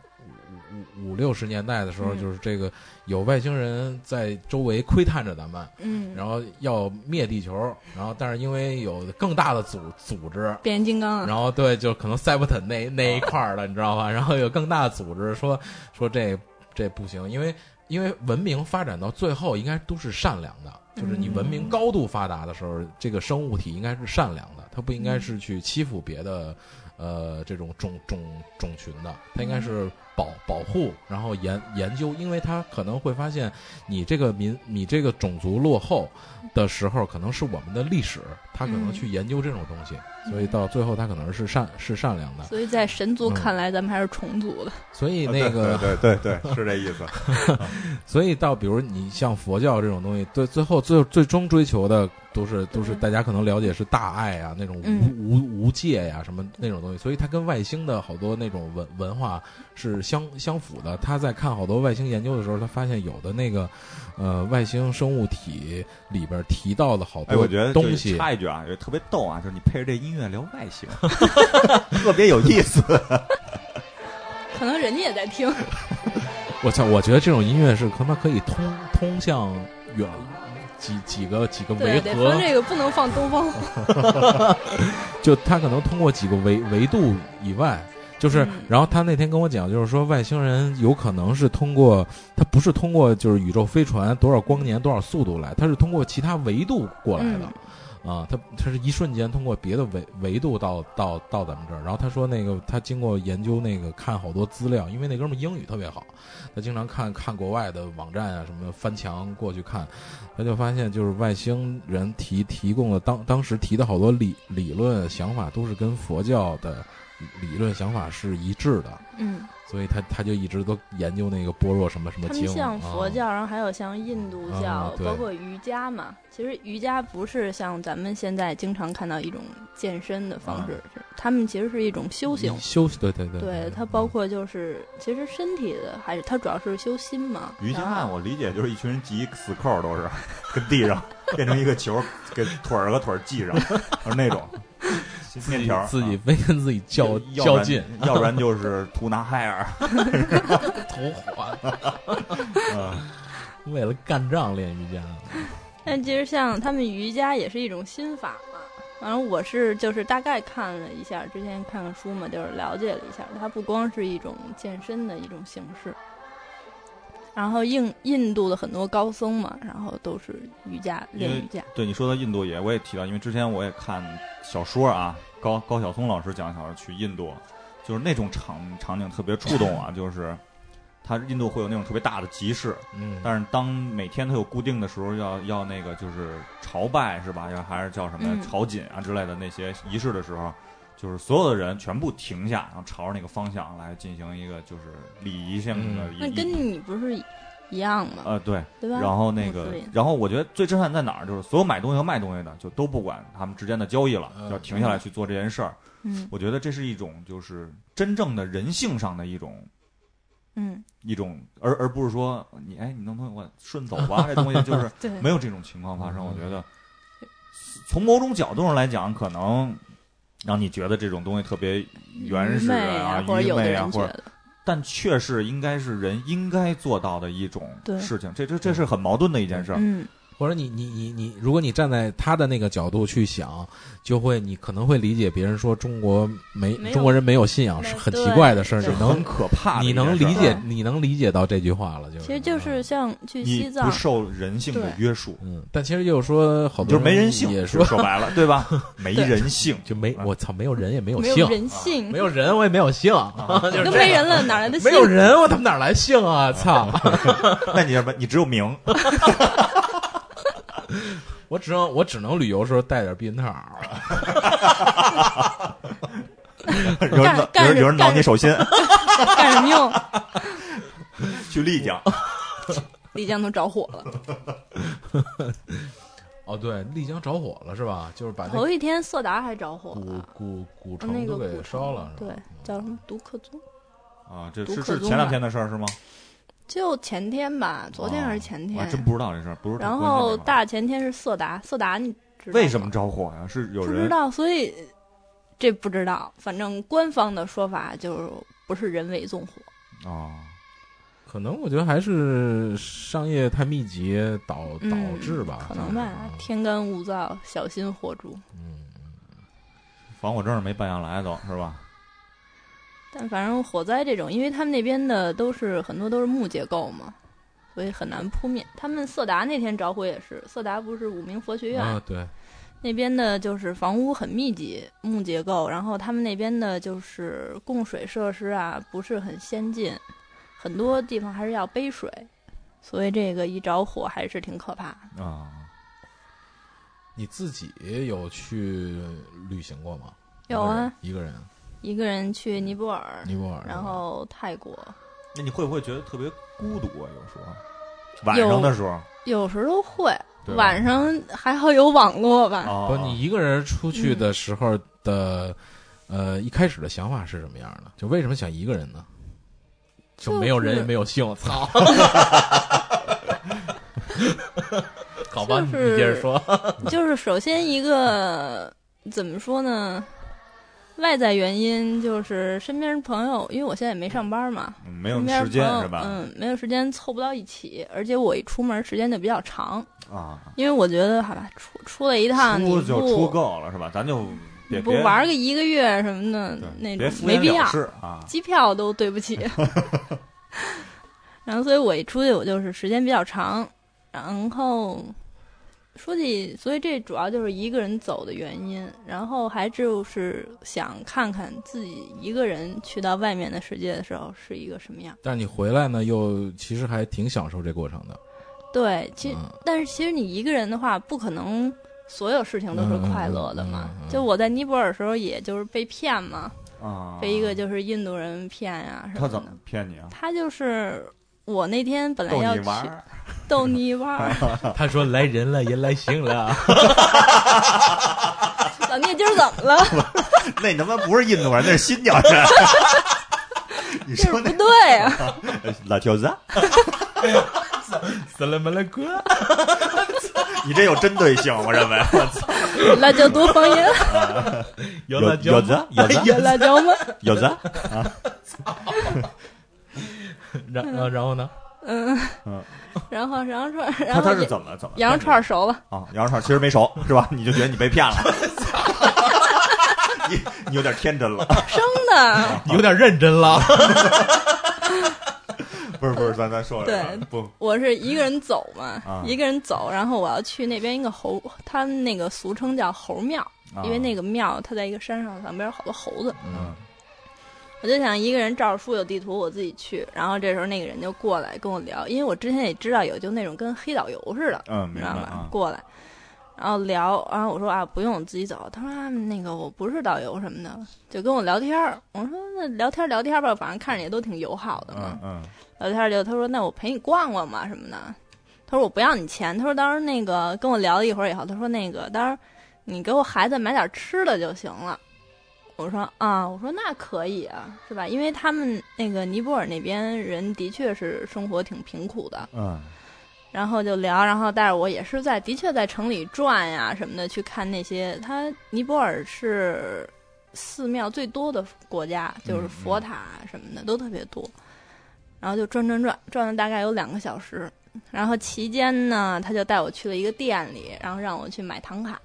Speaker 2: 五五五六十年代的时候，
Speaker 3: 嗯
Speaker 2: 就是这个有外星人在周围窥探着咱们，
Speaker 3: 嗯，
Speaker 2: 然后要灭地球，然后但是因为有更大的组组织，
Speaker 3: 变形金刚啊，
Speaker 2: 然后对，就可能赛博坦那那一块儿了，你知道吧？然后有更大的组织说说这这不行，因为因为文明发展到最后应该都是善良的，就是
Speaker 3: 嗯
Speaker 2: 你文明高度发达的时候，这个生物体应该是善良的，它不应
Speaker 3: 嗯
Speaker 2: 该是去欺负别的呃这种种种种群的，它
Speaker 3: 嗯
Speaker 2: 应该是保保护，然后研研究，因为它可能会发现你这个民你这个种族落后的时候，可能是我们的历史，它可能
Speaker 3: 嗯
Speaker 2: 去研究这种东西，所以到最后它可能是善是善良的，
Speaker 3: 所以在神族
Speaker 2: 嗯
Speaker 3: 看来，咱们还是虫族的。
Speaker 2: 所以那个、
Speaker 1: 对对对对，是这意思。
Speaker 2: 所以到比如你像佛教这种东西，对最后最最终追求的都是都是大家可能了解是大爱啊，那种无、
Speaker 3: 嗯
Speaker 2: 无无界啊呀、什么那种东西，所以它跟外星的好多那种文文化是相相符的。他在看好多外星研究的时候，他发现有的那个呃外星生物体里边提到的好
Speaker 1: 哎，我
Speaker 2: 多
Speaker 1: 觉得就
Speaker 2: 东西，
Speaker 1: 插一句啊，也特别逗啊，就是你配着这音乐聊外星， 特别有意思。
Speaker 3: 可能人家也在听，
Speaker 2: 我操，我觉得这种音乐是他妈可以通通向远几几个几个维
Speaker 3: 对，
Speaker 2: 和
Speaker 3: 得放这个，不能放东方红。
Speaker 2: 就他可能通过几个维维度以外，就是
Speaker 3: 嗯，
Speaker 2: 然后他那天跟我讲，就是说外星人有可能是通过，他不是通过就是宇宙飞船多少光年多少速度来，他是通过其他维度过来的。
Speaker 3: 嗯
Speaker 2: 啊，他他是一瞬间通过别的维维度到到到咱们这儿，然后他说那个他经过研究那个看好多资料，因为那哥们儿英语特别好，他经常看看国外的网站啊什么翻墙过去看，他就发现就是外星人提提供的当当时提的好多理理论想法都是跟佛教的理论想法是一致的，
Speaker 3: 嗯，
Speaker 2: 所以他他就一直都研究那个般若什么什么
Speaker 3: 他们
Speaker 2: 经，
Speaker 3: 像佛
Speaker 2: 啊
Speaker 3: 教，然后还有像印度
Speaker 2: 啊
Speaker 3: 教，
Speaker 2: 对
Speaker 3: 包括瑜伽嘛。其实瑜伽不是像咱们现在经常看到一种健身的方式，是他们其实是一种修行。
Speaker 2: 修行，对对对，
Speaker 3: 对它
Speaker 2: 嗯
Speaker 3: 包括就是，其实身体的还是它主要是修心嘛。
Speaker 1: 瑜伽
Speaker 3: 然后
Speaker 1: 我理解就是一群人系一死扣，都是跟地上变成一个球，给腿儿和腿儿系上，是那种
Speaker 2: 自
Speaker 1: 面
Speaker 2: 己
Speaker 1: 条儿
Speaker 2: 自
Speaker 1: 啊
Speaker 2: 己非跟自己较
Speaker 1: 要
Speaker 2: 较劲，，
Speaker 1: 要不然要不然就是图拿海尔。
Speaker 2: 头滑，
Speaker 1: 嗯
Speaker 2: 为了干仗练瑜伽。
Speaker 3: 但其实像他们瑜伽也是一种心法嘛。反正我是就是大概看了一下，之前看看书嘛，就是了解了一下，它不光是一种健身的一种形式。然后印印度的很多高僧嘛，然后都是瑜伽
Speaker 1: 因为
Speaker 3: 练瑜伽，
Speaker 1: 对你说到印度也，我也提到，因为之前我也看小说啊，高高晓松老师讲小说去印度，就是那种场场景特别触动啊，就是他印度会有那种特别大的集市，
Speaker 2: 嗯，
Speaker 1: 但是当每天它有固定的时候要要那个就是朝拜是吧？要还是叫什么
Speaker 3: 嗯
Speaker 1: 朝觐啊之类的那些仪式的时候，就是所有的人全部停下，然后朝着那个方向来进行一个就是礼仪性的
Speaker 2: 嗯
Speaker 1: 仪。
Speaker 3: 那跟你不是一样吗？
Speaker 1: 呃对，
Speaker 3: 对啊吧？
Speaker 1: 然后那
Speaker 3: 穆斯
Speaker 1: 个
Speaker 3: 林，
Speaker 1: 然后我觉得最震撼在哪儿，就是所有买东西和卖东西的就都不管他们之间的交易了，
Speaker 2: 嗯
Speaker 1: 就要停下来去做这件事儿。
Speaker 3: 嗯
Speaker 1: 我觉得这是一种就是真正的人性上的一种
Speaker 3: 嗯，
Speaker 1: 一种，而而不是说你哎你弄东西我顺走 吧，这东西就是。
Speaker 3: 对，
Speaker 1: 没有这种情况发生，
Speaker 2: 嗯
Speaker 1: 我觉得从某种角度上来讲，可能让你觉得这种东西特别原始
Speaker 3: 媚
Speaker 1: 啊、
Speaker 3: 或者
Speaker 1: 愚
Speaker 3: 有的
Speaker 1: 昧啊，
Speaker 3: 人觉
Speaker 1: 或者，
Speaker 3: 得，
Speaker 1: 但却是应该是人应该做到的一种
Speaker 3: 对
Speaker 1: 事情，这这这是很矛盾的一件事儿。
Speaker 3: 嗯，
Speaker 2: 或者你你你你，如果你站在他的那个角度去想，就会你可能会理解别人说中国没
Speaker 3: 没有
Speaker 2: 中国人没有信仰
Speaker 3: 没
Speaker 2: 是很
Speaker 3: 对
Speaker 2: 奇怪的事儿，
Speaker 3: 对
Speaker 2: 你
Speaker 1: 是很
Speaker 2: 能
Speaker 1: 可怕的
Speaker 2: 你
Speaker 1: 一件事儿，
Speaker 2: 能理解
Speaker 3: 对
Speaker 2: 你能理解到这句话了，就是
Speaker 3: 其实就是像去西
Speaker 1: 你
Speaker 3: 藏
Speaker 1: 不，受人性的
Speaker 3: 对
Speaker 1: 约束，
Speaker 2: 嗯，但其实又说好
Speaker 1: 你就
Speaker 2: 多
Speaker 1: 是没人性，
Speaker 2: 嗯也
Speaker 1: 就
Speaker 2: 说啊
Speaker 1: 说白了，对 吧？没人性，
Speaker 2: 就没我操，没有人也没有
Speaker 3: 没
Speaker 2: 性
Speaker 3: 有，人
Speaker 1: 啊
Speaker 3: 性，
Speaker 2: 没有人我也没有 性，就是
Speaker 3: 都
Speaker 2: 这
Speaker 3: 没
Speaker 2: 样
Speaker 3: 人了，哪来的性
Speaker 2: 没？有人我他妈哪来性啊？操！
Speaker 1: 那你什么？你只有名，
Speaker 2: 我只能我只能旅游时候带点避孕套，
Speaker 1: 有人挠有
Speaker 3: 干干
Speaker 1: 人有人挠你手 心，啊
Speaker 3: 干什么用？
Speaker 1: 去丽江，
Speaker 3: 丽江都着火了，
Speaker 2: 哦，对，丽江着火了是吧？就是
Speaker 1: 啊
Speaker 2: 把那
Speaker 3: 头一天色达还着火
Speaker 2: 古
Speaker 3: 了，哦
Speaker 2: 古古
Speaker 3: 那
Speaker 2: 城
Speaker 3: 个
Speaker 2: 都
Speaker 3: 古
Speaker 2: 给烧了，是
Speaker 3: 对
Speaker 1: 嗯
Speaker 2: 吧？，嗯
Speaker 3: 叫什么独克宗？
Speaker 1: 啊，这
Speaker 3: 独
Speaker 1: 是
Speaker 3: 可
Speaker 1: 是
Speaker 3: 宗
Speaker 1: 前两
Speaker 3: 吧
Speaker 1: 天的事儿是吗？
Speaker 3: 就前天吧，昨天还是前
Speaker 1: 啊我
Speaker 3: 天
Speaker 1: 还？真不知道这事儿，不是。
Speaker 3: 然后大前天是色达，色达你知道
Speaker 1: 为什
Speaker 3: 吗
Speaker 1: 么着火呀？是有
Speaker 3: 不
Speaker 1: 人
Speaker 3: 知道，所以这不知道。反正官方的说法就是不是人为纵火，
Speaker 1: 啊？
Speaker 2: 可能我觉得还是商业太密集导
Speaker 3: 嗯
Speaker 2: 导致吧，啊
Speaker 3: 可能
Speaker 1: 啊
Speaker 3: 吧。天干物燥，小心火烛。
Speaker 1: 防火证没办下来都是吧？
Speaker 3: 但反正火灾这种，因为他们那边的都是很多都是木结构嘛，所以很难扑灭。他们色达那天着火也是，色达不是五明佛学院、
Speaker 2: 啊，对，
Speaker 3: 那边的，就是房屋很密集，木结构，然后他们那边的就是供水设施啊不是很先进，很多地方还是要背水，所以这个一着火还是挺可怕的。
Speaker 1: 啊，
Speaker 2: 你自己有去旅行过吗？
Speaker 3: 有啊，
Speaker 2: 一个人，
Speaker 3: 一个人去尼泊尔，
Speaker 2: 嗯尼泊尔，
Speaker 3: 然后泰国，
Speaker 1: 那你会不会觉得特别孤独啊？有时候晚
Speaker 3: 有
Speaker 1: 上的时候，
Speaker 3: 有时候会
Speaker 2: 对吧哦
Speaker 3: 晚上还好有网络吧。
Speaker 1: 啊
Speaker 2: 不，你一个人出去
Speaker 3: 嗯
Speaker 2: 的时候的，呃，一开始的想法是什么样的？就为什么想一个人呢？就没有人
Speaker 3: 就是
Speaker 2: 也没有性， 操！好吧，
Speaker 3: 就是
Speaker 2: 你接着说。
Speaker 3: 就是首先一个怎么说呢，外在原因就是身边朋友，因为我现在也没上班嘛，
Speaker 1: 嗯没有
Speaker 3: 身边
Speaker 1: 时
Speaker 3: 朋友
Speaker 1: 间是吧？
Speaker 3: 嗯，没有时间凑不到一起，而且我一出门时间就比较长，
Speaker 1: 啊，
Speaker 3: 因为我觉得好吧，出出来一趟嗯你
Speaker 1: 出就出
Speaker 3: 不
Speaker 1: 够了是吧？咱就
Speaker 3: 你
Speaker 1: 别
Speaker 3: 不
Speaker 1: 别
Speaker 3: 玩个一个月什么的
Speaker 1: 对
Speaker 3: 嗯那
Speaker 1: 别
Speaker 3: 种
Speaker 1: 敷
Speaker 3: 没
Speaker 1: 衍
Speaker 3: 必
Speaker 1: 了
Speaker 3: 要，
Speaker 1: 事啊。
Speaker 3: 机票都对不起。然后，所以我一出去，我就是时间比较长。然后说起，所以这主要就是一个人走的原因。然后还就是想看看自己一个人去到外面的世界的时候是一个什么样。
Speaker 2: 但是你回来呢，又其实还挺享受这过程的。
Speaker 3: 对，其实、
Speaker 2: 嗯
Speaker 3: 但是其实你一个人的话，不可能所有事情都是快乐的嘛。
Speaker 2: 嗯嗯嗯嗯嗯
Speaker 3: 就我在尼泊尔的时候，也就是被骗嘛，
Speaker 1: 啊，
Speaker 3: 被一
Speaker 2: 哦
Speaker 3: 个就是印度人骗呀、什
Speaker 1: 他
Speaker 3: 么
Speaker 1: 怎
Speaker 3: 的
Speaker 1: 么。骗 你啊？
Speaker 3: 他就是我那天本来
Speaker 1: 逗
Speaker 3: 要
Speaker 1: 你
Speaker 3: 去
Speaker 1: 玩儿
Speaker 3: 逗你玩儿，
Speaker 2: 他说来人了，人来行 了。
Speaker 3: 老聂今儿怎么了？
Speaker 1: 那你他妈不是印度人，那是新疆人。 你
Speaker 3: 这是
Speaker 1: 说
Speaker 3: 不
Speaker 1: 那
Speaker 3: 对啊！
Speaker 1: 老头子，
Speaker 2: 死了门了哥，
Speaker 1: 你这有针对性，我认为。我操
Speaker 3: 辣椒多放盐，
Speaker 1: 有辣椒吗有子有 子
Speaker 3: 有辣椒吗？
Speaker 1: 有子，
Speaker 2: 然呃然然后呢？
Speaker 3: 嗯
Speaker 1: 嗯，
Speaker 3: 然后羊肉串，
Speaker 1: 他
Speaker 3: 然后
Speaker 1: 他是
Speaker 3: 羊
Speaker 1: 怎么怎么
Speaker 3: 羊肉串熟了，
Speaker 1: 啊？羊肉串其实没熟是吧？你就觉得你被骗 了。你你有点天真了，
Speaker 3: 生的。
Speaker 1: 哦
Speaker 2: 有点认真了。
Speaker 1: 不是不是，咱咱说
Speaker 3: 对
Speaker 1: 说不
Speaker 3: 我是一个人走
Speaker 1: 啊
Speaker 3: 嘛，一个人走，然后我要去那边一个猴，他们那个俗称叫猴庙，因为那
Speaker 1: 个
Speaker 3: 个庙它在一个山上，旁边有好多猴子。
Speaker 1: 嗯
Speaker 3: 我就想一个人照着书有地图我自己去，然后这时候那个人就过来跟我聊，因为我之前也知道有就那种跟黑导游似的，
Speaker 1: 嗯明
Speaker 3: 你知
Speaker 1: 白
Speaker 3: 道吧？
Speaker 1: 啊
Speaker 3: 过来，然后聊，然后我说啊，不用，我自己走。他说啊，那个我不是导游什么的，就跟我聊天儿。我说那聊天儿聊天儿吧，反正看着也都挺友好的嘛
Speaker 1: 嗯。嗯
Speaker 3: 聊天儿就他说那我陪你逛逛嘛什么的。他说我不要你钱，他说到时候那个跟我聊了一会儿以后，他说那个到时候你给我孩子买点吃的就行了。我说啊，我说那可以啊，是吧？因为他们那个尼泊尔那边人的确是生活挺贫苦的，
Speaker 1: 嗯
Speaker 3: 然后就聊，然后但是我也是在的确在城里转呀什么的，去看那些。他尼泊尔是寺庙最多的国家，就是佛塔什么的、都特别多。然后就转转转转了大概有两个小时，然后期间呢，他就带我去了一个店里，然后让我去买唐卡。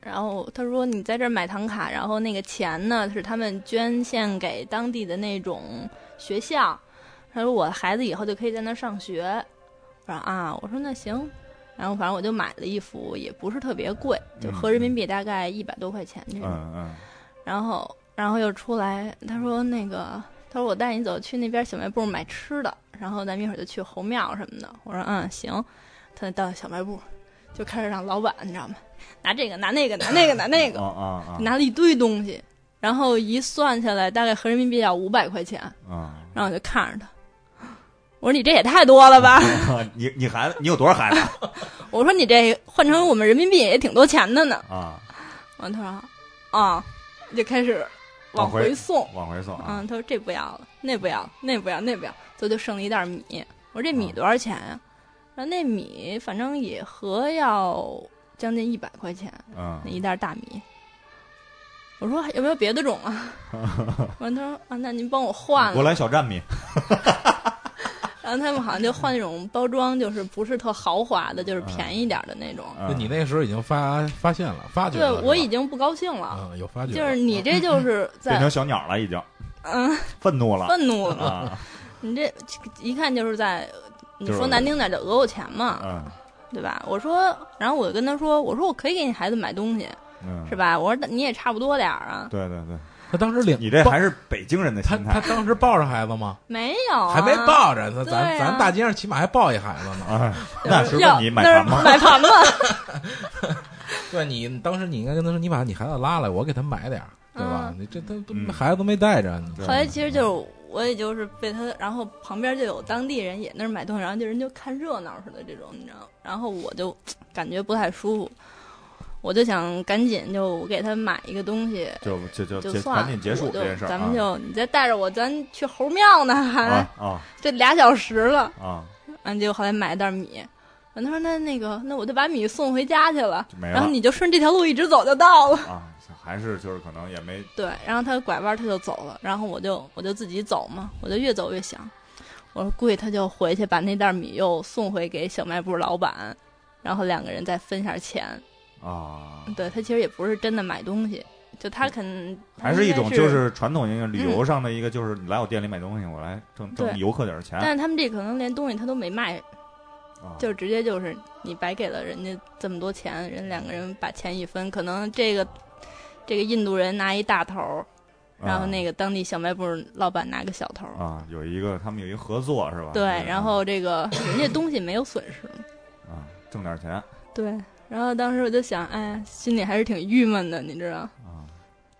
Speaker 3: 然后他说：“你在这儿买唐卡，然后那个钱呢是他们捐献给当地的那种学校。”他说：“我的孩子以后就可以在那儿上学。”我说：“啊，我说那行。”然后反正我就买了一幅，也不是特别贵，就合人民币大概一百多块钱这种。
Speaker 1: 嗯嗯，
Speaker 3: 然后然后又出来，他说那个，他说我带你走去那边小卖部买吃的，然后咱们一会儿就去侯庙什么的。我说嗯行，他到小卖部就开始让老板你知道吗？拿这个拿那个拿那个拿那个，
Speaker 1: 啊啊
Speaker 3: 拿了一堆东西，然后一算下来大概合人民币要五百块钱，
Speaker 1: 啊啊！
Speaker 3: 然后我就看着他。我说你这也太多了吧！
Speaker 1: 你你孩子，你有多少孩子啊
Speaker 3: 我说你这换成我们人民币也挺多钱的呢。
Speaker 1: 啊？
Speaker 3: 完他说啊，就开始往
Speaker 1: 往回
Speaker 3: 回送。
Speaker 1: 往回送啊
Speaker 3: 嗯，他说这不要了，那不要，那不要，那不要，最后就剩了一袋米。我说
Speaker 1: 啊
Speaker 3: 这米多少钱呀、然后那米反正也合要将近一百块钱，
Speaker 1: 嗯
Speaker 3: 那一袋大米。我说有没有别的 种啊？完他说啊，那您帮我换
Speaker 1: 我
Speaker 3: 了。
Speaker 1: 来小站米
Speaker 3: 然后他们好像就换那种包装，就是不是特豪华的，就是便宜点的那种。
Speaker 1: 嗯
Speaker 2: 那啊你那时候已经发发现了，发觉
Speaker 3: 对
Speaker 2: 了是吧，
Speaker 3: 我已经不高兴了，
Speaker 2: 嗯有发觉了，
Speaker 3: 就是 你这就是
Speaker 1: 变
Speaker 3: 在
Speaker 1: 成小鸟了，已经
Speaker 3: 嗯
Speaker 1: 愤怒了
Speaker 3: 愤怒了，
Speaker 1: 啊！
Speaker 3: 你这一看就是在你
Speaker 1: 就是
Speaker 3: 说难听点就讹我钱嘛。
Speaker 1: 嗯
Speaker 3: 对吧？我说，然后我就跟他说，我说我可以给你孩子买东西，
Speaker 1: 嗯，
Speaker 3: 是？吧？我说你也差不多点儿啊，
Speaker 1: 对对对，
Speaker 2: 他当时领
Speaker 1: 你这
Speaker 2: 抱
Speaker 1: 还是北京人的
Speaker 2: 他
Speaker 1: 心
Speaker 2: 他
Speaker 1: 态
Speaker 2: 当时抱着孩子吗？
Speaker 3: 没有、啊，
Speaker 2: 还没抱着，咱
Speaker 3: 对
Speaker 2: 咱
Speaker 3: 啊
Speaker 2: 咱大街上起码还抱一孩子呢。
Speaker 1: 啊！那是
Speaker 3: 要
Speaker 1: 问你买
Speaker 3: 那是
Speaker 1: 房吗？
Speaker 3: 买房吗？
Speaker 2: 对你当时你应该跟他说，你把你孩子拉来，我给他买点儿，对吧？你这他都
Speaker 1: 嗯
Speaker 2: 孩子都没带着，你
Speaker 1: 对
Speaker 3: 后来其实就是我也就是被他，然后旁边就有当地人也那儿买东西，然后就人就看热闹似的这种，你知道吗？然后我就感觉不太舒服，我就想赶紧就给他买一个东西。
Speaker 1: 就就就
Speaker 3: 就
Speaker 1: 啊结
Speaker 3: 算了，
Speaker 1: 赶紧结束
Speaker 3: 我就
Speaker 1: 这件事儿啊，
Speaker 3: 咱们就你再带着我，咱去猴庙呢，还、
Speaker 1: 啊啊
Speaker 3: 这俩小时了。
Speaker 1: 啊，
Speaker 3: 完，结果后来买了袋米。完，他说那那个，那我就把米送回家去了。
Speaker 1: 就没
Speaker 3: 然
Speaker 1: 了
Speaker 3: 后你就顺这条路一直走就到了。
Speaker 1: 啊，还是就是可能也没
Speaker 3: 对，然后他拐弯他就走了，然后我就我就自己走嘛，我就越走越想，我说估计他就回去把那袋米又送回给小卖部老板，然后两个人再分下钱。
Speaker 1: 啊，
Speaker 3: 对他其实也不是真的买东西，就他肯
Speaker 1: 还是一种就。
Speaker 3: 他应该嗯
Speaker 1: 是传统一个旅游上的一个，就是你来我店里买东西，我来挣挣
Speaker 3: 对
Speaker 1: 游客点儿钱
Speaker 3: 但，是他们这可能连东西他都没卖，
Speaker 1: 啊
Speaker 3: 就直接就是你白给了人家这么多钱，人两个人把钱一分，可能这个这个印度人拿一大头儿，然后那个当地小卖部老板拿个小头儿，
Speaker 1: 啊，有一个他们有一个合作是吧？
Speaker 3: 对
Speaker 1: 嗯，
Speaker 3: 然后这 个人家东西没有损失，
Speaker 1: 啊，挣点钱
Speaker 3: 对。然后当时我就想，哎，心里还是挺郁闷的，你知 道，
Speaker 1: 啊，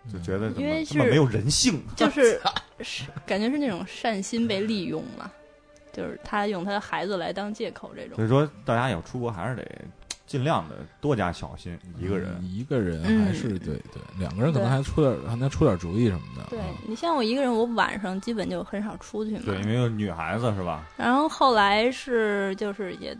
Speaker 1: 就觉得怎
Speaker 3: 因
Speaker 1: 么
Speaker 3: 为
Speaker 1: 这么
Speaker 3: 是
Speaker 1: 没有人性
Speaker 3: 就是是感觉是那种善心被利用嘛，就是他用他的孩子来当借口这种
Speaker 1: 所。以说，大家要出国还是得尽量的多加小心，一个人。
Speaker 2: 一个人
Speaker 3: 嗯
Speaker 2: 还是对对，两个人可能
Speaker 3: 对
Speaker 2: 还出点还能出点主意什么的。
Speaker 3: 对
Speaker 2: 嗯
Speaker 3: 你像我一个人，我晚上基本就很少出去嘛。
Speaker 1: 对，因为有女孩子是吧？
Speaker 3: 然后后来是就是也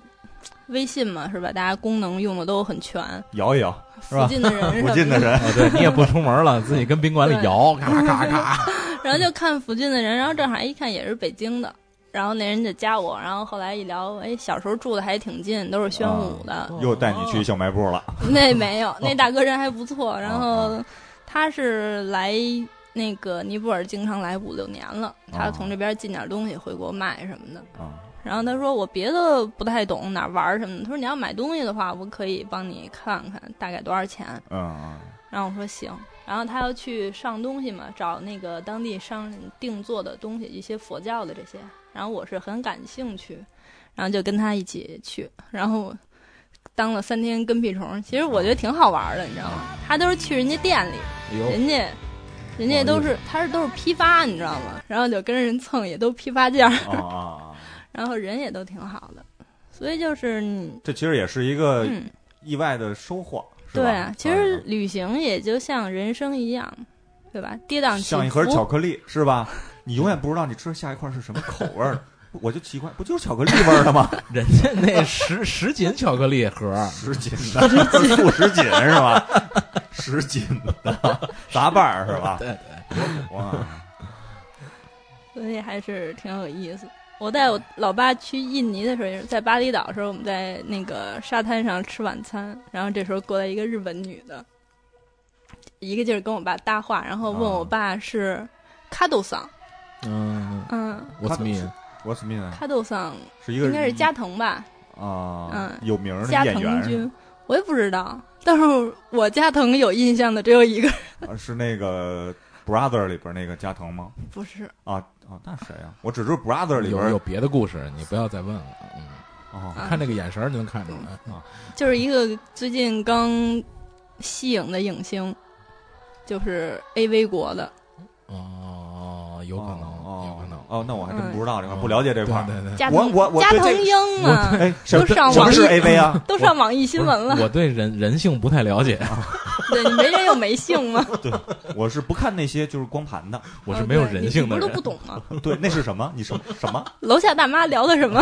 Speaker 3: 微信嘛，是吧？大家功能用的都很全，
Speaker 1: 摇一摇，吧
Speaker 3: 附近的人 什
Speaker 1: 附
Speaker 3: 么
Speaker 1: 近的
Speaker 3: 的，
Speaker 1: 人，
Speaker 2: 啊，对你也不出门了，自己跟宾馆里摇，咔咔 咔。
Speaker 3: 然后就看附近的人，然后正好一看也是北京的，然后那人就加我，然后后来一聊，哎，小时候住的还挺近，都是宣武的，
Speaker 1: 又带你去小卖部了。
Speaker 3: 那没有，那大哥人还不错，然后他是来。那个尼泊尔经常来五六年了，他
Speaker 1: 哦
Speaker 3: 从这边进点东西回国卖什么的。
Speaker 1: 啊
Speaker 3: 然后他说我别的不太懂哪儿玩儿什么的，他说你要买东西的话，我可以帮你看看大概多少钱。
Speaker 1: 嗯
Speaker 3: 然后我说行。然后他要去上东西嘛，找那个当地商人定做的东西，一些佛教的这些。然后我是很感兴趣，然后就跟他一起去，然后当了三天跟屁虫。其实我觉得挺好玩儿的，你知道吗？他都是去人家店里，
Speaker 2: 哎
Speaker 1: 哦
Speaker 2: 呦，
Speaker 3: 人家。人家都是，他是都是批发，你知道吗？然后就跟人蹭，也都批发价儿，
Speaker 1: 啊啊啊！
Speaker 3: 然后人也都挺好的，所以就是你，
Speaker 1: 这其实也是一个
Speaker 3: 嗯，
Speaker 1: 意外的收获，哎是吧哎
Speaker 3: 对啊，其实旅行也就像人生一样，对吧？跌宕
Speaker 1: 嗯
Speaker 3: 起
Speaker 1: 像一盒巧克力是吧？你永远不知道你吃的下一块是什么口味儿的，我就奇怪，不就是巧克力味儿的吗？
Speaker 2: 人家那十十斤巧克力盒儿，
Speaker 1: 十斤的，四十斤是吧？十斤的杂拌儿是吧？
Speaker 2: 对
Speaker 1: 对，哇，
Speaker 3: 所以还是挺有意思。我带
Speaker 1: 嗯
Speaker 3: 我老爸去印尼的时候，也是在巴厘岛的时候，我们在那个沙滩上吃晚餐，然后这时候过来一个日本女的，一个劲儿跟我爸搭话，然后问
Speaker 1: 哦
Speaker 3: 我爸是卡豆桑，
Speaker 2: 嗯
Speaker 3: 嗯，
Speaker 2: ，What's me？
Speaker 1: 我什么意思？
Speaker 3: 卡豆桑
Speaker 1: 是一个
Speaker 3: 应该是加藤吧，
Speaker 1: 啊
Speaker 3: 嗯
Speaker 1: 有名儿的
Speaker 3: 加
Speaker 1: 演
Speaker 3: 藤
Speaker 1: 员
Speaker 3: 君，我也不知道，但是我加藤有印象的只有一个，
Speaker 1: 啊是那个 Brother 里边那个加藤吗？
Speaker 3: 不是，
Speaker 1: 啊啊，那是谁啊？我只知道 Brother 里边
Speaker 2: 有有别的故事，你不要再问了。嗯，
Speaker 1: 啊
Speaker 3: 啊
Speaker 2: 看这个眼神儿就能看出来。
Speaker 3: 就是一个最近刚吸影的影星，就是 A V 国的，
Speaker 2: 啊哦，有可能，
Speaker 1: 哦
Speaker 2: 有可能。
Speaker 1: 哦，那我还真
Speaker 3: 嗯
Speaker 1: 不知道这块儿，
Speaker 2: 嗯
Speaker 1: 不了解这块儿。
Speaker 2: 对对对，
Speaker 3: 加
Speaker 1: 我
Speaker 3: 藤
Speaker 1: 我我
Speaker 3: 加
Speaker 1: 对
Speaker 3: 藤
Speaker 1: 这
Speaker 3: 鹰嘛，
Speaker 1: 哎，什么
Speaker 3: 都上
Speaker 1: 什么
Speaker 3: 网
Speaker 1: 是
Speaker 3: 易
Speaker 1: AV 啊？
Speaker 3: 都上网易新闻了啊
Speaker 2: 不是。我对人人性不太了解，
Speaker 3: 对你没人有没性吗？
Speaker 1: 我是不看那些就是光盘的。
Speaker 2: 我是没有人性的人
Speaker 3: 你不是都不。懂吗？
Speaker 1: 对，那是什么？你什么什么
Speaker 3: 楼下大妈聊的什么？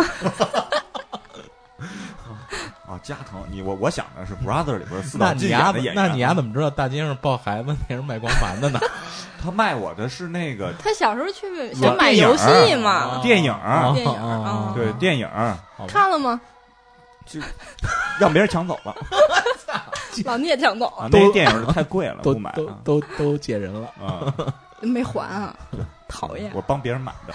Speaker 1: 啊？加藤，你我我想的是 Brother 里边四
Speaker 2: 嗯那
Speaker 1: 道
Speaker 2: 你
Speaker 1: 禁
Speaker 2: 丫
Speaker 1: 演
Speaker 2: 怎
Speaker 1: 的演员。
Speaker 2: 那你丫怎么知道大街上抱孩子那是卖光盘的呢？
Speaker 1: 他卖我的是那个呃
Speaker 3: 他小时候去想买游戏嘛，
Speaker 1: 电影
Speaker 2: 啊
Speaker 1: 儿，
Speaker 3: 电影儿啊
Speaker 1: 对电影儿
Speaker 3: 看了吗？
Speaker 1: 让别人抢 走了。
Speaker 3: 老聂抢走
Speaker 1: 啊
Speaker 3: 了，
Speaker 1: 那电影儿太贵了，
Speaker 2: 都
Speaker 1: 不买
Speaker 2: 都
Speaker 1: 啊。
Speaker 2: 都都借人了。
Speaker 1: 啊，
Speaker 3: 没还啊，讨厌。
Speaker 1: 我帮别人买的。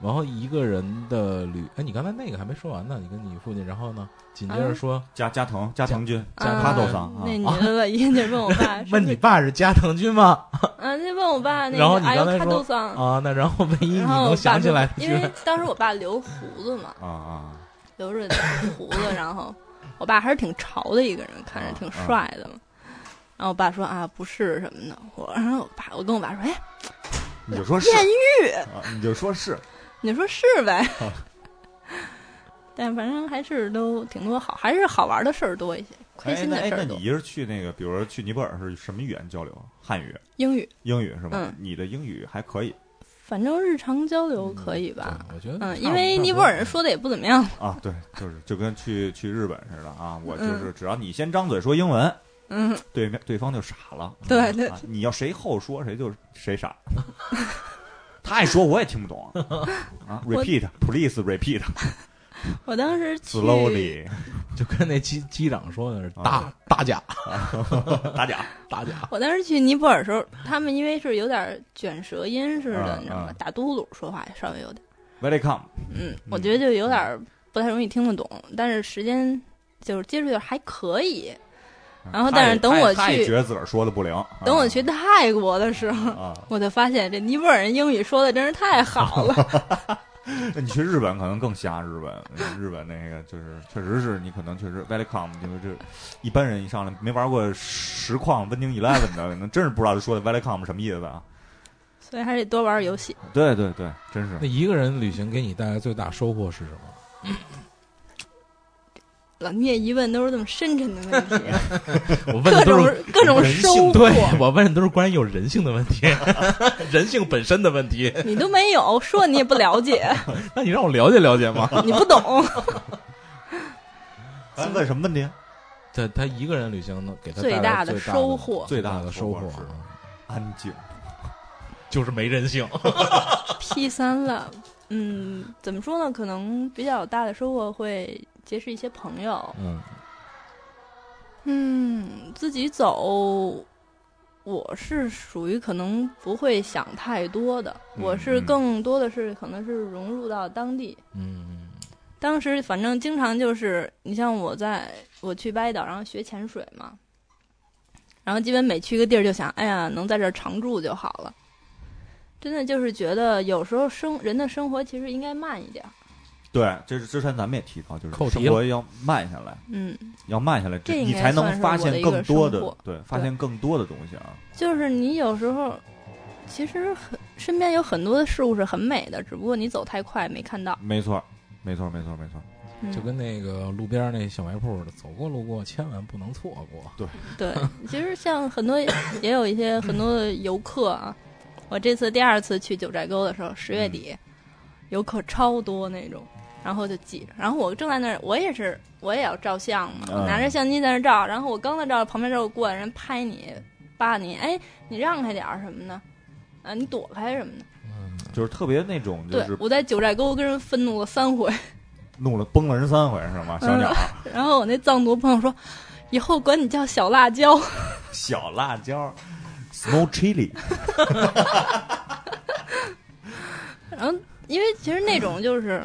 Speaker 2: 然后一个人的旅，哎，你刚才那个还没说完呢，你跟你父亲，然后呢，紧接
Speaker 3: 嗯
Speaker 2: 着说，
Speaker 1: 加加藤加藤 君
Speaker 3: 啊
Speaker 1: 加豆桑啊
Speaker 3: 那女的吧，一个劲儿问我爸，是不是
Speaker 2: 问你爸是加藤君吗？
Speaker 3: 嗯，就问我爸那
Speaker 2: 然后
Speaker 3: 个
Speaker 2: 你
Speaker 3: 哎呦
Speaker 2: 刚才
Speaker 3: 卡
Speaker 2: 说
Speaker 3: 豆桑，
Speaker 2: 啊，那然后万一你
Speaker 3: 然后我
Speaker 2: 能
Speaker 3: 爸
Speaker 2: 想起
Speaker 3: 说
Speaker 2: 来，
Speaker 3: 因为当时我爸留胡子嘛，
Speaker 1: 啊啊
Speaker 3: 留着胡子，然后我爸还是挺潮的一个人，看着
Speaker 2: 啊
Speaker 3: 挺帅的嘛。然后我爸说啊，不是什么的，我然后我爸我跟我爸说，哎，
Speaker 1: 你就说是，
Speaker 3: 艳遇，
Speaker 1: 啊你就说是
Speaker 3: 你说是呗？
Speaker 2: 啊
Speaker 3: 但反正还是都挺多好，还是好玩的事儿多一些， 开
Speaker 1: 哎，
Speaker 3: 心
Speaker 1: 那
Speaker 3: 的
Speaker 1: 哎
Speaker 3: 事，
Speaker 1: 那
Speaker 3: 儿
Speaker 1: 你
Speaker 3: 多。
Speaker 1: 一人去那个，比如说去尼泊尔是什么语言交流？汉语、
Speaker 3: 英语，
Speaker 1: 英语是吗
Speaker 3: 嗯？
Speaker 1: 你的英语还可以
Speaker 3: 反正日常交流可以吧？
Speaker 2: 嗯对我觉得差不
Speaker 3: 嗯，
Speaker 2: 多，
Speaker 3: 因为
Speaker 2: 差不
Speaker 3: 尼
Speaker 2: 多
Speaker 3: 泊尔人说的也不怎么样。
Speaker 1: 啊？对，就是就跟去去日本似的啊，我就
Speaker 3: 嗯
Speaker 1: 是只要你先张嘴说英文，
Speaker 3: 嗯，
Speaker 1: 对面对方就傻了。
Speaker 3: 对对
Speaker 1: 啊，你要谁后说谁就谁傻。 他爱说我也听不懂啊。Repeat, please repeat
Speaker 3: 我当时去
Speaker 1: slowly。
Speaker 2: 就跟那机机长说的是
Speaker 1: 啊
Speaker 2: 大大甲
Speaker 1: 打假
Speaker 2: 大甲，
Speaker 3: 我当时去尼泊尔的时候，他们因为是有点卷舌音似的，
Speaker 2: 啊
Speaker 1: 嗯
Speaker 3: 你知道吗
Speaker 1: 嗯？
Speaker 3: 打嘟噜说话稍微有点，
Speaker 1: ，welcome
Speaker 3: 嗯，我觉得就有点不太容易听得懂，但是时间就是接触就还可以。
Speaker 2: 啊
Speaker 1: 嗯。
Speaker 3: 然后
Speaker 1: 他也
Speaker 3: 但是等我
Speaker 1: 他也
Speaker 3: 去
Speaker 1: 觉得自个儿说的不灵。啊
Speaker 3: 等我去泰国的时候，
Speaker 1: 啊，
Speaker 3: 我就发现这尼泊尔人英语说的真是太 好了。
Speaker 1: 那你去日本可能更瞎。日本， 日本那个就是，确实是你可能确实 welcome，就是这一般人一上来没玩过实况 Winning Eleven 的，可能真是不知道他说的 welcome 什么意思啊。
Speaker 3: 所以还得多玩游戏。
Speaker 1: 对对对，真是
Speaker 2: 那一个人旅行给你带来最大收获是什么？
Speaker 3: 老聂一问都是这么深沉的问题，
Speaker 2: 我 问的
Speaker 3: 各
Speaker 2: 都
Speaker 3: 种
Speaker 2: 是
Speaker 3: 各种收获
Speaker 2: 对，我问的都是关于有人性的问题， 人性本身的问题。
Speaker 3: 你都没有，说你也不了解，
Speaker 2: 那你让我了解了解吗？
Speaker 3: 你不 懂。
Speaker 1: 哎问什么问题？
Speaker 2: 他他一个人旅行能给他带来
Speaker 3: 最大的
Speaker 2: 最
Speaker 3: 收获
Speaker 2: 最大
Speaker 1: 最大的
Speaker 2: 的
Speaker 1: 收
Speaker 2: 收
Speaker 1: 获
Speaker 2: 获
Speaker 1: 是
Speaker 2: 啊
Speaker 1: 安静。
Speaker 2: 就是没人性。
Speaker 3: P 三了，嗯，怎么说呢？可能比较大的收获会结识一些朋友，
Speaker 2: 嗯，
Speaker 3: 嗯，自己走，我是属于可能不会想太多的，我是
Speaker 1: 嗯
Speaker 3: 更多的是可能是融入到当地。
Speaker 2: 嗯，
Speaker 3: 当时反正经常就是，你像我在我去巴厘岛，然后学潜水嘛，然后基本每去一个地儿就想，哎呀，能在这儿常住就好了。真的就是觉得有时候生人的生活其实应该慢一点儿，
Speaker 1: 对，这是之前咱们也提到，就是
Speaker 2: 扣题
Speaker 1: 生
Speaker 2: 了
Speaker 1: 活要慢下来，
Speaker 3: 嗯，
Speaker 1: 要慢下来，
Speaker 3: 这应
Speaker 1: 你
Speaker 3: 该
Speaker 1: 才能
Speaker 3: 算是
Speaker 1: 发
Speaker 3: 我的
Speaker 1: 现
Speaker 3: 一
Speaker 1: 更
Speaker 3: 个
Speaker 1: 多
Speaker 3: 收
Speaker 1: 的
Speaker 3: 获
Speaker 1: 对，发
Speaker 3: 对
Speaker 1: 现更多的东西啊。
Speaker 3: 就是你有时候其实很身边有很多的事物是很美的，只不过你走太快没看到。
Speaker 1: 没错，没错，没错，没错。
Speaker 3: 嗯、
Speaker 2: 就跟那个路边那小卖铺的，走过路过千万不能错过。
Speaker 3: 对，其实像很多也有一些很多的游客啊，我这次第二次去九寨沟的时候，十月底，游客超多那种，然后就记着。然后我正在那儿，我也是，我也要照相嘛，
Speaker 1: 嗯
Speaker 3: 我拿着相机在那儿照。然后我刚在照，旁边就过来人拍你，扒你，哎，你让开点儿什么的，啊，你躲开什么的。
Speaker 1: 嗯就是特别那种，就
Speaker 3: 对
Speaker 1: 是，
Speaker 3: 我在九寨沟跟人愤怒了三回，
Speaker 1: 怒了崩了人三回是吗？小 鸟儿，
Speaker 3: 然后我那藏族朋友说，以后管你叫小辣椒。
Speaker 1: 小辣椒，snow chili，
Speaker 3: 然后，因为其实那种就是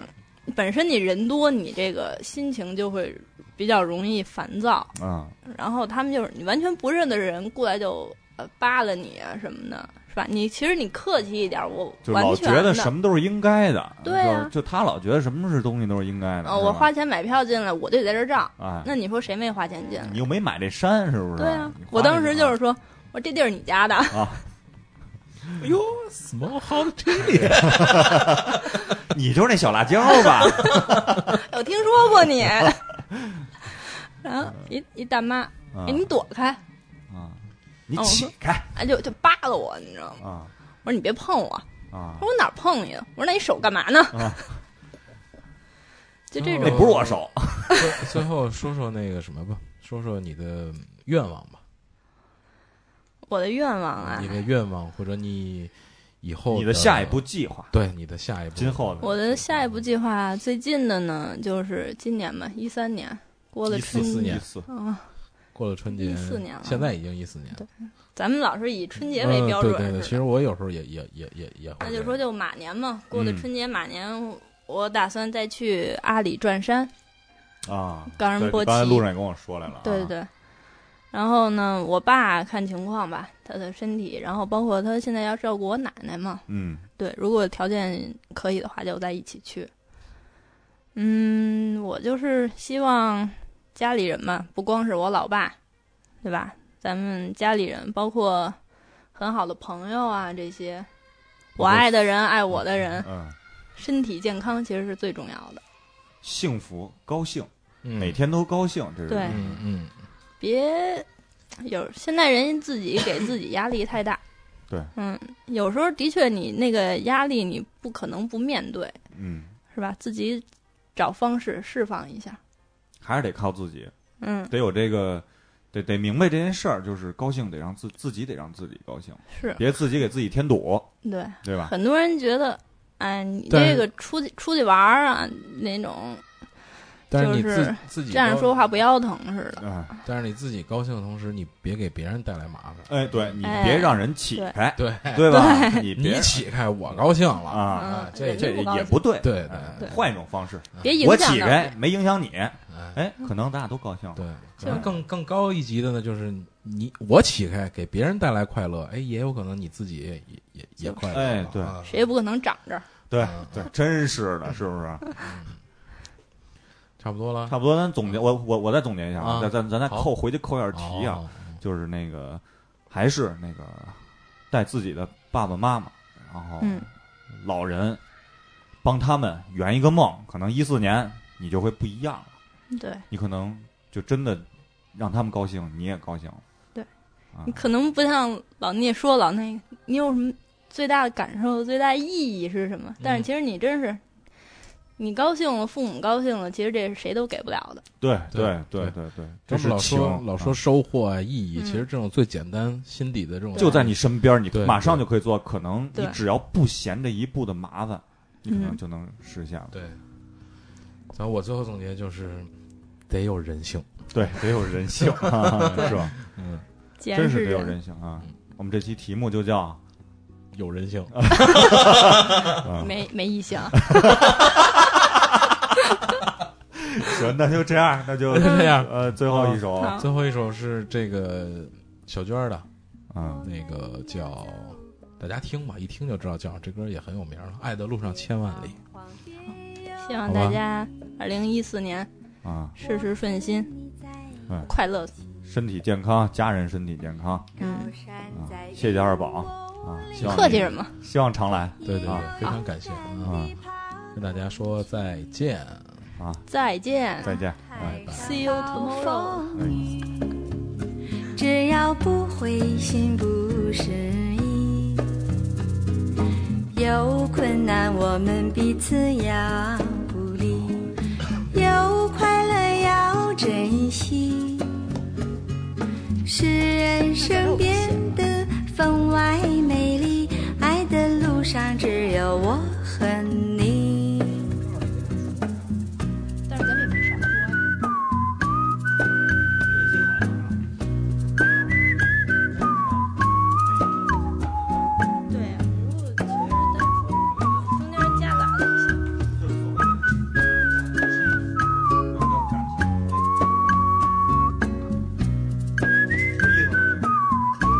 Speaker 3: 本身你人多，你这个心情就会比较容易烦躁。
Speaker 1: 啊，
Speaker 3: 然后他们就是你完全不认得的人过来就呃扒拉你啊什么的，是吧？你其实你客气一点，我
Speaker 1: 就
Speaker 3: 完
Speaker 1: 老
Speaker 3: 全
Speaker 1: 觉
Speaker 3: 的。
Speaker 1: 得什么都是应该的，
Speaker 3: 对啊
Speaker 1: 就是就他老觉得什么是东西都是应该的，
Speaker 3: 呃
Speaker 1: 是
Speaker 3: 我
Speaker 1: 吧
Speaker 3: 花钱买票进来，我就得在这儿照。
Speaker 1: 哎，
Speaker 3: 那你说谁没花钱进来
Speaker 1: 你？又没买这山是不是？
Speaker 3: 对啊
Speaker 1: 你花，
Speaker 3: 我当时
Speaker 1: 这个
Speaker 3: 就是说，我说这地儿你家的，
Speaker 2: 哟，small hot chili，
Speaker 1: 你就是那小辣椒 吧？
Speaker 3: 有听说过 你。然后一一大妈，
Speaker 1: 啊
Speaker 3: 哎，你躲开，
Speaker 1: 啊，你
Speaker 3: 哦我
Speaker 1: 起
Speaker 3: 说
Speaker 1: 开
Speaker 3: 哎，就就扒拉我，你知道吗？
Speaker 1: 啊
Speaker 3: 我说你别碰我，
Speaker 1: 啊
Speaker 3: 我！说我哪儿碰你了？啊我说那你手干嘛呢？
Speaker 1: 啊 哦
Speaker 3: 就这
Speaker 1: 那
Speaker 3: 种，
Speaker 1: 不是我手，
Speaker 2: 最后说说那个什么吧，说说你的愿望吧，
Speaker 3: 我的愿望啊
Speaker 2: 你，的愿望或者你以后
Speaker 1: 你的下一步，计划，
Speaker 2: 对你的下一步，嗯
Speaker 1: 今后的
Speaker 3: 我的下一步计划最近的呢，就是今年吧，一三年过了春
Speaker 2: 14年
Speaker 1: 一次
Speaker 3: 啊，
Speaker 2: 过了春节，
Speaker 3: 14年了
Speaker 2: 现在已经一四年了，
Speaker 3: 咱们老是以春节为标准
Speaker 2: 嗯对对对，其
Speaker 3: 似的
Speaker 2: 实我有时候也也也也也会这
Speaker 3: 那
Speaker 2: 样，
Speaker 3: 就说就马年嘛，过了
Speaker 1: 嗯
Speaker 3: 春节马年，我打算再去阿里转山，
Speaker 1: 啊，
Speaker 3: 冈仁
Speaker 1: 对
Speaker 3: 波
Speaker 1: 刚才
Speaker 3: 齐
Speaker 1: 路上也跟我说来了，啊
Speaker 3: 对对，对。然后呢，我爸看情况吧，他的身体，然后包括他现在要照顾我奶奶嘛，
Speaker 1: 嗯，
Speaker 3: 对，如果条件可以的话，就再一起去。嗯，我就是希望家里人嘛，不光是我老爸，对吧？咱们家里人，包括很好的朋友啊，这些我爱的人、爱我的人，
Speaker 1: 嗯，
Speaker 3: 身体健康其实是最重要的。
Speaker 1: 幸福高兴，
Speaker 2: 嗯
Speaker 1: 每天都高兴，这是。
Speaker 3: 对
Speaker 2: 嗯嗯，
Speaker 3: 别有现在人自己给自己压力太大
Speaker 1: 对，
Speaker 3: 嗯，有时候的确你那个压力你不可能不面对，
Speaker 1: 嗯，
Speaker 3: 是吧？自己找方式释放一下。
Speaker 1: 还是得靠自己，
Speaker 3: 嗯，
Speaker 1: 得有这个，得得明白这件事儿，就是高兴得让自自己得让自己高兴，
Speaker 3: 是
Speaker 1: 别自己给自己添堵，
Speaker 3: 对。
Speaker 1: 对吧？
Speaker 3: 很多人觉得，哎，你
Speaker 2: 但是
Speaker 3: 这个出去出去玩儿啊，那种
Speaker 2: 但是你
Speaker 3: 就
Speaker 2: 自、
Speaker 3: 是
Speaker 2: 自己
Speaker 3: 站着
Speaker 2: 高
Speaker 3: 说话不腰疼似的。
Speaker 1: 嗯，
Speaker 2: 但是你自己高兴的同时，你别给别人带来麻烦。
Speaker 1: 哎，对你
Speaker 3: 哎
Speaker 1: 别让人起
Speaker 3: 对
Speaker 1: 开，
Speaker 2: 对，
Speaker 1: 对吧？你
Speaker 2: 你
Speaker 1: 别
Speaker 2: 起开，我高兴了。
Speaker 1: 啊，
Speaker 2: 啊
Speaker 3: 嗯，
Speaker 2: 这
Speaker 3: 人家
Speaker 1: 这
Speaker 3: 高
Speaker 1: 也
Speaker 3: 兴
Speaker 1: 不对，
Speaker 2: 对对
Speaker 1: 哎
Speaker 2: 对
Speaker 1: 换一种方式，
Speaker 3: 别影
Speaker 1: 我
Speaker 3: 响
Speaker 1: 起
Speaker 3: 到
Speaker 1: 开
Speaker 3: 别
Speaker 1: 没影响你，
Speaker 2: 哎，
Speaker 1: 哎，可能大家都高兴了。
Speaker 2: 对，可
Speaker 3: 就
Speaker 2: 能
Speaker 3: 是
Speaker 2: 更更高一级的呢，就是你我起开，给别人带来快乐，哎，也有可能你自己也也也也快乐了。
Speaker 1: 哎对
Speaker 2: 啊
Speaker 3: 谁也不可能长着。
Speaker 1: 对
Speaker 2: 嗯
Speaker 1: 对，真是的，是不是？
Speaker 2: 差不多了。
Speaker 1: 差不多，咱总结，我我我再总结一下
Speaker 2: 啊
Speaker 1: 咱咱咱再
Speaker 2: 好
Speaker 1: 扣回去扣一下题啊，
Speaker 2: 哦，
Speaker 1: 就是那个还是那个带自己的爸爸妈妈，然后
Speaker 3: 嗯，
Speaker 1: 老人帮他们圆一个梦，可能一四年你就会不一样了，
Speaker 3: 对
Speaker 1: 你可能就真的让他们高兴，你也高兴了。
Speaker 3: 对
Speaker 1: 啊，
Speaker 3: 你可能不像老聂说老那个，你有什么最大的感受、最大意义是什么？
Speaker 1: 嗯
Speaker 3: 但是其实你真是，你高兴了，父母高兴了，其实这是谁都给不了的。
Speaker 1: 对
Speaker 2: 对
Speaker 1: 对
Speaker 2: 对
Speaker 1: 对对，这
Speaker 2: 咱们
Speaker 1: 是
Speaker 2: 老说
Speaker 1: 情
Speaker 2: 老
Speaker 1: 啊
Speaker 2: 说收获啊、意义，
Speaker 3: 嗯
Speaker 2: 其实这种最简单心底的这种，
Speaker 1: 啊就在你身边，你
Speaker 2: 对
Speaker 1: 马上就可以做到。可能你
Speaker 3: 对嗯
Speaker 1: 只要不嫌这一步的麻烦，你可能就能实现 了。
Speaker 2: 对。然后我最后总结就是，得有人性。
Speaker 1: 对， 得有人性，啊是 吧？
Speaker 2: 嗯，
Speaker 3: 既然
Speaker 1: 真是得有
Speaker 3: 人，
Speaker 1: 人性啊！我们这期题目就叫
Speaker 2: 有人性。
Speaker 1: 呃
Speaker 3: 没没异想。
Speaker 1: 行，那就这样，那 就
Speaker 2: 这样
Speaker 1: 呃，最后一首，
Speaker 3: 好
Speaker 2: 最后一首是这个小娟儿的，
Speaker 1: 嗯，
Speaker 2: 那个叫大家听吧，一听就知道叫这歌也很有名了，《爱的路上千万里》。
Speaker 3: 希望
Speaker 2: 好吧
Speaker 3: 大家二零一四年
Speaker 1: 啊，
Speaker 3: 事事顺心
Speaker 1: 嗯，
Speaker 3: 快乐。
Speaker 1: 身体健康，家人身体健康
Speaker 3: 嗯，
Speaker 1: 啊！谢谢二宝啊，希望
Speaker 3: 客气
Speaker 1: 你
Speaker 3: 什么？
Speaker 1: 希望常来
Speaker 2: 对对对，
Speaker 1: 啊
Speaker 2: 非常感谢啊
Speaker 1: 啊！
Speaker 2: 跟大家说再见，
Speaker 1: 啊！
Speaker 3: 再见
Speaker 1: 再见，啊哎
Speaker 2: 拜拜。
Speaker 3: ，See you tomorrow。
Speaker 6: 只要不灰心不失意，有困难我们彼此要鼓励。珍惜，使人生变得分外美丽。爱的路上只有我和你。
Speaker 7: 但是咱们也没少说。
Speaker 3: 对呀、如果其实咱中间夹杂了一下，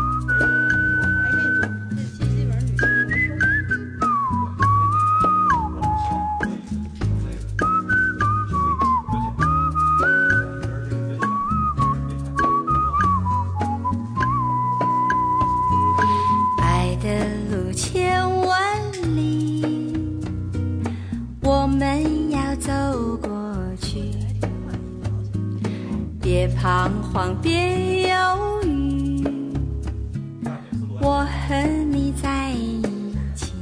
Speaker 3: 还可以做。这期基本上女性没说话。
Speaker 6: 爱的路千万里，我们要走过去，别彷徨，别犹豫，我和你在一起。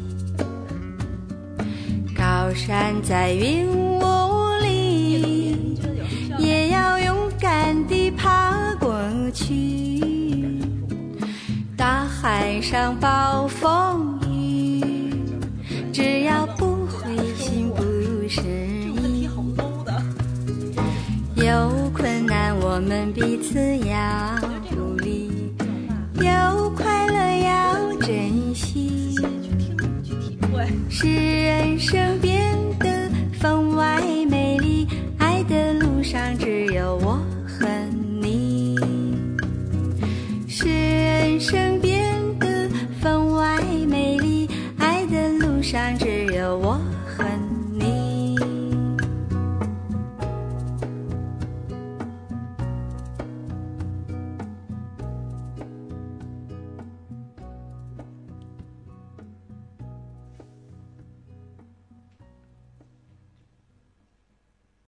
Speaker 6: 高山在云雾里，也要勇敢地爬过去。大海上暴风雨，只要不灰心不失意。有困难我们彼此要鼓励，有快乐要珍惜，使人生变